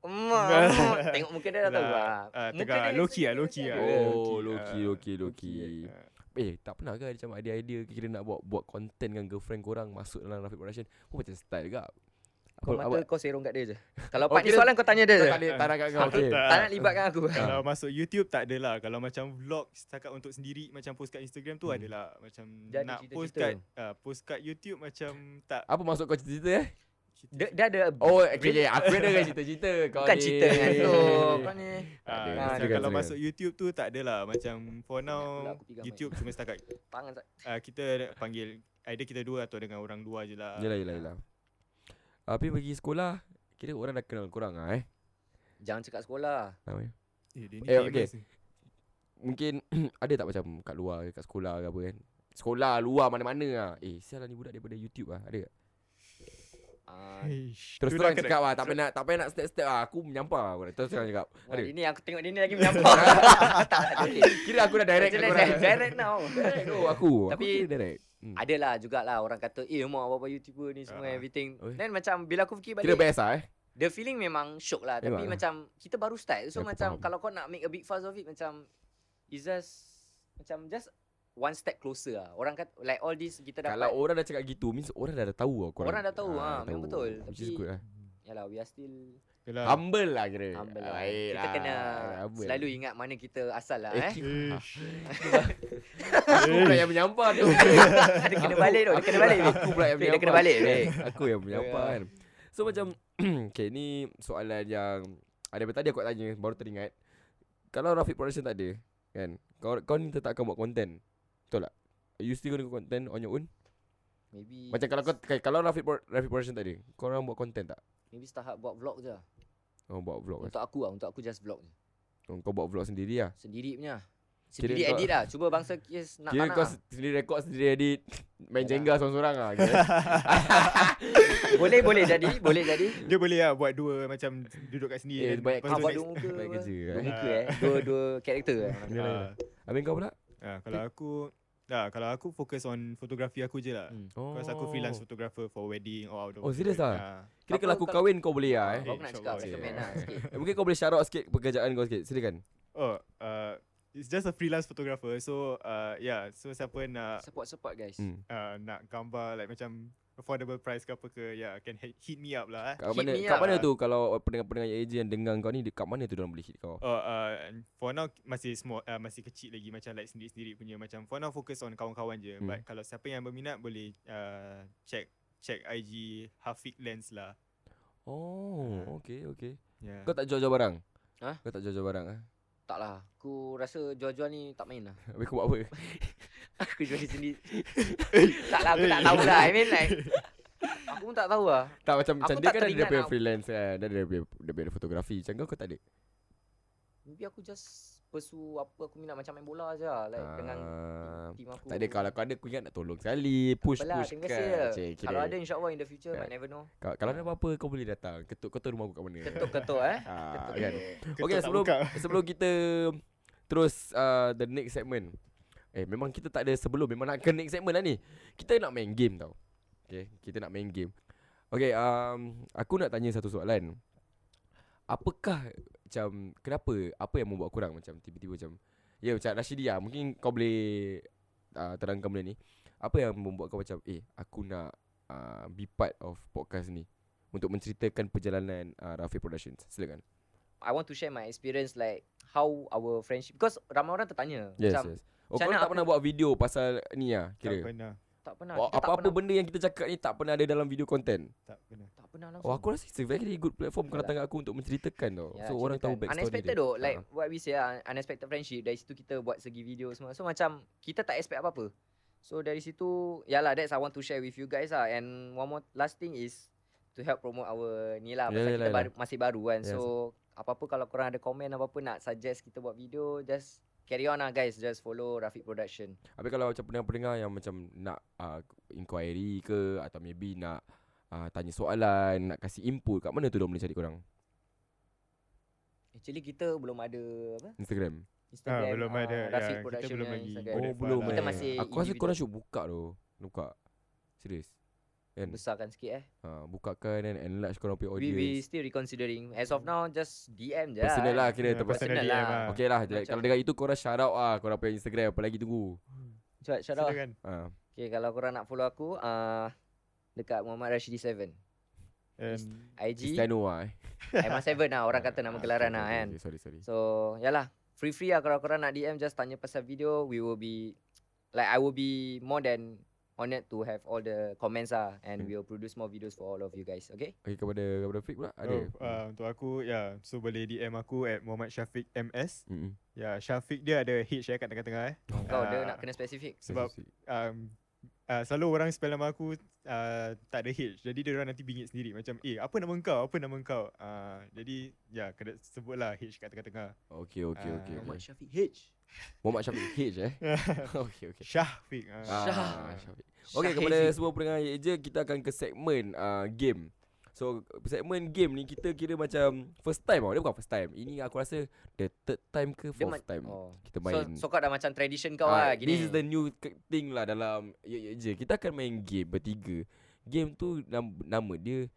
[SPEAKER 2] Emak. Tengok muka dia dah tahu
[SPEAKER 3] Lah,
[SPEAKER 2] lah.
[SPEAKER 3] ah,
[SPEAKER 2] Muka
[SPEAKER 3] tengah
[SPEAKER 2] dia
[SPEAKER 3] low-key lah,
[SPEAKER 2] actually
[SPEAKER 3] low-key
[SPEAKER 2] macam
[SPEAKER 3] lah.
[SPEAKER 2] ada.
[SPEAKER 1] Oh
[SPEAKER 3] Loki,
[SPEAKER 1] Loki
[SPEAKER 3] ah.
[SPEAKER 1] Loki Loki Eh tak pernah ke ada macam ada idea Kira nak buat buat content dengan girlfriend korang Masuk dalam Rafiq Production Kau macam style ke
[SPEAKER 2] Kau mata
[SPEAKER 1] Apa- apa-
[SPEAKER 2] kau serong kat dia je. Kalau
[SPEAKER 1] Oh,
[SPEAKER 2] part ni
[SPEAKER 1] kira-
[SPEAKER 2] soalan kau tanya dia
[SPEAKER 1] Kau
[SPEAKER 2] je.
[SPEAKER 1] tak boleh tak nak kat kau okay.
[SPEAKER 2] Tak nak libatkan aku.
[SPEAKER 3] Kalau masuk YouTube tak adalah. Kalau macam vlog setakat untuk sendiri macam post kat Instagram tu
[SPEAKER 1] Hmm.
[SPEAKER 3] adalah macam
[SPEAKER 2] Jadi
[SPEAKER 3] nak
[SPEAKER 2] cerita-cerita. Ah,
[SPEAKER 3] post kat ah, post kat YouTube macam tak
[SPEAKER 1] Apa masuk kau cerita eh
[SPEAKER 2] Dia, dia ada
[SPEAKER 1] Oh okay, Oh, okay. Aku ada kan cerita-cerita kau
[SPEAKER 2] bukan
[SPEAKER 1] ni.
[SPEAKER 2] cerita dengan tu.
[SPEAKER 1] Ada.
[SPEAKER 2] Kau ni.
[SPEAKER 3] Ah, macam
[SPEAKER 1] Silakan,
[SPEAKER 3] kalau
[SPEAKER 1] silakan.
[SPEAKER 3] masuk YouTube tu tak adalah macam for now
[SPEAKER 2] aku pegang mic.
[SPEAKER 3] YouTube cuma setakat
[SPEAKER 2] Tangan tak.
[SPEAKER 3] ah, kita panggil either kita dua atau dengan orang dua je lah.
[SPEAKER 1] Yelah yelah yelah Tapi pergi sekolah Kira orang dah kenal korang lah eh
[SPEAKER 2] Jangan cakap sekolah.
[SPEAKER 1] Apa ni?
[SPEAKER 3] Eh, dia ni
[SPEAKER 1] Eh,
[SPEAKER 3] famous
[SPEAKER 1] okay.
[SPEAKER 3] ni.
[SPEAKER 1] Mungkin ada tak macam kat luar ke, Kat sekolah ke apa kan Sekolah luar mana-mana lah Eh sial lah ni budak daripada YouTube lah Ada tak?
[SPEAKER 2] Ah,
[SPEAKER 3] Eish,
[SPEAKER 1] Terus
[SPEAKER 3] tu dah
[SPEAKER 1] terang
[SPEAKER 3] kena-
[SPEAKER 1] cakap lah Tak payah nak, tak payah nak step-step lah Aku menyampah lah korang. Terus terang cakap
[SPEAKER 2] wah,
[SPEAKER 1] Ada
[SPEAKER 2] ini aku tengok dia ni lagi menyampah. Tak, tak, tak.
[SPEAKER 1] Eh, Kira aku dah direct kat
[SPEAKER 2] Jelas,
[SPEAKER 1] korang
[SPEAKER 2] Direct now.
[SPEAKER 1] Direct oh. tu aku Tapi
[SPEAKER 2] Tapi-
[SPEAKER 1] Aku kira direct Hmm.
[SPEAKER 2] Adalah jugalah orang kata Eh mak apa-apa youtuber ni semua
[SPEAKER 3] Ah.
[SPEAKER 2] everything
[SPEAKER 1] Oi.
[SPEAKER 2] Then macam bila aku fikir
[SPEAKER 1] Kira
[SPEAKER 2] balik
[SPEAKER 1] best lah eh
[SPEAKER 2] The feeling memang shock lah Tapi
[SPEAKER 1] Memang lah.
[SPEAKER 2] macam Kita baru start So
[SPEAKER 1] Aku faham.
[SPEAKER 2] macam Kalau kau nak make a big fuss of it Macam It's just Macam just One step closer lah Orang kata Like all this Kita dapat
[SPEAKER 1] Kalau orang dah cakap gitu Means orang dah, dah tahu lah korang
[SPEAKER 2] Orang dah tahu,
[SPEAKER 1] Ah,
[SPEAKER 2] ah, memang betul.
[SPEAKER 1] Which is
[SPEAKER 2] Tapi-
[SPEAKER 1] good lah
[SPEAKER 2] Yalah we are still
[SPEAKER 3] Yelah.
[SPEAKER 1] Humble lah kira
[SPEAKER 2] Humble lah
[SPEAKER 1] Baik
[SPEAKER 2] Kita
[SPEAKER 1] lah.
[SPEAKER 2] kena
[SPEAKER 1] Humble.
[SPEAKER 2] Selalu ingat mana kita asal lah
[SPEAKER 1] Eh,
[SPEAKER 2] eh
[SPEAKER 3] Eish.
[SPEAKER 1] Aku pula yang menyampah tu
[SPEAKER 2] Dia kena balik tu Dia kena balik
[SPEAKER 1] Aku pula yang Eh.
[SPEAKER 2] Dia
[SPEAKER 1] menyampah
[SPEAKER 2] kena balik, babe. Ya.
[SPEAKER 1] Aku yang menyampah kan So macam Okay ni soalan yang Ada tadi aku nak tanya Baru teringat Kalau Rafiq Production tak ada Kan Kau, kau ni tetap akan buat content Betul tak? Are you still gonna do content on your own?
[SPEAKER 2] Maybe
[SPEAKER 1] Macam kalau kau Kalau Rafiq, Pro- Rafiq Production tak ada Kau orang buat content tak?
[SPEAKER 2] Maybe tahap buat vlog je lah.
[SPEAKER 1] Kau buat vlog kan?
[SPEAKER 2] Untuk aku lah Untuk aku just vlog je
[SPEAKER 1] Kau buat vlog sendiri lah
[SPEAKER 2] Sendiri punya
[SPEAKER 1] Kira
[SPEAKER 2] Sendiri
[SPEAKER 1] kau-
[SPEAKER 2] edit lah Cuba bangsa kes nak
[SPEAKER 1] Kira
[SPEAKER 2] tak
[SPEAKER 1] kau
[SPEAKER 2] nak Ya.
[SPEAKER 1] se- sendiri rekod Sendiri edit Main
[SPEAKER 2] Yalah.
[SPEAKER 1] jengga seorang-seorang lah kira.
[SPEAKER 2] lah. Boleh boleh jadi Boleh jadi
[SPEAKER 3] Dia boleh lah buat dua macam duduk kat sini.
[SPEAKER 1] Eh,
[SPEAKER 3] then
[SPEAKER 1] banyak
[SPEAKER 3] lepas
[SPEAKER 2] Ah,
[SPEAKER 3] tu
[SPEAKER 2] buat
[SPEAKER 3] next-
[SPEAKER 2] dua muka
[SPEAKER 1] Baik
[SPEAKER 2] apa.
[SPEAKER 1] kerja
[SPEAKER 2] Dua
[SPEAKER 1] eh.
[SPEAKER 2] muka eh Dua-dua karakter
[SPEAKER 1] Yalah,
[SPEAKER 2] eh
[SPEAKER 3] Ah.
[SPEAKER 1] yalah. Habis kau pula?
[SPEAKER 3] Ah, kalau aku ah, kalau aku fokus on fotografi aku je lah.
[SPEAKER 2] Hmm.
[SPEAKER 1] Oh.
[SPEAKER 3] Because aku freelance photographer for wedding or outdoor.
[SPEAKER 1] Oh, serious
[SPEAKER 3] photography. Ah.
[SPEAKER 1] Kira kalau aku
[SPEAKER 2] Apa kau-
[SPEAKER 1] kahwin kau boleh lah eh
[SPEAKER 2] Kau
[SPEAKER 3] Eh,
[SPEAKER 2] nak cakap
[SPEAKER 3] insyaAllah boleh.
[SPEAKER 2] Recommend lah sikit
[SPEAKER 1] Eh, Mungkin kau boleh shout out sikit pekerjaan kau sikit Silakan
[SPEAKER 3] Ah. Oh, uh, It's just a freelance photographer. So uh yeah, so siapa nak
[SPEAKER 2] Support-support guys.
[SPEAKER 1] Hmm.
[SPEAKER 3] uh, nak gambar like macam affordable price ke apa ke, yeah, can hit, hit me up lah eh.
[SPEAKER 1] Kat
[SPEAKER 2] Hit
[SPEAKER 1] mana
[SPEAKER 2] me
[SPEAKER 1] kat
[SPEAKER 2] up
[SPEAKER 1] mana
[SPEAKER 3] lah.
[SPEAKER 1] tu kalau pendengar-pendengar AJ yang dengar kau ni dekat mana tu dia orang boleh hit kau?
[SPEAKER 3] Oh, uh, for now masih small, uh, masih kecil lagi macam like sendiri-sendiri punya macam for now fokus on kawan-kawan je.
[SPEAKER 1] Hmm.
[SPEAKER 3] Hmm. But kalau siapa yang berminat boleh uh, check check IG Hafiq Lens lah.
[SPEAKER 2] Hmm.
[SPEAKER 3] Ya.
[SPEAKER 1] Oh, okey okey.
[SPEAKER 3] Yeah.
[SPEAKER 1] Kau tak jual-jual barang?
[SPEAKER 2] Hah?
[SPEAKER 1] Kau tak jual-jual barang ah?
[SPEAKER 2] Tak lah. Aku rasa jual-jual ni tak main lah.
[SPEAKER 1] Habis kau buat apa?
[SPEAKER 2] Aku jual diri sendiri. tak lah, aku tak tahu lah. I mean like, aku pun tak tahu lah.
[SPEAKER 1] tak macam
[SPEAKER 2] Aku
[SPEAKER 1] macam dia
[SPEAKER 2] tak
[SPEAKER 1] kan ada dia
[SPEAKER 2] teringat
[SPEAKER 1] punya
[SPEAKER 2] nak-
[SPEAKER 1] freelance kan. Dia ada dia punya, dia punya fotografi. Macam kau kau tak ada.
[SPEAKER 2] Maybe aku just pursue apa aku minat macam main bola je lah. Like, dengan
[SPEAKER 1] Ah,
[SPEAKER 2] team aku.
[SPEAKER 1] tak ada kalau kau ada aku ingat nak tolong sekali push
[SPEAKER 2] Apalah,
[SPEAKER 1] push
[SPEAKER 2] terima kasih je.
[SPEAKER 1] kan. Cik, Kan.
[SPEAKER 2] Kalau ada insyaAllah in the future, might never know.
[SPEAKER 1] kalau, kalau ada apa-apa kau boleh datang. Ketuk kau tahu rumah aku kat mana.
[SPEAKER 2] Ketuk-ketuk eh.
[SPEAKER 1] Ah,
[SPEAKER 2] Ketuk.
[SPEAKER 1] kan.
[SPEAKER 3] Ketuk
[SPEAKER 1] Okay
[SPEAKER 3] tak
[SPEAKER 1] sebelum
[SPEAKER 3] buka.
[SPEAKER 1] sebelum kita terus uh, the next segment. Eh memang kita tak ada sebelum memang nak ke next segment lah ni. Kita nak main game tau. Okay kita nak main game. Okay um, aku nak tanya satu soalan. Apakah macam kenapa apa yang membuat korang macam tiba-tiba macam ya yeah, macam Rashidi lah mungkin kau boleh uh, terangkan benda ni. Apa yang membuat kau macam eh aku nak uh, be part of podcast ni untuk menceritakan perjalanan uh, Rafi Productions. Silakan.
[SPEAKER 2] I want to share my experience like how our friendship because ramai orang tertanya
[SPEAKER 1] Yes,
[SPEAKER 2] macam
[SPEAKER 1] yes. Oh, kau
[SPEAKER 2] macam mana
[SPEAKER 1] tak
[SPEAKER 2] aku-
[SPEAKER 1] pernah buat video pasal ni lah,
[SPEAKER 3] Tak
[SPEAKER 1] kira?
[SPEAKER 3] pernah,
[SPEAKER 2] tak pernah
[SPEAKER 1] Oh,
[SPEAKER 2] kita tak
[SPEAKER 1] apa-apa
[SPEAKER 2] pernah,
[SPEAKER 1] benda yang kita cakap ni tak pernah ada dalam video content.
[SPEAKER 3] tak pernah.
[SPEAKER 2] tak pernah langsung.
[SPEAKER 1] Oh, aku rasa it's a very good platform kau
[SPEAKER 2] Yalah.
[SPEAKER 1] datang kat aku untuk menceritakan tau.
[SPEAKER 2] Yalah,
[SPEAKER 1] so, orang tahu
[SPEAKER 2] Ya, ceritakan.
[SPEAKER 1] backstory
[SPEAKER 2] Unexpected
[SPEAKER 1] dia.
[SPEAKER 2] though Like
[SPEAKER 1] Ah.
[SPEAKER 2] what we say lah Unexpected friendship Dari situ kita buat segi video semua So macam Kita tak expect apa-apa So dari situ Yalah that's I want to share with you guys lah And one more last thing is To help promote our ni
[SPEAKER 1] Yalah,
[SPEAKER 2] lah Pasal
[SPEAKER 1] yalah,
[SPEAKER 2] kita
[SPEAKER 1] yalah.
[SPEAKER 2] baru, masih baru kan
[SPEAKER 1] Yes.
[SPEAKER 2] So Apa-apa kalau korang ada komen Apa-apa nak suggest kita buat video Just Carry on lah guys Just follow Rafiq Production
[SPEAKER 1] Habis kalau macam pendengar-pendengar yang macam nak uh, inquiry ke atau maybe nak uh, tanya soalan, nak kasih input, kat mana tu dia boleh cari korang?
[SPEAKER 2] Actually kita belum ada Apa
[SPEAKER 1] Instagram.
[SPEAKER 2] Instagram
[SPEAKER 3] ah, belum
[SPEAKER 2] ah,
[SPEAKER 3] ada.
[SPEAKER 2] Rafiq
[SPEAKER 3] ya, kita
[SPEAKER 2] Production
[SPEAKER 3] belum
[SPEAKER 2] punya
[SPEAKER 3] lagi.
[SPEAKER 2] Instagram.
[SPEAKER 1] Oh,
[SPEAKER 3] boleh
[SPEAKER 1] belum
[SPEAKER 3] faham.
[SPEAKER 2] Kita
[SPEAKER 1] eh.
[SPEAKER 2] masih
[SPEAKER 1] Aku rasa
[SPEAKER 2] individual.
[SPEAKER 1] korang should buka tu. Buka. Serius. Kan?
[SPEAKER 2] Besarkan sikit eh
[SPEAKER 1] Ha, bukakan and enlarge korang punya
[SPEAKER 2] we,
[SPEAKER 1] audience.
[SPEAKER 2] we still reconsidering As of now Just DM je
[SPEAKER 1] Personal lah
[SPEAKER 2] lah
[SPEAKER 1] kira
[SPEAKER 3] Ya,
[SPEAKER 1] tempat
[SPEAKER 3] personal
[SPEAKER 2] Personal
[SPEAKER 3] DM
[SPEAKER 2] lah
[SPEAKER 3] lah.
[SPEAKER 1] Okay lah
[SPEAKER 2] Macam-
[SPEAKER 1] Kalau dengan itu korang shout out lah Korang punya Instagram Apa lagi tunggu
[SPEAKER 2] Cepat shout out
[SPEAKER 3] Silakan.
[SPEAKER 1] ha.
[SPEAKER 2] Okay kalau korang nak follow aku uh, Dekat Muhammad Rashidi 7
[SPEAKER 3] And oh,
[SPEAKER 2] IG
[SPEAKER 1] Cristiano lah eh
[SPEAKER 2] Emma 7 lah Orang kata
[SPEAKER 1] Ah,
[SPEAKER 2] nama
[SPEAKER 1] okay,
[SPEAKER 2] gelaran
[SPEAKER 1] okay,
[SPEAKER 2] lah
[SPEAKER 1] okay,
[SPEAKER 2] kan
[SPEAKER 1] okay, Sorry sorry
[SPEAKER 2] So yalah Free free lah kalau korang nak DM Just tanya pasal video We will be Like I will be more than Honored to have all the comments lah And we will produce more videos for all of you guys Okay
[SPEAKER 1] Okay kepada Kepada Fik pula Ada
[SPEAKER 3] Oh, uh, untuk aku, ya. Yeah, so boleh DM aku at Muhammad Syafiq MS.
[SPEAKER 1] Mm-mm.
[SPEAKER 3] Ya, yeah, Syafiq dia ada H eh kat tengah-tengah eh.
[SPEAKER 2] Kau dia
[SPEAKER 3] Ah.
[SPEAKER 2] nak kena spesifik
[SPEAKER 3] Sebab um, uh, selalu orang spell nama aku uh, tak ada H. Jadi dia orang nanti bingit sendiri macam, "Eh, apa nama kau? Apa nama kau?" Uh, jadi ya, yeah, kena sebutlah H kat tengah-tengah.
[SPEAKER 1] Okay okay
[SPEAKER 3] Ah.
[SPEAKER 1] okay,
[SPEAKER 2] Muhammad
[SPEAKER 1] okay.
[SPEAKER 2] Syafiq H
[SPEAKER 1] Muhammad Syafiq H eh Okay okay
[SPEAKER 3] Syafiq. Uh.
[SPEAKER 1] Ah, Syafiq Okay
[SPEAKER 2] Syafiq.
[SPEAKER 1] kepada semua pendengar je Kita akan ke segmen uh, Game So segmen game ni Kita kira macam First time tau Dia bukan first time Ini aku rasa The third time ke
[SPEAKER 2] Dia
[SPEAKER 1] fourth
[SPEAKER 2] ma-
[SPEAKER 1] time
[SPEAKER 2] oh.
[SPEAKER 1] Kita
[SPEAKER 2] So,
[SPEAKER 1] main
[SPEAKER 2] so kau dah macam tradition kau
[SPEAKER 1] Ah,
[SPEAKER 2] lah gini.
[SPEAKER 1] This is the new ke- thing lah dalam Ye Ye Je. Kita akan main game bertiga. Game tu nam- nama dia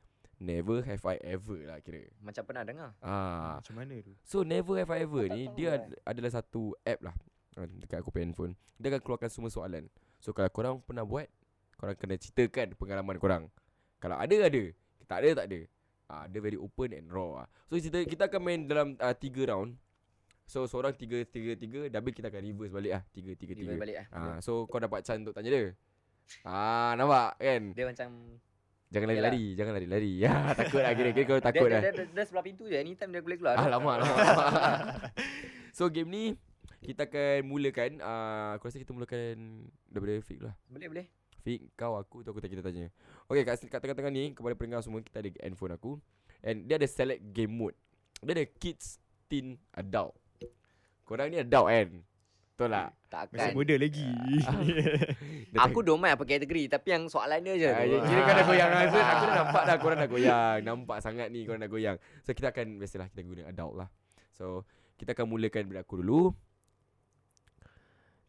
[SPEAKER 1] Never Have I Ever lah kira.
[SPEAKER 2] Macam pernah dengar.
[SPEAKER 1] Ah,
[SPEAKER 3] Macam mana tu?
[SPEAKER 1] so Never Have I Ever
[SPEAKER 2] Aku tak
[SPEAKER 1] ni
[SPEAKER 2] tahu
[SPEAKER 1] dia
[SPEAKER 2] lah.
[SPEAKER 1] ad- adalah satu app lah ah, dekat aku punya handphone. Dia akan keluarkan semua soalan. So kalau korang pernah buat, korang kena ceritakan pengalaman korang. Kalau ada ada, tak ada tak ada. Ah, dia very open and raw ah. So kita kita akan main dalam ah, tiga round. So seorang tiga tiga tiga, double kita akan reverse balik ah tiga tiga tiga.
[SPEAKER 2] Tiba balik ah.
[SPEAKER 1] Ah, so kau dapat chance untuk tanya dia. Ah, nampak kan?
[SPEAKER 2] Dia macam
[SPEAKER 1] Jangan
[SPEAKER 2] Yelah.
[SPEAKER 1] lari-lari, jangan lari-lari. Ya, takut lah kira kira kau takut lah.
[SPEAKER 2] dia, dia, dia, dia, sebelah pintu je Anytime dia boleh keluar
[SPEAKER 1] Ah, lama lama. so game ni kita akan mulakan ah aku rasa kita mulakan daripada Fik lah.
[SPEAKER 2] Boleh boleh
[SPEAKER 1] Fik, kau aku tu aku tak kita tanya. Okey, kat, kat tengah-tengah ni kepada pendengar semua kita ada handphone aku and dia ada select game mode. Dia ada kids, teen, adult. Korang ni adult kan? Betul tak?
[SPEAKER 2] Tak
[SPEAKER 3] Masih
[SPEAKER 2] akan
[SPEAKER 3] muda lagi.
[SPEAKER 2] Ya.
[SPEAKER 1] Dia
[SPEAKER 2] Aku domain apa kategori Tapi yang soalan dia je
[SPEAKER 1] Ah, ya,
[SPEAKER 2] tu.
[SPEAKER 1] kira kau dah goyang aku, aku dah nampak dah korang dah goyang Nampak sangat ni korang dah goyang So kita akan Biasalah kita guna adult lah So kita akan mulakan daripada aku dulu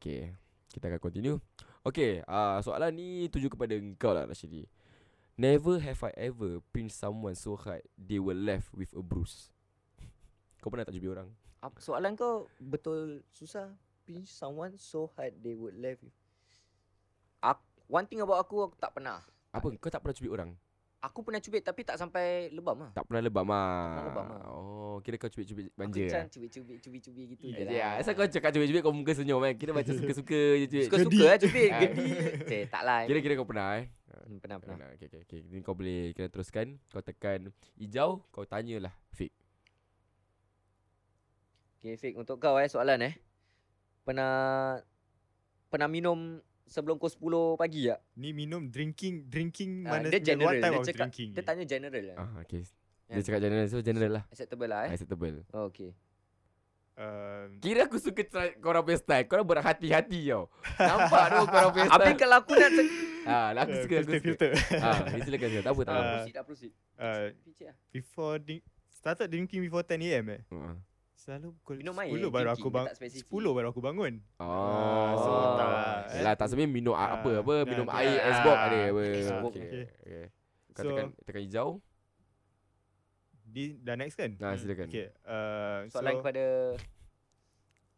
[SPEAKER 1] Okay Kita akan continue Okay uh, Soalan ni tuju kepada engkau lah Rashidi Never have I ever pinched someone so hard They were left with a bruise Kau pernah tak jumpa orang?
[SPEAKER 2] Ap- Soalan kau betul susah. Pinch someone so hard they would love you. Aku, one thing about aku, aku tak pernah.
[SPEAKER 1] Apa kau tak pernah cubit orang?
[SPEAKER 2] Aku pernah cubit tapi tak sampai lebam lah.
[SPEAKER 1] Tak pernah lebam ah.
[SPEAKER 2] pernah lebam ah.
[SPEAKER 1] Oh, kira kau cubit-cubit ah.
[SPEAKER 2] Aku
[SPEAKER 1] manja.
[SPEAKER 2] macam cubit-cubit, cubit-cubit gitu je lah.
[SPEAKER 1] eh? Ya, asal kau cakap cubit-cubit kau muka senyum kan. Kira macam suka-suka je cubit.
[SPEAKER 2] Suka-suka lah cubit.
[SPEAKER 1] Ah.
[SPEAKER 2] Gedi. Cik, tak lah.
[SPEAKER 1] Kira-kira kau pernah eh?
[SPEAKER 2] Hmm, Pernah, pernah.
[SPEAKER 1] Pernah. Okay, okay, okay. Ni kau boleh kena teruskan. Kau tekan hijau, kau tanyalah Fik.
[SPEAKER 2] Okay, Fik. Untuk kau eh, soalan eh. Pernah pernah minum sebelum pukul 10 pagi tak?
[SPEAKER 3] Ni minum drinking drinking
[SPEAKER 2] Ah,
[SPEAKER 3] mana
[SPEAKER 2] dia
[SPEAKER 3] sembilan-
[SPEAKER 2] general,
[SPEAKER 3] what type
[SPEAKER 2] dia
[SPEAKER 3] of
[SPEAKER 2] cakap-
[SPEAKER 3] drinking?
[SPEAKER 2] Dia tanya general lah.
[SPEAKER 1] Hmm. Ah, okay.
[SPEAKER 2] Kan?
[SPEAKER 1] Dia cakap general, so general lah.
[SPEAKER 2] Acceptable lah eh.
[SPEAKER 1] Acceptable.
[SPEAKER 2] Oh, okay.
[SPEAKER 3] Um,
[SPEAKER 1] Kira aku suka try korang punya style. Korang berhati-hati tau. Nampak tu korang punya
[SPEAKER 2] Habis
[SPEAKER 1] style.
[SPEAKER 2] kalau aku nak... cakap-
[SPEAKER 1] Ah, lah aku
[SPEAKER 3] uh,
[SPEAKER 1] suka, aku
[SPEAKER 3] filter,
[SPEAKER 1] suka.
[SPEAKER 3] filter.
[SPEAKER 1] Ah, ni silakan silakan. Tak apa, tak apa.
[SPEAKER 2] Ah,
[SPEAKER 3] Ah.
[SPEAKER 2] proceed lah, proceed.
[SPEAKER 3] Uh,
[SPEAKER 2] Picit lah.
[SPEAKER 3] before drink, started drinking before 10 am eh.
[SPEAKER 1] Ah.
[SPEAKER 3] Selalu pukul
[SPEAKER 2] Minum
[SPEAKER 3] 10
[SPEAKER 2] air,
[SPEAKER 3] baru
[SPEAKER 2] drinking,
[SPEAKER 3] aku
[SPEAKER 2] dia
[SPEAKER 3] bangun.
[SPEAKER 2] tak spesifik.
[SPEAKER 3] 10 baru aku bangun.
[SPEAKER 1] Oh,
[SPEAKER 3] so tak, eh.
[SPEAKER 1] Yalah, tak sebenarnya minum ah, apa
[SPEAKER 3] Ah,
[SPEAKER 1] apa
[SPEAKER 3] dah,
[SPEAKER 1] minum
[SPEAKER 3] dah.
[SPEAKER 1] air Xbox
[SPEAKER 3] Ah,
[SPEAKER 1] ada apa.
[SPEAKER 2] Xbox,
[SPEAKER 1] Okey.
[SPEAKER 3] okey.
[SPEAKER 1] Okey. Kau
[SPEAKER 3] So
[SPEAKER 1] tekan tekan hijau.
[SPEAKER 3] di dah next kan?
[SPEAKER 1] Nah, silakan.
[SPEAKER 3] Okay. Uh,
[SPEAKER 2] Soalan
[SPEAKER 3] so,
[SPEAKER 2] kepada...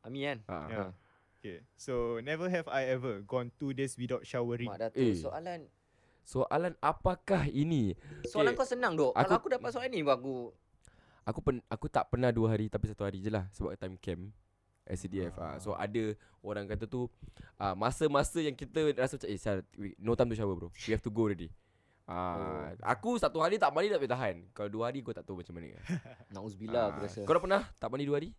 [SPEAKER 2] Ami kan?
[SPEAKER 1] Ha.
[SPEAKER 3] yeah. Okay. So never have I ever gone two days without showering.
[SPEAKER 2] Mak Datuk,
[SPEAKER 1] Eh.
[SPEAKER 2] soalan...
[SPEAKER 1] Soalan apakah ini?
[SPEAKER 2] Soalan
[SPEAKER 1] Okay.
[SPEAKER 2] kau senang
[SPEAKER 1] Eh.
[SPEAKER 2] dok.
[SPEAKER 1] Aku-
[SPEAKER 2] Kalau aku dapat soalan ni, wah, aku...
[SPEAKER 1] Aku pen, aku tak pernah dua hari tapi satu hari je lah sebab time camp SCDF ah. So ada orang kata tu ah, masa-masa yang kita rasa macam eh sial, we- no time to shower bro. We have to go already. Ah,
[SPEAKER 2] Oh.
[SPEAKER 1] aku satu hari tak mandi tak boleh tahan. Kalau dua hari kau tak tahu macam mana.
[SPEAKER 2] Nauzubillah aku
[SPEAKER 1] Ah,
[SPEAKER 2] rasa.
[SPEAKER 1] Kau dah pernah tak mandi dua hari?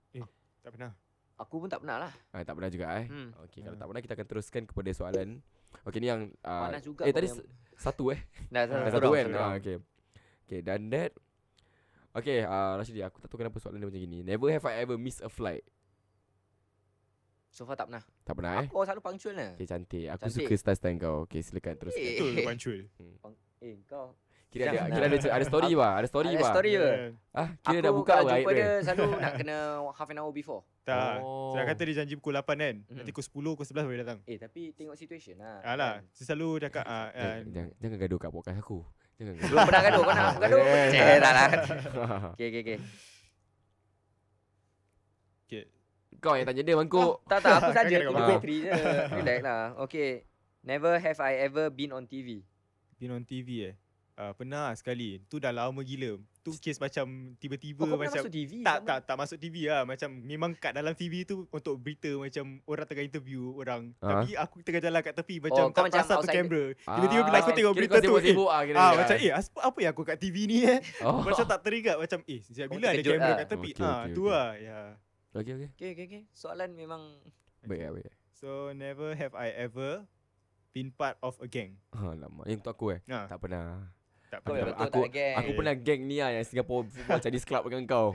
[SPEAKER 3] Tak pernah.
[SPEAKER 2] Aku pun tak pernah lah.
[SPEAKER 1] Ah, tak pernah juga eh.
[SPEAKER 2] Hmm.
[SPEAKER 1] Okey, kalau
[SPEAKER 3] Ah.
[SPEAKER 1] tak pernah kita akan teruskan kepada soalan. Okey, ni yang ah,
[SPEAKER 2] Panas juga
[SPEAKER 1] Eh
[SPEAKER 2] kau
[SPEAKER 1] tadi
[SPEAKER 2] punya-
[SPEAKER 1] s- satu eh.
[SPEAKER 2] Dah
[SPEAKER 1] Dah
[SPEAKER 3] Ah,
[SPEAKER 1] satu
[SPEAKER 2] sorang,
[SPEAKER 1] kan.
[SPEAKER 2] sorang.
[SPEAKER 1] Ah, okey. Okey, dan that Okay, uh, Rashidi, aku tak tahu kenapa soalan dia macam gini. Never have I ever missed a flight.
[SPEAKER 2] So far tak pernah.
[SPEAKER 1] Tak pernah eh?
[SPEAKER 2] Aku selalu punctual lah.
[SPEAKER 1] Okay, cantik. Aku
[SPEAKER 2] Cantik.
[SPEAKER 1] suka style-style kau. Okay, silakan terus.
[SPEAKER 2] Eh.
[SPEAKER 3] Betul pancul.
[SPEAKER 2] Eh, kau.
[SPEAKER 1] Kira ada,
[SPEAKER 2] Jangan.
[SPEAKER 1] kira ada, ada story bah. Ada story
[SPEAKER 2] Ada
[SPEAKER 1] bah.
[SPEAKER 2] story
[SPEAKER 3] Ya,
[SPEAKER 2] ke?
[SPEAKER 1] Ah, kira dah
[SPEAKER 2] Aku
[SPEAKER 1] buka
[SPEAKER 2] kalau
[SPEAKER 1] bah aib
[SPEAKER 2] jumpa
[SPEAKER 1] dia.
[SPEAKER 2] dia selalu nak kena half an hour before.
[SPEAKER 3] Tak.
[SPEAKER 1] Oh.
[SPEAKER 3] Oh. Saya kata dia janji pukul 8 kan. Nanti
[SPEAKER 2] Mhm.
[SPEAKER 3] pukul 10, pukul 11 baru datang.
[SPEAKER 2] Eh, tapi tengok situation lah.
[SPEAKER 3] Alah, saya selalu cakap ah,
[SPEAKER 1] Eh,
[SPEAKER 3] ah,
[SPEAKER 1] jangan, jangan gaduh kat podcast aku. Jangan gaduh.
[SPEAKER 2] Belum pernah gaduh, kau nak aku gaduh.
[SPEAKER 1] Eh.
[SPEAKER 2] Cek, tak lah. Okay, okay, okay.
[SPEAKER 1] Kau yang tanya dia, mangkuk.
[SPEAKER 2] Tak, tak, aku saja. Aku
[SPEAKER 3] Kau kena
[SPEAKER 1] kau
[SPEAKER 2] dua bateri je. Relax lah. Okay. Never have I ever been on TV.
[SPEAKER 3] been on TV eh. Ah, pernah lah sekali. Tu dah lama gila. Tu kes macam tiba-tiba
[SPEAKER 2] Oh, kau pernah
[SPEAKER 3] macam
[SPEAKER 2] masuk TV?
[SPEAKER 3] tak
[SPEAKER 2] sama?
[SPEAKER 3] tak tak masuk TV lah macam memang kat dalam TV tu untuk berita macam orang tengah interview orang
[SPEAKER 1] Ah.
[SPEAKER 3] tapi aku tengah jalan kat tepi
[SPEAKER 2] Oh,
[SPEAKER 3] macam
[SPEAKER 2] kau
[SPEAKER 3] tak
[SPEAKER 2] macam
[SPEAKER 3] pasal tu
[SPEAKER 2] outsider.
[SPEAKER 3] kamera tiba-tiba bila aku
[SPEAKER 1] Ah,
[SPEAKER 3] tengok
[SPEAKER 1] kira
[SPEAKER 3] berita
[SPEAKER 1] kau
[SPEAKER 3] tu, eh,
[SPEAKER 1] sibuk-sibuk ah, kira
[SPEAKER 3] ah
[SPEAKER 1] dia.
[SPEAKER 3] macam eh as- apa yang aku kat TV ni eh
[SPEAKER 1] Oh.
[SPEAKER 3] macam tak teringat macam eh sejak
[SPEAKER 2] Kau
[SPEAKER 3] bila ada
[SPEAKER 2] terkejut
[SPEAKER 3] kamera
[SPEAKER 2] lah.
[SPEAKER 3] kat tepi
[SPEAKER 1] Okey,
[SPEAKER 3] ah
[SPEAKER 1] okey,
[SPEAKER 3] tu
[SPEAKER 1] okey.
[SPEAKER 3] lah ya
[SPEAKER 1] Okay, okay.
[SPEAKER 2] Okay, okay, okay. Soalan memang...
[SPEAKER 1] Baik, lah, baik.
[SPEAKER 3] so never have I ever been part of a gang
[SPEAKER 1] Alamak, yang untuk aku eh.
[SPEAKER 3] Ah.
[SPEAKER 1] Tak pernah.
[SPEAKER 3] tak
[SPEAKER 1] Aku-
[SPEAKER 2] Kau yang
[SPEAKER 3] pernah
[SPEAKER 2] betul
[SPEAKER 1] aku-
[SPEAKER 2] tak geng.
[SPEAKER 1] Aku pernah geng ni lah yang Singapore Football Chinese Club dengan kau.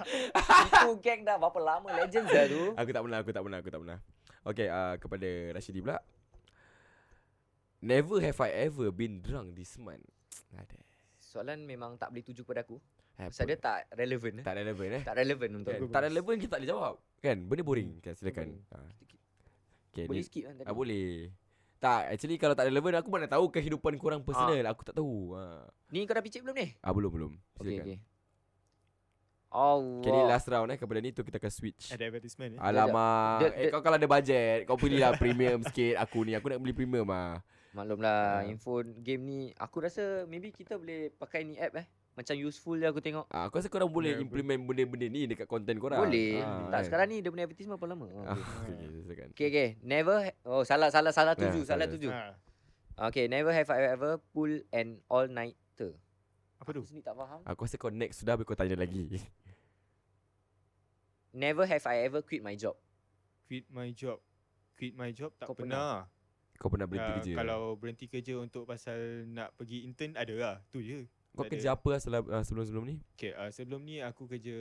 [SPEAKER 2] Itu geng dah berapa lama legends dah tu.
[SPEAKER 1] Aku tak pernah, aku tak pernah, aku tak pernah. Okay, uh, kepada Rashidi pula. Never have I ever been drunk this month. Ada.
[SPEAKER 2] Soalan memang tak boleh tuju kepada aku. Pasal dia
[SPEAKER 1] Happen.
[SPEAKER 2] tak relevan. eh.
[SPEAKER 1] Tak relevan eh.
[SPEAKER 2] Tak relevan untuk
[SPEAKER 1] Kan?
[SPEAKER 2] aku.
[SPEAKER 1] Tak relevan kita tak boleh jawab. Kan? Benda boring. Kan, silakan. Ha. Okay,
[SPEAKER 2] Boleh
[SPEAKER 1] ni,
[SPEAKER 2] skip kan tadi?
[SPEAKER 1] ah, boleh. Tak, actually kalau tak relevan aku mana tahu kehidupan korang
[SPEAKER 2] Ah.
[SPEAKER 1] personal. Aku tak tahu. Ha.
[SPEAKER 2] Ni kau dah picit belum ni?
[SPEAKER 1] Ah, belum, belum.
[SPEAKER 2] Okay,
[SPEAKER 1] Silakan. Okay,
[SPEAKER 2] okay. Allah.
[SPEAKER 1] okay. ni last round eh. Kepada ni tu kita akan switch.
[SPEAKER 3] ada advertisement eh
[SPEAKER 1] Alamak
[SPEAKER 2] Dia-
[SPEAKER 1] Eh
[SPEAKER 2] dia-
[SPEAKER 1] kau kalau ada bajet Kau belilah premium sikit Aku ni Aku nak beli premium lah
[SPEAKER 2] Maklumlah
[SPEAKER 1] Ah.
[SPEAKER 2] handphone game ni aku rasa maybe kita boleh pakai ni app eh. Macam useful je aku tengok.
[SPEAKER 1] ah, Aku rasa korang boleh
[SPEAKER 3] Ya, boleh.
[SPEAKER 1] Implement benda-benda ni Dekat konten korang
[SPEAKER 2] boleh.
[SPEAKER 1] Ah,
[SPEAKER 2] tak
[SPEAKER 1] kan?
[SPEAKER 2] sekarang ni dia punya advertisement apa lama.
[SPEAKER 1] ah,
[SPEAKER 2] Okay.
[SPEAKER 1] okay, silakan.
[SPEAKER 2] okay okay. Never ha- oh salah salah salah
[SPEAKER 1] Ya,
[SPEAKER 2] tuju
[SPEAKER 1] salah.
[SPEAKER 2] salah tuju.
[SPEAKER 3] Ah,
[SPEAKER 2] Okay never have I ever pull an all nighter.
[SPEAKER 3] apa tu
[SPEAKER 2] Aku sendiri tak faham.
[SPEAKER 1] Aku rasa kau next sudah Habis kau tanya lagi
[SPEAKER 2] Never have I ever quit my job.
[SPEAKER 3] quit my job quit my job tak
[SPEAKER 2] Kau
[SPEAKER 3] pernah,
[SPEAKER 1] Kau pernah berhenti
[SPEAKER 3] Ah,
[SPEAKER 1] kerja
[SPEAKER 3] kalau berhenti kerja untuk pasal nak pergi intern ada lah tu je
[SPEAKER 1] Kau
[SPEAKER 3] tak
[SPEAKER 1] kerja apa lah selab, ah, sebelum-sebelum ni
[SPEAKER 3] Okay, uh, sebelum ni aku kerja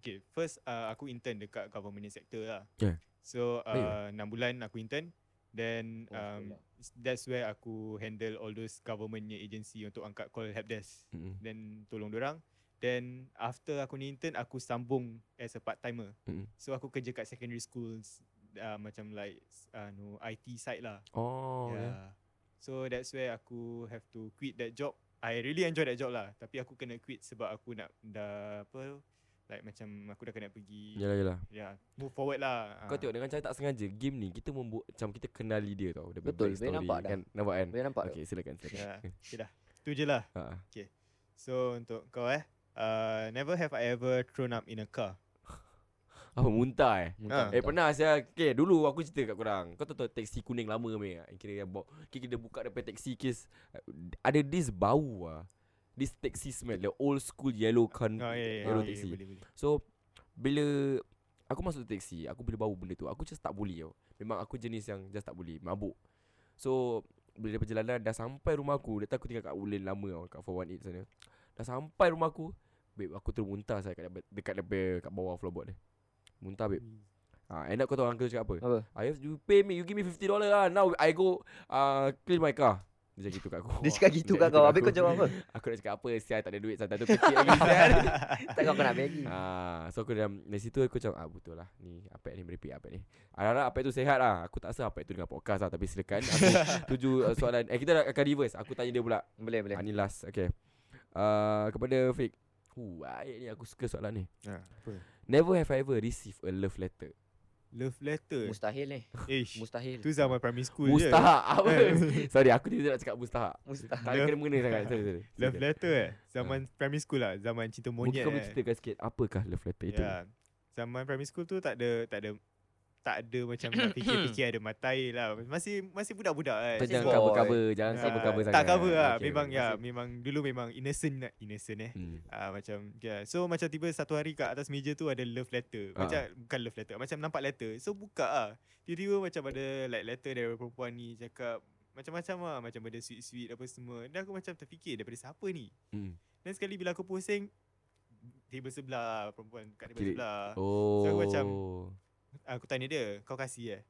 [SPEAKER 3] Okay, first uh, aku intern dekat government sector lah
[SPEAKER 1] Yeah.
[SPEAKER 3] So,
[SPEAKER 1] Oh, ya.
[SPEAKER 3] uh, 6 bulan aku intern Then
[SPEAKER 2] Oh,
[SPEAKER 3] um, that's where aku handle all those governmentnya agency untuk angkat call helpdesk
[SPEAKER 1] Mm-mm.
[SPEAKER 3] Then tolong orang. Then after aku ni intern aku sambung as a part timer.
[SPEAKER 1] Mm.
[SPEAKER 3] So aku kerja kat secondary schools uh, macam like uh, no, IT side lah.
[SPEAKER 1] Oh yeah.
[SPEAKER 3] Yeah. So that's where aku have to quit that job. I really enjoy that job lah. Tapi aku kena quit sebab aku nak dah apa Like macam aku dah kena pergi
[SPEAKER 1] Yalah yalah
[SPEAKER 3] yeah. Move forward lah
[SPEAKER 1] Kau tengok dengan cara tak sengaja Game ni kita membuat Macam kita kenali dia tau Dia punya
[SPEAKER 2] Betul,
[SPEAKER 1] backstory
[SPEAKER 2] boleh nampak dah.
[SPEAKER 1] kan? Nampak kan
[SPEAKER 2] Boleh nampak
[SPEAKER 1] Okay silakan silakan
[SPEAKER 3] yeah. Okay dah Tu je lah
[SPEAKER 1] Ha, ha.
[SPEAKER 3] So untuk kau eh uh, Never have I ever thrown up in a car
[SPEAKER 1] Apa muntah eh
[SPEAKER 3] Ah.
[SPEAKER 1] Eh pernah saya Okay dulu aku cerita kat korang Kau tahu tak teksi kuning lama ni Kira yang bawa Kira kita buka depan teksi kes Ada this bau ah. This taxi smell The old school yellow con
[SPEAKER 3] Oh yeah, yeah,
[SPEAKER 1] Yellow
[SPEAKER 3] yeah, yeah
[SPEAKER 1] taxi
[SPEAKER 3] boleh, boleh.
[SPEAKER 1] So Bila Aku masuk teksi Aku bila bau benda tu Aku just tak boleh tau Memang aku jenis yang Just tak boleh Mabuk So Bila dari perjalanan Dah sampai rumah aku Dia aku tinggal kat Woodland lama tau Kat 418 sana Dah sampai rumah aku Babe aku terus muntah saya kat dekat, dekat lebar Kat bawah floorboard dia Muntah babe
[SPEAKER 2] Hmm.
[SPEAKER 1] Ah, end up kau tahu uncle cakap apa?
[SPEAKER 2] Apa?
[SPEAKER 1] I have you pay me, you give me 50 dollar lah. Now I go uh, clean my car. Dia cakap gitu kat aku.
[SPEAKER 2] Dia cakap gitu
[SPEAKER 1] Dia
[SPEAKER 2] kat kau Habis kau jawab apa
[SPEAKER 1] Aku nak cakap apa? Sial tak ada duit, santai tu kecil lagi. sial.
[SPEAKER 2] Tak kau kena bagi
[SPEAKER 3] Hmm.
[SPEAKER 1] Ah, so aku dalam dari situ aku macam ah betul lah. Ni apa ni merepek apa ni. Harap apa tu sehat lah. Aku tak rasa apa tu dengan podcast lah tapi silakan aku tuju uh, soalan. Eh kita akan reverse. Aku tanya dia pula.
[SPEAKER 2] Boleh boleh
[SPEAKER 1] Ah, ni last. Okay. Uh, kepada Fik. Hu, ayat ni aku suka soalan ni.
[SPEAKER 3] Ah, apa?
[SPEAKER 1] Never have I ever received a love letter.
[SPEAKER 3] Love letter
[SPEAKER 2] Mustahil ni
[SPEAKER 3] Ish
[SPEAKER 2] Mustahil
[SPEAKER 3] Tu zaman primary school je
[SPEAKER 1] Mustahak apa? Sorry aku tidak nak cakap mustahak.
[SPEAKER 2] Mustahil
[SPEAKER 1] Tak ada
[SPEAKER 3] Love-
[SPEAKER 1] kena mengena sangat. Sorry, sorry.
[SPEAKER 3] Love
[SPEAKER 1] Silakan.
[SPEAKER 3] letter eh
[SPEAKER 1] Ha.
[SPEAKER 3] Zaman primary school lah Zaman cinta
[SPEAKER 1] Mungkin
[SPEAKER 3] monyet
[SPEAKER 1] kau boleh
[SPEAKER 3] eh.
[SPEAKER 1] ceritakan sikit apakah love letter itu?
[SPEAKER 3] Ya. Zaman primary school tu tak ada tak ada tak ada macam nak fikir-fikir ada matai lah. Masih masih budak-budak kan.
[SPEAKER 1] Kau
[SPEAKER 2] Masih
[SPEAKER 1] jangan
[SPEAKER 2] boy.
[SPEAKER 1] cover-cover, jangan
[SPEAKER 3] Ah,
[SPEAKER 1] cover-cover sangat.
[SPEAKER 3] tak cover lah.
[SPEAKER 1] Okay,
[SPEAKER 3] memang
[SPEAKER 1] okay.
[SPEAKER 3] ya, memang dulu memang innocent lah. innocent eh.
[SPEAKER 1] Hmm.
[SPEAKER 3] Ah macam yeah. So macam tiba satu hari kat atas meja tu ada love letter.
[SPEAKER 1] Ah.
[SPEAKER 3] Macam bukan love letter, macam nampak letter. So buka ah. Tiba-tiba macam ada like letter dari perempuan ni cakap macam-macam lah macam benda sweet-sweet apa semua. Dan aku macam terfikir daripada siapa ni?
[SPEAKER 1] Hmm.
[SPEAKER 3] Dan sekali bila aku pusing table sebelah perempuan kat table
[SPEAKER 1] Kira-
[SPEAKER 3] sebelah.
[SPEAKER 1] Oh.
[SPEAKER 3] aku macam, Aku tanya dia Kau kasih eh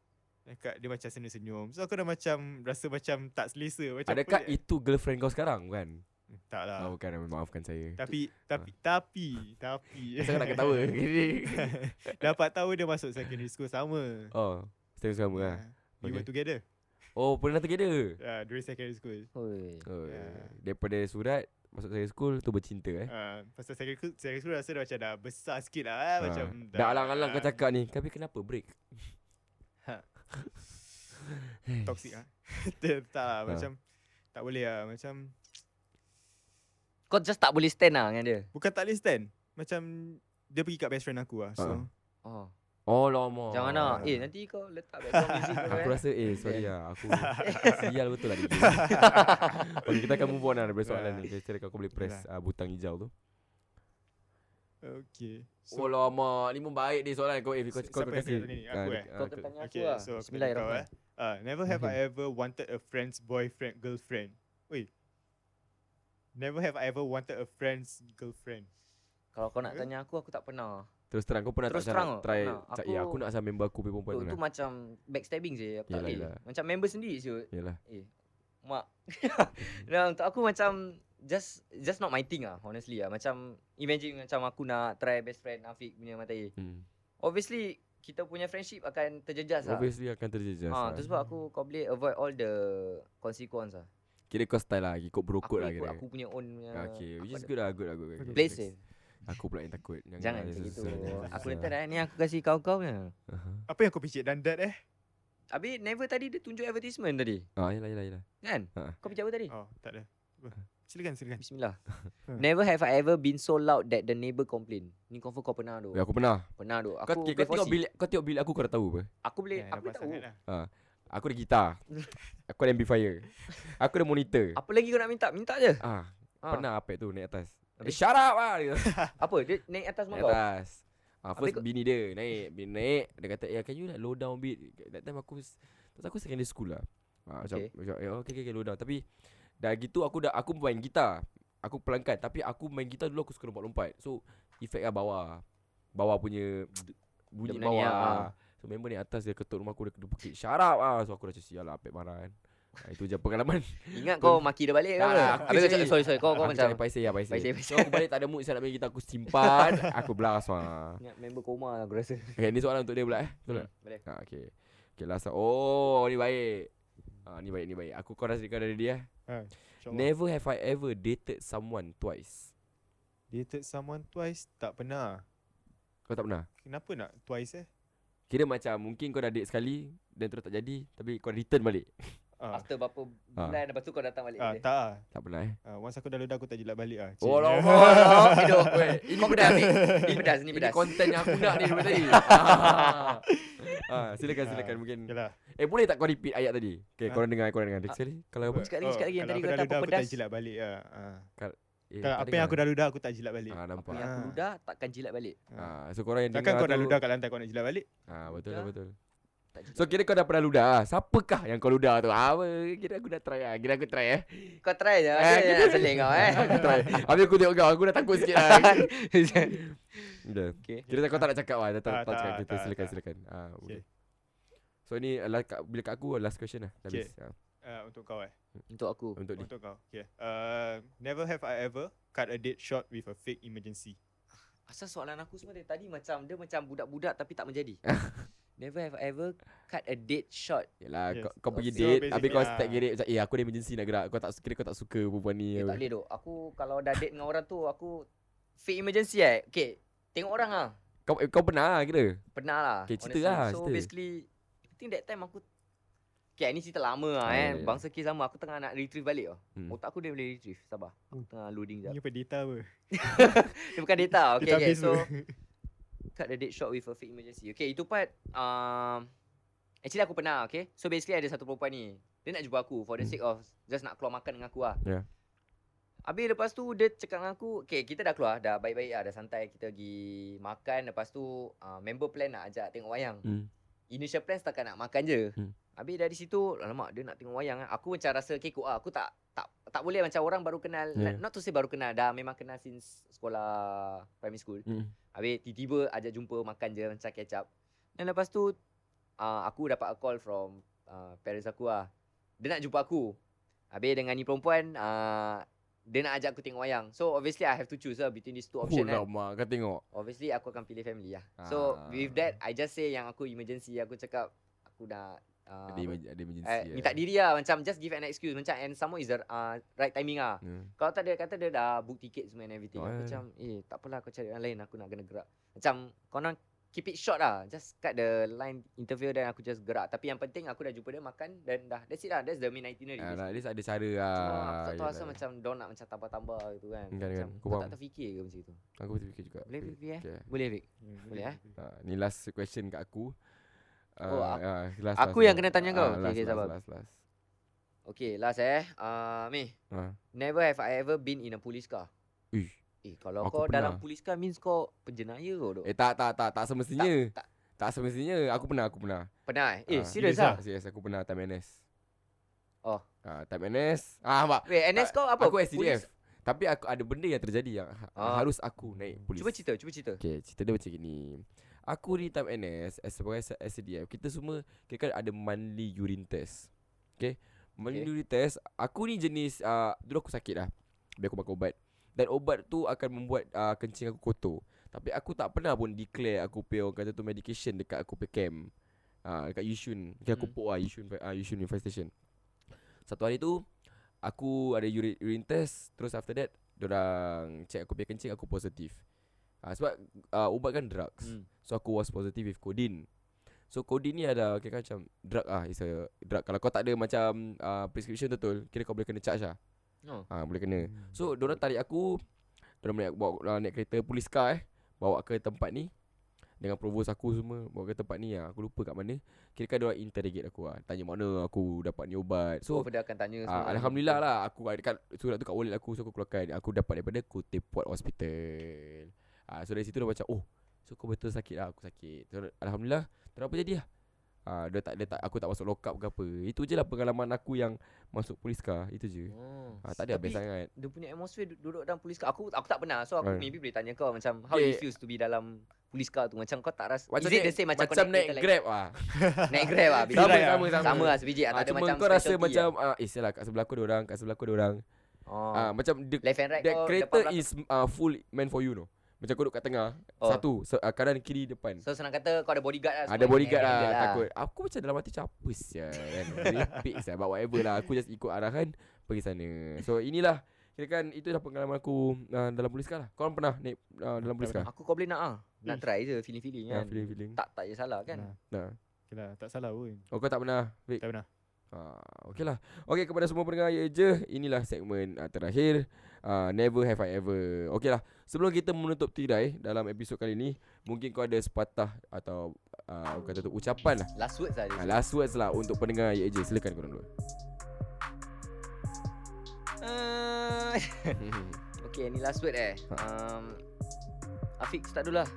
[SPEAKER 3] Dekat dia macam senyum-senyum So aku dah macam Rasa macam tak selesa macam
[SPEAKER 1] Adakah
[SPEAKER 3] pelik.
[SPEAKER 1] itu girlfriend kau sekarang bukan?
[SPEAKER 3] Tak lah
[SPEAKER 1] Ah, bukan, maafkan saya.
[SPEAKER 3] Tapi Tapi Tapi Tapi
[SPEAKER 1] Saya Ah. nak ketawa.
[SPEAKER 3] Dapat tahu dia masuk secondary school sama Ah,
[SPEAKER 1] oh, saya sama lah.
[SPEAKER 3] We
[SPEAKER 1] Okay.
[SPEAKER 3] were together
[SPEAKER 1] Oh, pernah together.
[SPEAKER 3] uh, During secondary school
[SPEAKER 2] Oi.
[SPEAKER 1] Oh,
[SPEAKER 3] Yeah.
[SPEAKER 1] daripada surat masuk saya school tu bercinta eh.
[SPEAKER 3] uh, Pasal secondary school, secondary school Rasa dah macam dah besar sikit lah eh.
[SPEAKER 1] Ah.
[SPEAKER 3] Macam
[SPEAKER 1] Dah alang-alang kau cakap ni. Tapi kenapa break?
[SPEAKER 3] Ha. Toxic lah Tak lah
[SPEAKER 1] Ah.
[SPEAKER 3] Macam Tak boleh lah Macam
[SPEAKER 2] Kau just tak boleh stand lah dengan dia
[SPEAKER 3] Bukan tak boleh stand Macam Dia pergi kat best friend aku lah So
[SPEAKER 1] Ah.
[SPEAKER 2] Oh
[SPEAKER 1] Oh, lama.
[SPEAKER 2] Jangan lah Eh nanti kau letak background music kau
[SPEAKER 1] Aku
[SPEAKER 2] eh.
[SPEAKER 1] rasa eh sorry lah Aku sial betul lah dia Okay kita akan move on lah Daripada soalan ni Saya kau boleh press uh, butang hijau tu
[SPEAKER 3] Okay
[SPEAKER 1] Oh
[SPEAKER 3] So
[SPEAKER 1] lama Ni pun baik dia soalan kau Eh kau
[SPEAKER 3] Si-
[SPEAKER 1] kau kau
[SPEAKER 3] siapa yang
[SPEAKER 1] kasi
[SPEAKER 3] kena tanya ni?
[SPEAKER 1] Ah,
[SPEAKER 3] Aku,
[SPEAKER 1] dia-
[SPEAKER 3] eh?
[SPEAKER 1] ah,
[SPEAKER 2] Kau
[SPEAKER 1] kau-
[SPEAKER 2] tanya aku
[SPEAKER 3] Okay,
[SPEAKER 2] lah
[SPEAKER 3] so aku tanya kau
[SPEAKER 2] Bismillahirrahmanirrahim
[SPEAKER 3] eh. Uh, never have I ever wanted a friend's boyfriend, girlfriend. Wait. Never have I ever wanted a friend's girlfriend.
[SPEAKER 2] Kalau kau nak
[SPEAKER 3] Eh?
[SPEAKER 2] tanya aku Aku tak pernah
[SPEAKER 1] Terus terang kau pernah
[SPEAKER 2] Terus
[SPEAKER 1] tak
[SPEAKER 2] terang
[SPEAKER 1] macam
[SPEAKER 2] tak
[SPEAKER 1] try
[SPEAKER 2] pernah.
[SPEAKER 1] cak, Ya
[SPEAKER 2] Aku-
[SPEAKER 1] aku nak asal member aku pun
[SPEAKER 2] Tu,
[SPEAKER 1] perempuan tu
[SPEAKER 2] tu
[SPEAKER 1] lah
[SPEAKER 2] macam Backstabbing je Aku tak
[SPEAKER 1] Yelah,
[SPEAKER 2] boleh
[SPEAKER 1] yelah.
[SPEAKER 2] Macam member sendiri siut
[SPEAKER 1] Yalah
[SPEAKER 2] Eh, Mak nah, Untuk aku macam Just just not my thing ah Honestly ah Macam Imagine macam aku nak Try best friend Afiq punya matai
[SPEAKER 1] hmm.
[SPEAKER 2] Obviously Kita punya friendship Akan terjejas lah
[SPEAKER 1] Obviously akan terjejas
[SPEAKER 2] Ah,
[SPEAKER 1] lah
[SPEAKER 2] tu sebab aku Kau boleh avoid all the Consequence lah
[SPEAKER 1] Kira kau style lah Ikut
[SPEAKER 2] Aku
[SPEAKER 1] berokok lah
[SPEAKER 2] ikut
[SPEAKER 1] kira
[SPEAKER 2] Aku punya own punya
[SPEAKER 1] Okay which is
[SPEAKER 2] aku ada-
[SPEAKER 1] good lah Good lah good, good.
[SPEAKER 2] Play safe
[SPEAKER 1] Aku pula yang takut
[SPEAKER 2] Jangan
[SPEAKER 1] lah,
[SPEAKER 2] macam
[SPEAKER 1] susah,
[SPEAKER 2] gitu
[SPEAKER 1] jangan
[SPEAKER 2] Aku
[SPEAKER 1] susah. Uh-huh.
[SPEAKER 2] letak dah ni Aku kasih kau-kau punya
[SPEAKER 1] Aha.
[SPEAKER 3] Apa yang kau picit dan that eh?
[SPEAKER 2] Habis never tadi Dia tunjuk advertisement tadi
[SPEAKER 1] Ah yelah yelah yelah
[SPEAKER 2] Kan
[SPEAKER 1] Ha.
[SPEAKER 2] Kau pijak apa tadi
[SPEAKER 3] Oh, tak ada. Apa? Silakan, silakan.
[SPEAKER 2] Bismillah
[SPEAKER 3] Ha.
[SPEAKER 2] Never have I ever been so loud That the neighbour complain Ni confirm kau pernah tu
[SPEAKER 1] Ya, Aku pernah
[SPEAKER 2] Pernah tu
[SPEAKER 1] Kau
[SPEAKER 2] Aku
[SPEAKER 1] kau tengok
[SPEAKER 2] bil-
[SPEAKER 1] bilik Kau tengok bilik aku kau dah tahu apa
[SPEAKER 2] Aku boleh
[SPEAKER 3] Ya,
[SPEAKER 2] Aku
[SPEAKER 3] nampak
[SPEAKER 2] tahu
[SPEAKER 3] sangat lah.
[SPEAKER 1] Aku ada gitar Aku ada amplifier Aku ada monitor
[SPEAKER 2] Apa lagi kau nak minta Minta je
[SPEAKER 1] Ah,
[SPEAKER 2] Ha.
[SPEAKER 1] Pernah apa tu naik atas Eh,
[SPEAKER 2] Habis?
[SPEAKER 1] shut up lah dia.
[SPEAKER 2] Apa dia naik atas
[SPEAKER 1] Naik
[SPEAKER 2] rumah kau
[SPEAKER 1] atas ah, First
[SPEAKER 2] kau-
[SPEAKER 1] bini dia Naik Bini naik Dia kata Eh can you like low down a bit That time aku Terus aku secondary school lah ah, Macam,
[SPEAKER 2] Okay.
[SPEAKER 1] macam eh, okay, okay, okay low down Tapi Dah gitu aku dah Aku main gitar Aku pelangkan Tapi aku main gitar dulu Aku suka lompat-lompat So Efek lah bawah Bawah punya d- Bunyi
[SPEAKER 2] benda ni,
[SPEAKER 1] bawah
[SPEAKER 2] ah.
[SPEAKER 1] ah. So member ni atas Dia ketuk rumah aku Dia kena pekik Shut up ah. So aku dah macam sial lah Apek marah kan ah, Itu je pengalaman
[SPEAKER 2] Ingat kau maki dia balik ke
[SPEAKER 1] Tak
[SPEAKER 2] apa
[SPEAKER 1] lah, aku
[SPEAKER 2] Habis kau
[SPEAKER 1] cari-
[SPEAKER 2] cakap sorry sorry Kau kau
[SPEAKER 1] Aku cakap
[SPEAKER 2] macam
[SPEAKER 1] paiseh lah paiseh
[SPEAKER 2] Paiseh,
[SPEAKER 1] So
[SPEAKER 2] paiseh.
[SPEAKER 1] aku balik tak ada mood Saya nak main gitar Aku simpan Aku blast lah
[SPEAKER 2] Ingat member koma lah aku rasa
[SPEAKER 3] Ha.
[SPEAKER 1] Okay ni soalan untuk dia pula eh Betul tak?
[SPEAKER 2] Boleh
[SPEAKER 1] Ha, okay. Okay, last one. Oh, ni baik. Ha, ni baik, ni baik. Aku kau rasa kau dari dia. eh.
[SPEAKER 3] InsyaAllah.
[SPEAKER 1] Never have I ever dated someone twice.
[SPEAKER 3] Dated someone twice? Tak pernah.
[SPEAKER 1] Kau tak pernah?
[SPEAKER 3] Kenapa nak twice eh?
[SPEAKER 1] Kira macam mungkin kau dah date sekali Dan terus tak jadi Tapi kau return balik
[SPEAKER 3] Ah,
[SPEAKER 2] After berapa
[SPEAKER 1] Ah.
[SPEAKER 2] bulan lepas tu kau datang balik.
[SPEAKER 3] ah
[SPEAKER 2] dia.
[SPEAKER 3] tak ah.
[SPEAKER 1] Tak pernah eh
[SPEAKER 3] Ah, once aku dah ludah aku tak jilat balik ah.
[SPEAKER 1] Oh
[SPEAKER 3] Cik.
[SPEAKER 1] lama lah Hidup weh.
[SPEAKER 2] Ini eh. kau pedas ni. Ini pedas, ini
[SPEAKER 1] Ini
[SPEAKER 2] pedas.
[SPEAKER 1] konten yang aku nak ni daripada tadi ah. ah, Silakan silakan
[SPEAKER 3] Ah,
[SPEAKER 1] mungkin
[SPEAKER 3] Yalah.
[SPEAKER 1] Eh boleh tak kau repeat ayat tadi Okay
[SPEAKER 3] Ah.
[SPEAKER 1] korang dengar Korang dengar Sekali Kalau apa
[SPEAKER 2] Sekali lagi, sekali lagi. Yang
[SPEAKER 3] Oh, kalau
[SPEAKER 2] tadi
[SPEAKER 3] aku
[SPEAKER 2] kau tak apa
[SPEAKER 3] dah ludah, aku tak
[SPEAKER 2] pedas.
[SPEAKER 3] jilat balik ah. ah.
[SPEAKER 1] eh,
[SPEAKER 3] Tak,
[SPEAKER 1] kau
[SPEAKER 3] apa yang aku
[SPEAKER 1] dengar.
[SPEAKER 3] dah ludah aku tak jilat balik.
[SPEAKER 1] Ah
[SPEAKER 2] Apa
[SPEAKER 1] nampak
[SPEAKER 2] yang aku
[SPEAKER 3] Ah.
[SPEAKER 2] ludah takkan jilat balik.
[SPEAKER 1] ah, So korang yang
[SPEAKER 3] Takkan
[SPEAKER 1] dengar
[SPEAKER 3] kau dah
[SPEAKER 1] tu-
[SPEAKER 3] ludah kat lantai kau nak jilat balik?
[SPEAKER 1] Ah betul lah
[SPEAKER 2] Ludah.
[SPEAKER 1] betul
[SPEAKER 2] Tak jilat.
[SPEAKER 1] So kira kau dah pernah ludah ah. Siapakah yang kau ludah tu ah, apa? Kira aku dah try ah. Kira aku try eh
[SPEAKER 2] Kau try je.
[SPEAKER 1] Eh,
[SPEAKER 2] Dia nak seling kau eh.
[SPEAKER 1] Aku try Habis aku tengok kau Aku dah takut sikit lah Dah.
[SPEAKER 2] Okay.
[SPEAKER 1] Kira tak- kau tak nak cakap lah Dah tak, tak
[SPEAKER 3] Ah, tak,
[SPEAKER 1] cakap kita
[SPEAKER 3] tak,
[SPEAKER 1] Silakan
[SPEAKER 3] tak.
[SPEAKER 1] silakan ah,
[SPEAKER 3] Okay.
[SPEAKER 1] okay. So ni adalah kat, Bila kat aku Last question lah Dah
[SPEAKER 3] Okay.
[SPEAKER 1] habis ah,
[SPEAKER 3] Ah, untuk kau eh.
[SPEAKER 2] Untuk aku.
[SPEAKER 1] Untuk ni
[SPEAKER 3] Untuk kau. Okay. Uh, never have I ever cut a date short with a fake emergency.
[SPEAKER 2] Asal soalan aku semua dari tadi macam dia macam budak-budak tapi tak menjadi. Never have I ever cut a date short.
[SPEAKER 1] Yelah yes.
[SPEAKER 3] Yes.
[SPEAKER 1] kau, kau pergi
[SPEAKER 2] So
[SPEAKER 1] date Habis kau
[SPEAKER 3] basically,
[SPEAKER 1] start
[SPEAKER 3] ah.
[SPEAKER 1] gerik Macam eh aku ada emergency nak gerak Kau tak kira kau tak suka perempuan ni
[SPEAKER 2] Eh, tak boleh dok. Aku kalau dah date dengan orang tu aku fake emergency eh. Okay. Tengok orang ah.
[SPEAKER 1] Kau eh, kau pernah lah kira
[SPEAKER 2] Pernah lah.
[SPEAKER 1] Okay, cerita
[SPEAKER 2] honestly.
[SPEAKER 1] lah,
[SPEAKER 2] So
[SPEAKER 1] cerita.
[SPEAKER 2] basically I think that time aku Okay ni cerita lama lah
[SPEAKER 1] Ah, ya, ya.
[SPEAKER 2] eh. Bangsa kes lama aku tengah nak retrieve balik tau.
[SPEAKER 1] Hmm.
[SPEAKER 2] Hmm. Otak aku dia boleh retrieve. Sabar. Aku
[SPEAKER 3] Hmm.
[SPEAKER 2] tengah loading
[SPEAKER 3] Ni
[SPEAKER 2] jap.
[SPEAKER 3] apa data apa?
[SPEAKER 2] Dia bukan data. Okay, okay.
[SPEAKER 3] Database
[SPEAKER 2] So
[SPEAKER 3] apa?
[SPEAKER 2] cut the date short with a fake emergency. Okay, itu part um, actually aku pernah, okay? So basically ada satu perempuan ni. Dia nak jumpa aku for the
[SPEAKER 1] Hmm.
[SPEAKER 2] sake of just nak keluar makan dengan aku lah.
[SPEAKER 1] Yeah.
[SPEAKER 2] Habis lepas tu dia cakap dengan aku, okay kita dah keluar, dah baik-baik lah, dah santai. Kita pergi makan, lepas tu uh, member plan nak ajak tengok wayang.
[SPEAKER 1] Hmm.
[SPEAKER 2] Initial plan setakat nak makan je.
[SPEAKER 1] Hmm.
[SPEAKER 2] Habis dari situ, alamak dia nak tengok wayang lah. Aku macam rasa kekok lah. Aku tak tak tak boleh macam orang baru kenal.
[SPEAKER 1] Yeah.
[SPEAKER 2] Yeah. Not to say baru kenal, dah memang kenal since sekolah primary school.
[SPEAKER 1] Hmm.
[SPEAKER 2] Habis tiba-tiba ajak jumpa makan je macam kecap. Dan lepas tu uh, aku dapat a call from uh, parents aku lah. Dia nak jumpa aku. Habis dengan ni perempuan uh, dia nak ajak aku tengok wayang. So obviously I have to choose lah between these two
[SPEAKER 1] Oh
[SPEAKER 2] options. kan.
[SPEAKER 1] lama kau tengok
[SPEAKER 2] Obviously aku akan pilih family lah. So
[SPEAKER 1] Ah.
[SPEAKER 2] with that I just say yang aku emergency aku cakap aku nak uh,
[SPEAKER 1] Ada, emer- ada emergency
[SPEAKER 2] eh, minta diri lah macam just give an excuse macam and some more is the uh, right timing lah.
[SPEAKER 1] Hmm.
[SPEAKER 2] Kalau tak dia kata dia dah book tiket semua and everything.
[SPEAKER 1] Oh,
[SPEAKER 2] Oh,
[SPEAKER 1] yeah.
[SPEAKER 2] aku macam eh tak apalah kau cari orang lain aku nak kena gerak. Macam kau nak keep it short lah. Just cut the line interview dan aku just gerak. Tapi yang penting aku dah jumpa dia makan dan dah that's it lah. That's the main itinerary.
[SPEAKER 1] Ah,
[SPEAKER 2] Uh,
[SPEAKER 1] nah, at least ada cara lah
[SPEAKER 2] Cuma aku tak tahu
[SPEAKER 1] Yelah.
[SPEAKER 2] asal macam Diorang nak macam tambah-tambah gitu kan
[SPEAKER 1] Kan, kan.
[SPEAKER 2] Macam
[SPEAKER 1] Aku
[SPEAKER 2] kau
[SPEAKER 1] faham.
[SPEAKER 2] tak terfikir ke macam tu
[SPEAKER 1] Aku fikir juga
[SPEAKER 2] Boleh
[SPEAKER 1] Okay.
[SPEAKER 2] fikir eh
[SPEAKER 1] Okay.
[SPEAKER 2] Boleh Vic Boleh, eh?
[SPEAKER 1] Ha, ni last question kat aku.
[SPEAKER 2] Oh,
[SPEAKER 1] Ah,
[SPEAKER 2] aku-
[SPEAKER 1] ah, last,
[SPEAKER 2] aku yang kena tanya kau.
[SPEAKER 1] Ah, last,
[SPEAKER 2] Okay, okay, sabar.
[SPEAKER 1] last, last, last.
[SPEAKER 2] Okay last eh uh, Meh
[SPEAKER 1] Ah.
[SPEAKER 2] Never have I ever been in a police car
[SPEAKER 1] Uish.
[SPEAKER 2] Eh kalau
[SPEAKER 1] Aku
[SPEAKER 2] kau dalam
[SPEAKER 1] pernah.
[SPEAKER 2] police car Means kau penjenaya kau duk
[SPEAKER 1] Eh tak tak tak tak semestinya. Tak,
[SPEAKER 2] tak.
[SPEAKER 1] semestinya. Aku pernah aku pernah.
[SPEAKER 2] Pernah eh Eh
[SPEAKER 1] Ah,
[SPEAKER 2] serius
[SPEAKER 3] serious
[SPEAKER 2] lah
[SPEAKER 1] Serius aku pernah time NS.
[SPEAKER 2] Oh.
[SPEAKER 1] Ah, time NS. Ah nampak.
[SPEAKER 2] Wait NS kau apa
[SPEAKER 1] Aku
[SPEAKER 2] Polis-
[SPEAKER 1] SDF. Tapi aku ada benda yang terjadi yang ha-
[SPEAKER 2] Ah.
[SPEAKER 1] harus aku naik polis.
[SPEAKER 2] Cuba cerita Cuba cerita
[SPEAKER 1] Okay, cerita dia macam gini. Aku ni time NS as sebagai se- SDF, kita semua kita kan ada monthly urine test. Okay? Monthly
[SPEAKER 2] Okay.
[SPEAKER 1] urine test, aku ni jenis uh, dulu aku sakit lah. Biar aku makan ubat. Dan ubat tu akan membuat uh, kencing aku kotor. Tapi aku tak pernah pun declare aku pay orang kata tu medication dekat aku pay camp. Ah uh, dekat Yishun. Okay, aku
[SPEAKER 2] Hmm.
[SPEAKER 1] pok ah Yishun uh, Yishun Unified Station. Satu hari tu aku ada urine, urine test, terus after that orang check aku punya kencing aku positif. Ah sebab uh, ubat kan drugs.
[SPEAKER 2] Hmm.
[SPEAKER 1] So aku was positive with codeine. So codeine ni ada kira macam drug ah is a drug. Kalau kau tak ada macam uh, prescription betul, kira kau boleh kena charge lah.
[SPEAKER 2] Oh.
[SPEAKER 1] Ah boleh kena. So diorang tarik aku Diorang naik, bawa, uh, naik kereta polis car eh Bawa ke tempat ni Dengan provos aku semua Bawa ke tempat ni lah Aku lupa kat mana Kira kan diorang interrogate aku lah Tanya mana aku dapat ni ubat
[SPEAKER 2] So
[SPEAKER 1] So
[SPEAKER 2] apa dia akan tanya
[SPEAKER 1] uh, Alhamdulillah lah Aku ada kat surat tu kat wallet aku So aku keluarkan Aku dapat daripada Kota Puat Hospital uh, So dari situ dia macam Oh So kau betul sakit lah Aku sakit so, Alhamdulillah Tak ada apa jadi lah uh, dia tak, dia tak, Aku tak masuk lockup ke apa Itu je lah pengalaman aku yang Masuk polis car Itu je
[SPEAKER 2] Oh.
[SPEAKER 1] uh, Tak ada habis
[SPEAKER 2] Tapi,
[SPEAKER 1] sangat
[SPEAKER 2] Dia punya atmosphere du- duduk dalam polis car. Aku aku tak pernah. So aku
[SPEAKER 1] Right.
[SPEAKER 2] maybe boleh tanya kau macam how yeah.
[SPEAKER 1] Yeah.
[SPEAKER 2] it feels to be dalam polis car tu. Macam kau tak rasa
[SPEAKER 1] Macam
[SPEAKER 2] is it
[SPEAKER 1] naik-
[SPEAKER 2] the same macam,
[SPEAKER 1] macam
[SPEAKER 2] kau
[SPEAKER 1] naik
[SPEAKER 2] kereta
[SPEAKER 1] grab ah.
[SPEAKER 2] lain? naik grab ah.
[SPEAKER 1] Sama
[SPEAKER 3] Sama,
[SPEAKER 1] sama sama.
[SPEAKER 2] Sama lah sebiji ah,
[SPEAKER 1] Ah,
[SPEAKER 2] tak ada
[SPEAKER 1] cuma
[SPEAKER 2] macam
[SPEAKER 1] kau rasa
[SPEAKER 2] specialty
[SPEAKER 1] macam
[SPEAKER 2] ah.
[SPEAKER 1] ah eh sialah kat sebelah aku ada orang, kat sebelah aku ada orang.
[SPEAKER 2] Oh.
[SPEAKER 1] Ah macam the,
[SPEAKER 2] Left and right
[SPEAKER 1] that
[SPEAKER 2] kau
[SPEAKER 1] kereta
[SPEAKER 2] depan
[SPEAKER 1] is ah, full meant for you no. Macam kau duduk kat tengah,
[SPEAKER 2] Oh.
[SPEAKER 1] satu se- ah, kanan kiri depan.
[SPEAKER 2] belakang. So senang kata kau ada bodyguard lah.
[SPEAKER 1] Ada
[SPEAKER 2] semua.
[SPEAKER 1] bodyguard
[SPEAKER 2] Eh,
[SPEAKER 1] lah
[SPEAKER 2] handle
[SPEAKER 1] Takut Aku macam dalam hati Capa sial kan Repik sial But whatever lah Aku just ikut arahan Pergi sana So inilah Kira kan Itu dah pengalaman aku uh, Dalam polis car lah Korang pernah naik uh, Dalam polis car
[SPEAKER 2] Aku kau boleh nak ah. Nak try je feeling-feeling
[SPEAKER 1] Ya,
[SPEAKER 2] kan.
[SPEAKER 1] feeling-feeling.
[SPEAKER 2] Tak tak je salah kan.
[SPEAKER 3] Nah,
[SPEAKER 1] Nah.
[SPEAKER 3] okay lah, tak salah pun.
[SPEAKER 1] Oh kau tak pernah Vic?
[SPEAKER 3] Tak pernah.
[SPEAKER 1] Ah, okay lah Okay kepada semua pendengar ya je Inilah segmen uh, terakhir uh, Never have I ever Okay lah Sebelum kita menutup tirai Dalam episod kali ni Mungkin kau ada sepatah Atau uh, kata tu ucapan lah
[SPEAKER 2] Last word saja.
[SPEAKER 1] uh, Last words lah Untuk pendengar ya je Silakan korang dua
[SPEAKER 2] Uh, okay, ni last word eh.
[SPEAKER 1] Ha.
[SPEAKER 2] Um, Afiq start dulu lah.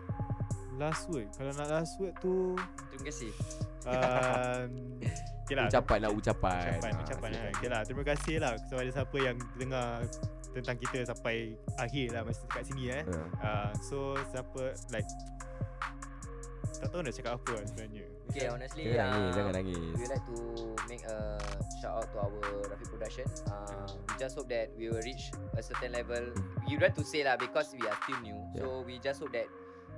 [SPEAKER 3] Last word. Kalau nak last word tu
[SPEAKER 2] Terima kasih.
[SPEAKER 3] um, okay lah.
[SPEAKER 1] Ucapan lah ucapan
[SPEAKER 3] Ucapan,
[SPEAKER 1] Ah, silakan.
[SPEAKER 3] ucapan lah. Okay lah, terima kasih lah kepada siapa yang dengar tentang kita sampai akhir lah masa dekat sini eh.
[SPEAKER 1] Ah.
[SPEAKER 3] Uh, so siapa like tak tahu nak cakap apa lah sebenarnya.
[SPEAKER 2] Okay, honestly,
[SPEAKER 1] Ah, Jangan nangis
[SPEAKER 2] um,
[SPEAKER 1] Jangan nangis
[SPEAKER 2] we would like to make a shout out to our Rafi production. Uh, we just hope that we will reach a certain level. We would like to say lah because we are still new. So we just hope that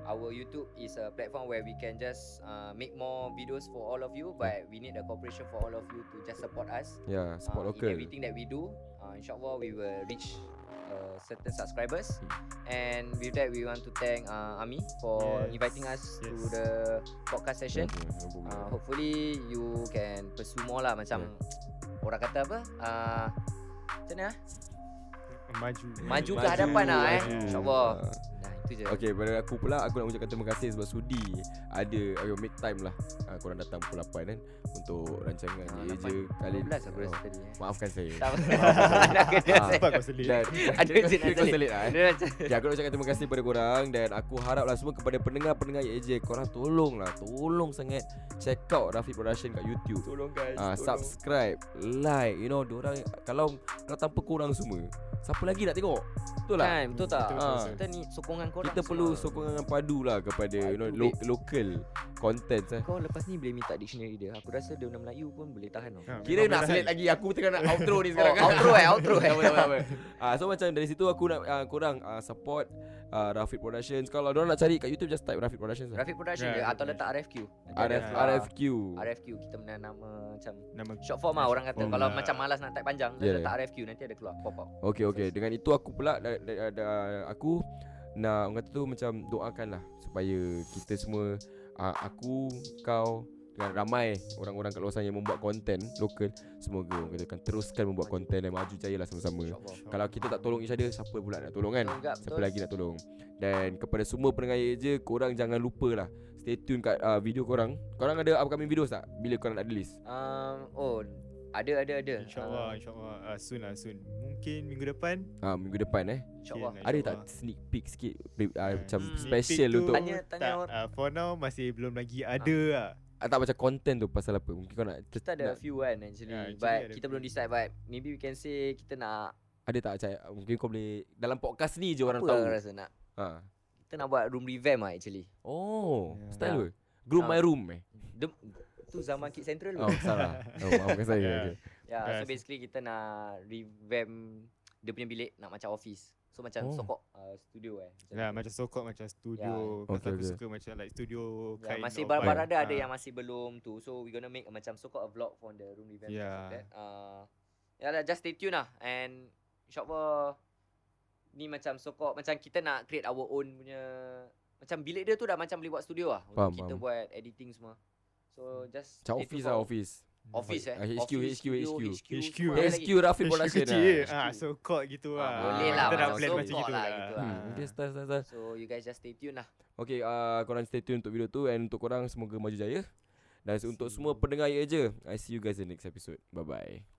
[SPEAKER 2] our YouTube is a platform where we can just uh, make more videos for all of you. But we need the cooperation for all of you to just support us.
[SPEAKER 1] Ya support
[SPEAKER 2] uh,
[SPEAKER 1] local
[SPEAKER 2] In everything that we do, uh, inshallah we will reach uh, certain
[SPEAKER 1] Hmm.
[SPEAKER 2] subscribers. And with that, we want to thank uh, Ami for
[SPEAKER 3] Yes,
[SPEAKER 2] inviting us to
[SPEAKER 3] yes.
[SPEAKER 2] the podcast session.
[SPEAKER 1] Hmm,
[SPEAKER 2] Uh, hopefully you can pursue more lah macam orang kata apa? Uh, macam mana? ah?
[SPEAKER 3] Maju.
[SPEAKER 2] Maju ke
[SPEAKER 1] Maju,
[SPEAKER 2] hadapan lah eh.
[SPEAKER 3] maju.
[SPEAKER 2] InsyaAllah.
[SPEAKER 1] Ah.
[SPEAKER 2] Nah, itu je.
[SPEAKER 1] Okay pada aku pula Aku nak ucapkan terima kasih Sebab sudi Ada okay, Make time lah uh, Korang datang pukul 8 kan Untuk rancangan
[SPEAKER 2] Ah,
[SPEAKER 1] Ye
[SPEAKER 2] lapan.
[SPEAKER 1] je Kali
[SPEAKER 2] 12 aku rasa
[SPEAKER 1] Oh,
[SPEAKER 2] tadi. eh.
[SPEAKER 1] Maafkan saya
[SPEAKER 2] Tak apa. Nak kena
[SPEAKER 1] Ah,
[SPEAKER 2] saya.
[SPEAKER 3] Apa kau selit?
[SPEAKER 1] Dan
[SPEAKER 2] Ada je nak
[SPEAKER 1] Kau
[SPEAKER 2] selit.
[SPEAKER 1] selit lah eh
[SPEAKER 2] Dia macam-
[SPEAKER 1] Okay, aku nak ucapkan terima kasih kepada korang Dan aku haraplah semua kepada pendengar-pendengar YJ Korang tolonglah Tolong sangat Check out Rafiq Production kat YouTube
[SPEAKER 6] Tolong guys.
[SPEAKER 1] Ah, subscribe, like, you know, orang kalau kalau tanpa korang semua, siapa lagi nak tengok? Betul lah.
[SPEAKER 2] Kan, betul tak?
[SPEAKER 1] betul,
[SPEAKER 2] Ah.
[SPEAKER 1] betul.
[SPEAKER 2] Kita ni sokongan korang
[SPEAKER 1] Kita perlu
[SPEAKER 2] semua.
[SPEAKER 1] sokongan padu lah kepada you know
[SPEAKER 2] Padu,
[SPEAKER 1] lo- local content eh.
[SPEAKER 2] Kau lepas ni boleh minta dictionary dia. Aku rasa dia orang Melayu pun boleh tahan tau.
[SPEAKER 3] Ha,
[SPEAKER 1] Kira
[SPEAKER 3] memang
[SPEAKER 1] nak
[SPEAKER 3] berat.
[SPEAKER 1] selit lagi Aku tengah nak outro ni
[SPEAKER 2] Oh,
[SPEAKER 1] sekarang kan
[SPEAKER 2] outro eh, outro eh.
[SPEAKER 1] Tak apa, tak apa, tak apa. Ah, So macam dari situ aku nak ah, korang ah, support ah, Rafiq Productions Kalau diorang nak cari kat YouTube just type Rafiq Productions lah.
[SPEAKER 2] Rafiq Production
[SPEAKER 3] Right,
[SPEAKER 2] je atau
[SPEAKER 3] Rafiq
[SPEAKER 2] letak RFQ.
[SPEAKER 1] RF,
[SPEAKER 3] RF-
[SPEAKER 1] RFQ
[SPEAKER 2] RFQ kita menang nama macam
[SPEAKER 3] Nama
[SPEAKER 2] Short form lah orang kata
[SPEAKER 3] Form
[SPEAKER 2] Kalau
[SPEAKER 3] lah.
[SPEAKER 2] macam malas nak type panjang
[SPEAKER 1] Yeah.
[SPEAKER 2] yeah. Letak RFQ nanti ada keluar pop out
[SPEAKER 1] Okay okay Dengan itu aku pula da, da, da, Aku Nak orang kata tu macam Doakan lah Supaya kita semua ah, Aku Kau Dengan ramai Orang-orang kat luar sana Yang membuat konten Lokal Semoga orang kata akan Teruskan membuat konten Dan maju jaya lah sama-sama
[SPEAKER 2] InsyaAllah
[SPEAKER 1] Kalau kita tak tolong each other Siapa pula nak tolong kan
[SPEAKER 2] Betul juga,
[SPEAKER 1] Siapa
[SPEAKER 2] betul.
[SPEAKER 1] lagi nak tolong Dan kepada semua pendengar Ye je Korang jangan lupa lah Stay tune kat uh, video korang Korang ada upcoming video tak? Bila korang nak release?
[SPEAKER 2] um, Oh ada ada ada
[SPEAKER 3] InsyaAllah,
[SPEAKER 2] Ah,
[SPEAKER 3] insyaAllah. Uh, soon lah, soon. Mungkin minggu depan.
[SPEAKER 1] Uh, minggu depan eh
[SPEAKER 2] InsyaAllah
[SPEAKER 3] mungkin,
[SPEAKER 1] Ada tak
[SPEAKER 3] insyaAllah.
[SPEAKER 1] sneak peek sikit uh, Macam
[SPEAKER 2] Hmm.
[SPEAKER 1] special
[SPEAKER 3] Sneak peek
[SPEAKER 1] untuk
[SPEAKER 3] tu
[SPEAKER 2] Tanya- tanya
[SPEAKER 3] tak,
[SPEAKER 2] orang.
[SPEAKER 3] ah, For now masih belum lagi ada lah
[SPEAKER 1] Ah, tak macam content tu pasal apa Mungkin kau nak
[SPEAKER 2] Kita ada a few kan actually yeah,
[SPEAKER 3] Yeah, actually
[SPEAKER 2] But
[SPEAKER 3] ada
[SPEAKER 2] kita
[SPEAKER 3] few.
[SPEAKER 2] belum decide But maybe we can say Kita nak
[SPEAKER 1] Ada tak macam ah, Mungkin kau boleh Dalam podcast ni je orang
[SPEAKER 2] Apa
[SPEAKER 1] tahu
[SPEAKER 2] lah rasa nak
[SPEAKER 1] ha.
[SPEAKER 2] Kita nak buat room revamp lah actually
[SPEAKER 1] Oh
[SPEAKER 3] Ya.
[SPEAKER 1] Style apa Group
[SPEAKER 2] Ah.
[SPEAKER 1] my room eh
[SPEAKER 2] Dem Tu zaman Kick Central tu
[SPEAKER 1] Oh salah Oh maafkan saya
[SPEAKER 3] Ya.
[SPEAKER 1] okay.
[SPEAKER 2] Ya yeah, so
[SPEAKER 3] Yes.
[SPEAKER 2] basically kita nak revamp Dia punya bilik Nak macam office So macam
[SPEAKER 1] Oh.
[SPEAKER 2] sokok uh, studio eh macam
[SPEAKER 3] Lah
[SPEAKER 2] tu.
[SPEAKER 3] macam sokok macam studio
[SPEAKER 1] Yeah. Okay,
[SPEAKER 3] yeah. Pasal aku
[SPEAKER 1] okay.
[SPEAKER 3] suka macam like studio
[SPEAKER 2] Ya,
[SPEAKER 3] kind
[SPEAKER 2] masih
[SPEAKER 3] of
[SPEAKER 2] barang-barang
[SPEAKER 3] vibe.
[SPEAKER 2] ada ada
[SPEAKER 3] Ah.
[SPEAKER 2] yang masih belum tu. So we gonna make a, macam so called a vlog from the room revamp
[SPEAKER 3] Ya.
[SPEAKER 2] yeah. that. Uh, ya lah just stay tune lah and insyaallah ni macam so called macam kita nak create our own punya macam bilik dia tu dah macam boleh buat studio lah
[SPEAKER 1] Faham,
[SPEAKER 2] untuk kita
[SPEAKER 1] faham.
[SPEAKER 2] buat editing semua. So just
[SPEAKER 1] Macam
[SPEAKER 2] stay
[SPEAKER 1] office
[SPEAKER 2] tune
[SPEAKER 1] lah
[SPEAKER 2] for-
[SPEAKER 1] office
[SPEAKER 2] Office eh.
[SPEAKER 1] Ah, HQ,
[SPEAKER 2] office,
[SPEAKER 1] HQ,
[SPEAKER 2] studio,
[SPEAKER 1] HQ.
[SPEAKER 2] HQ,
[SPEAKER 3] HQ,
[SPEAKER 2] semua ada
[SPEAKER 1] HQ
[SPEAKER 2] lagi.
[SPEAKER 1] Rafiq
[SPEAKER 3] HQ
[SPEAKER 1] Production
[SPEAKER 3] kecil je.
[SPEAKER 1] lah.
[SPEAKER 3] ah, sokok gitu
[SPEAKER 2] Ah,
[SPEAKER 3] lah
[SPEAKER 1] boleh lah,
[SPEAKER 3] Kita dah
[SPEAKER 1] macam
[SPEAKER 3] plan macam
[SPEAKER 1] sokok
[SPEAKER 2] lah
[SPEAKER 3] gitu lah
[SPEAKER 2] gitu lah.
[SPEAKER 1] Hmm, okay, style, style, style.
[SPEAKER 2] So you guys just stay tune lah.
[SPEAKER 1] Okay, uh, korang stay tune untuk video tu And untuk korang, semoga maju jaya Dan untuk semua pendengar ya je I see you guys in the next episode Bye-bye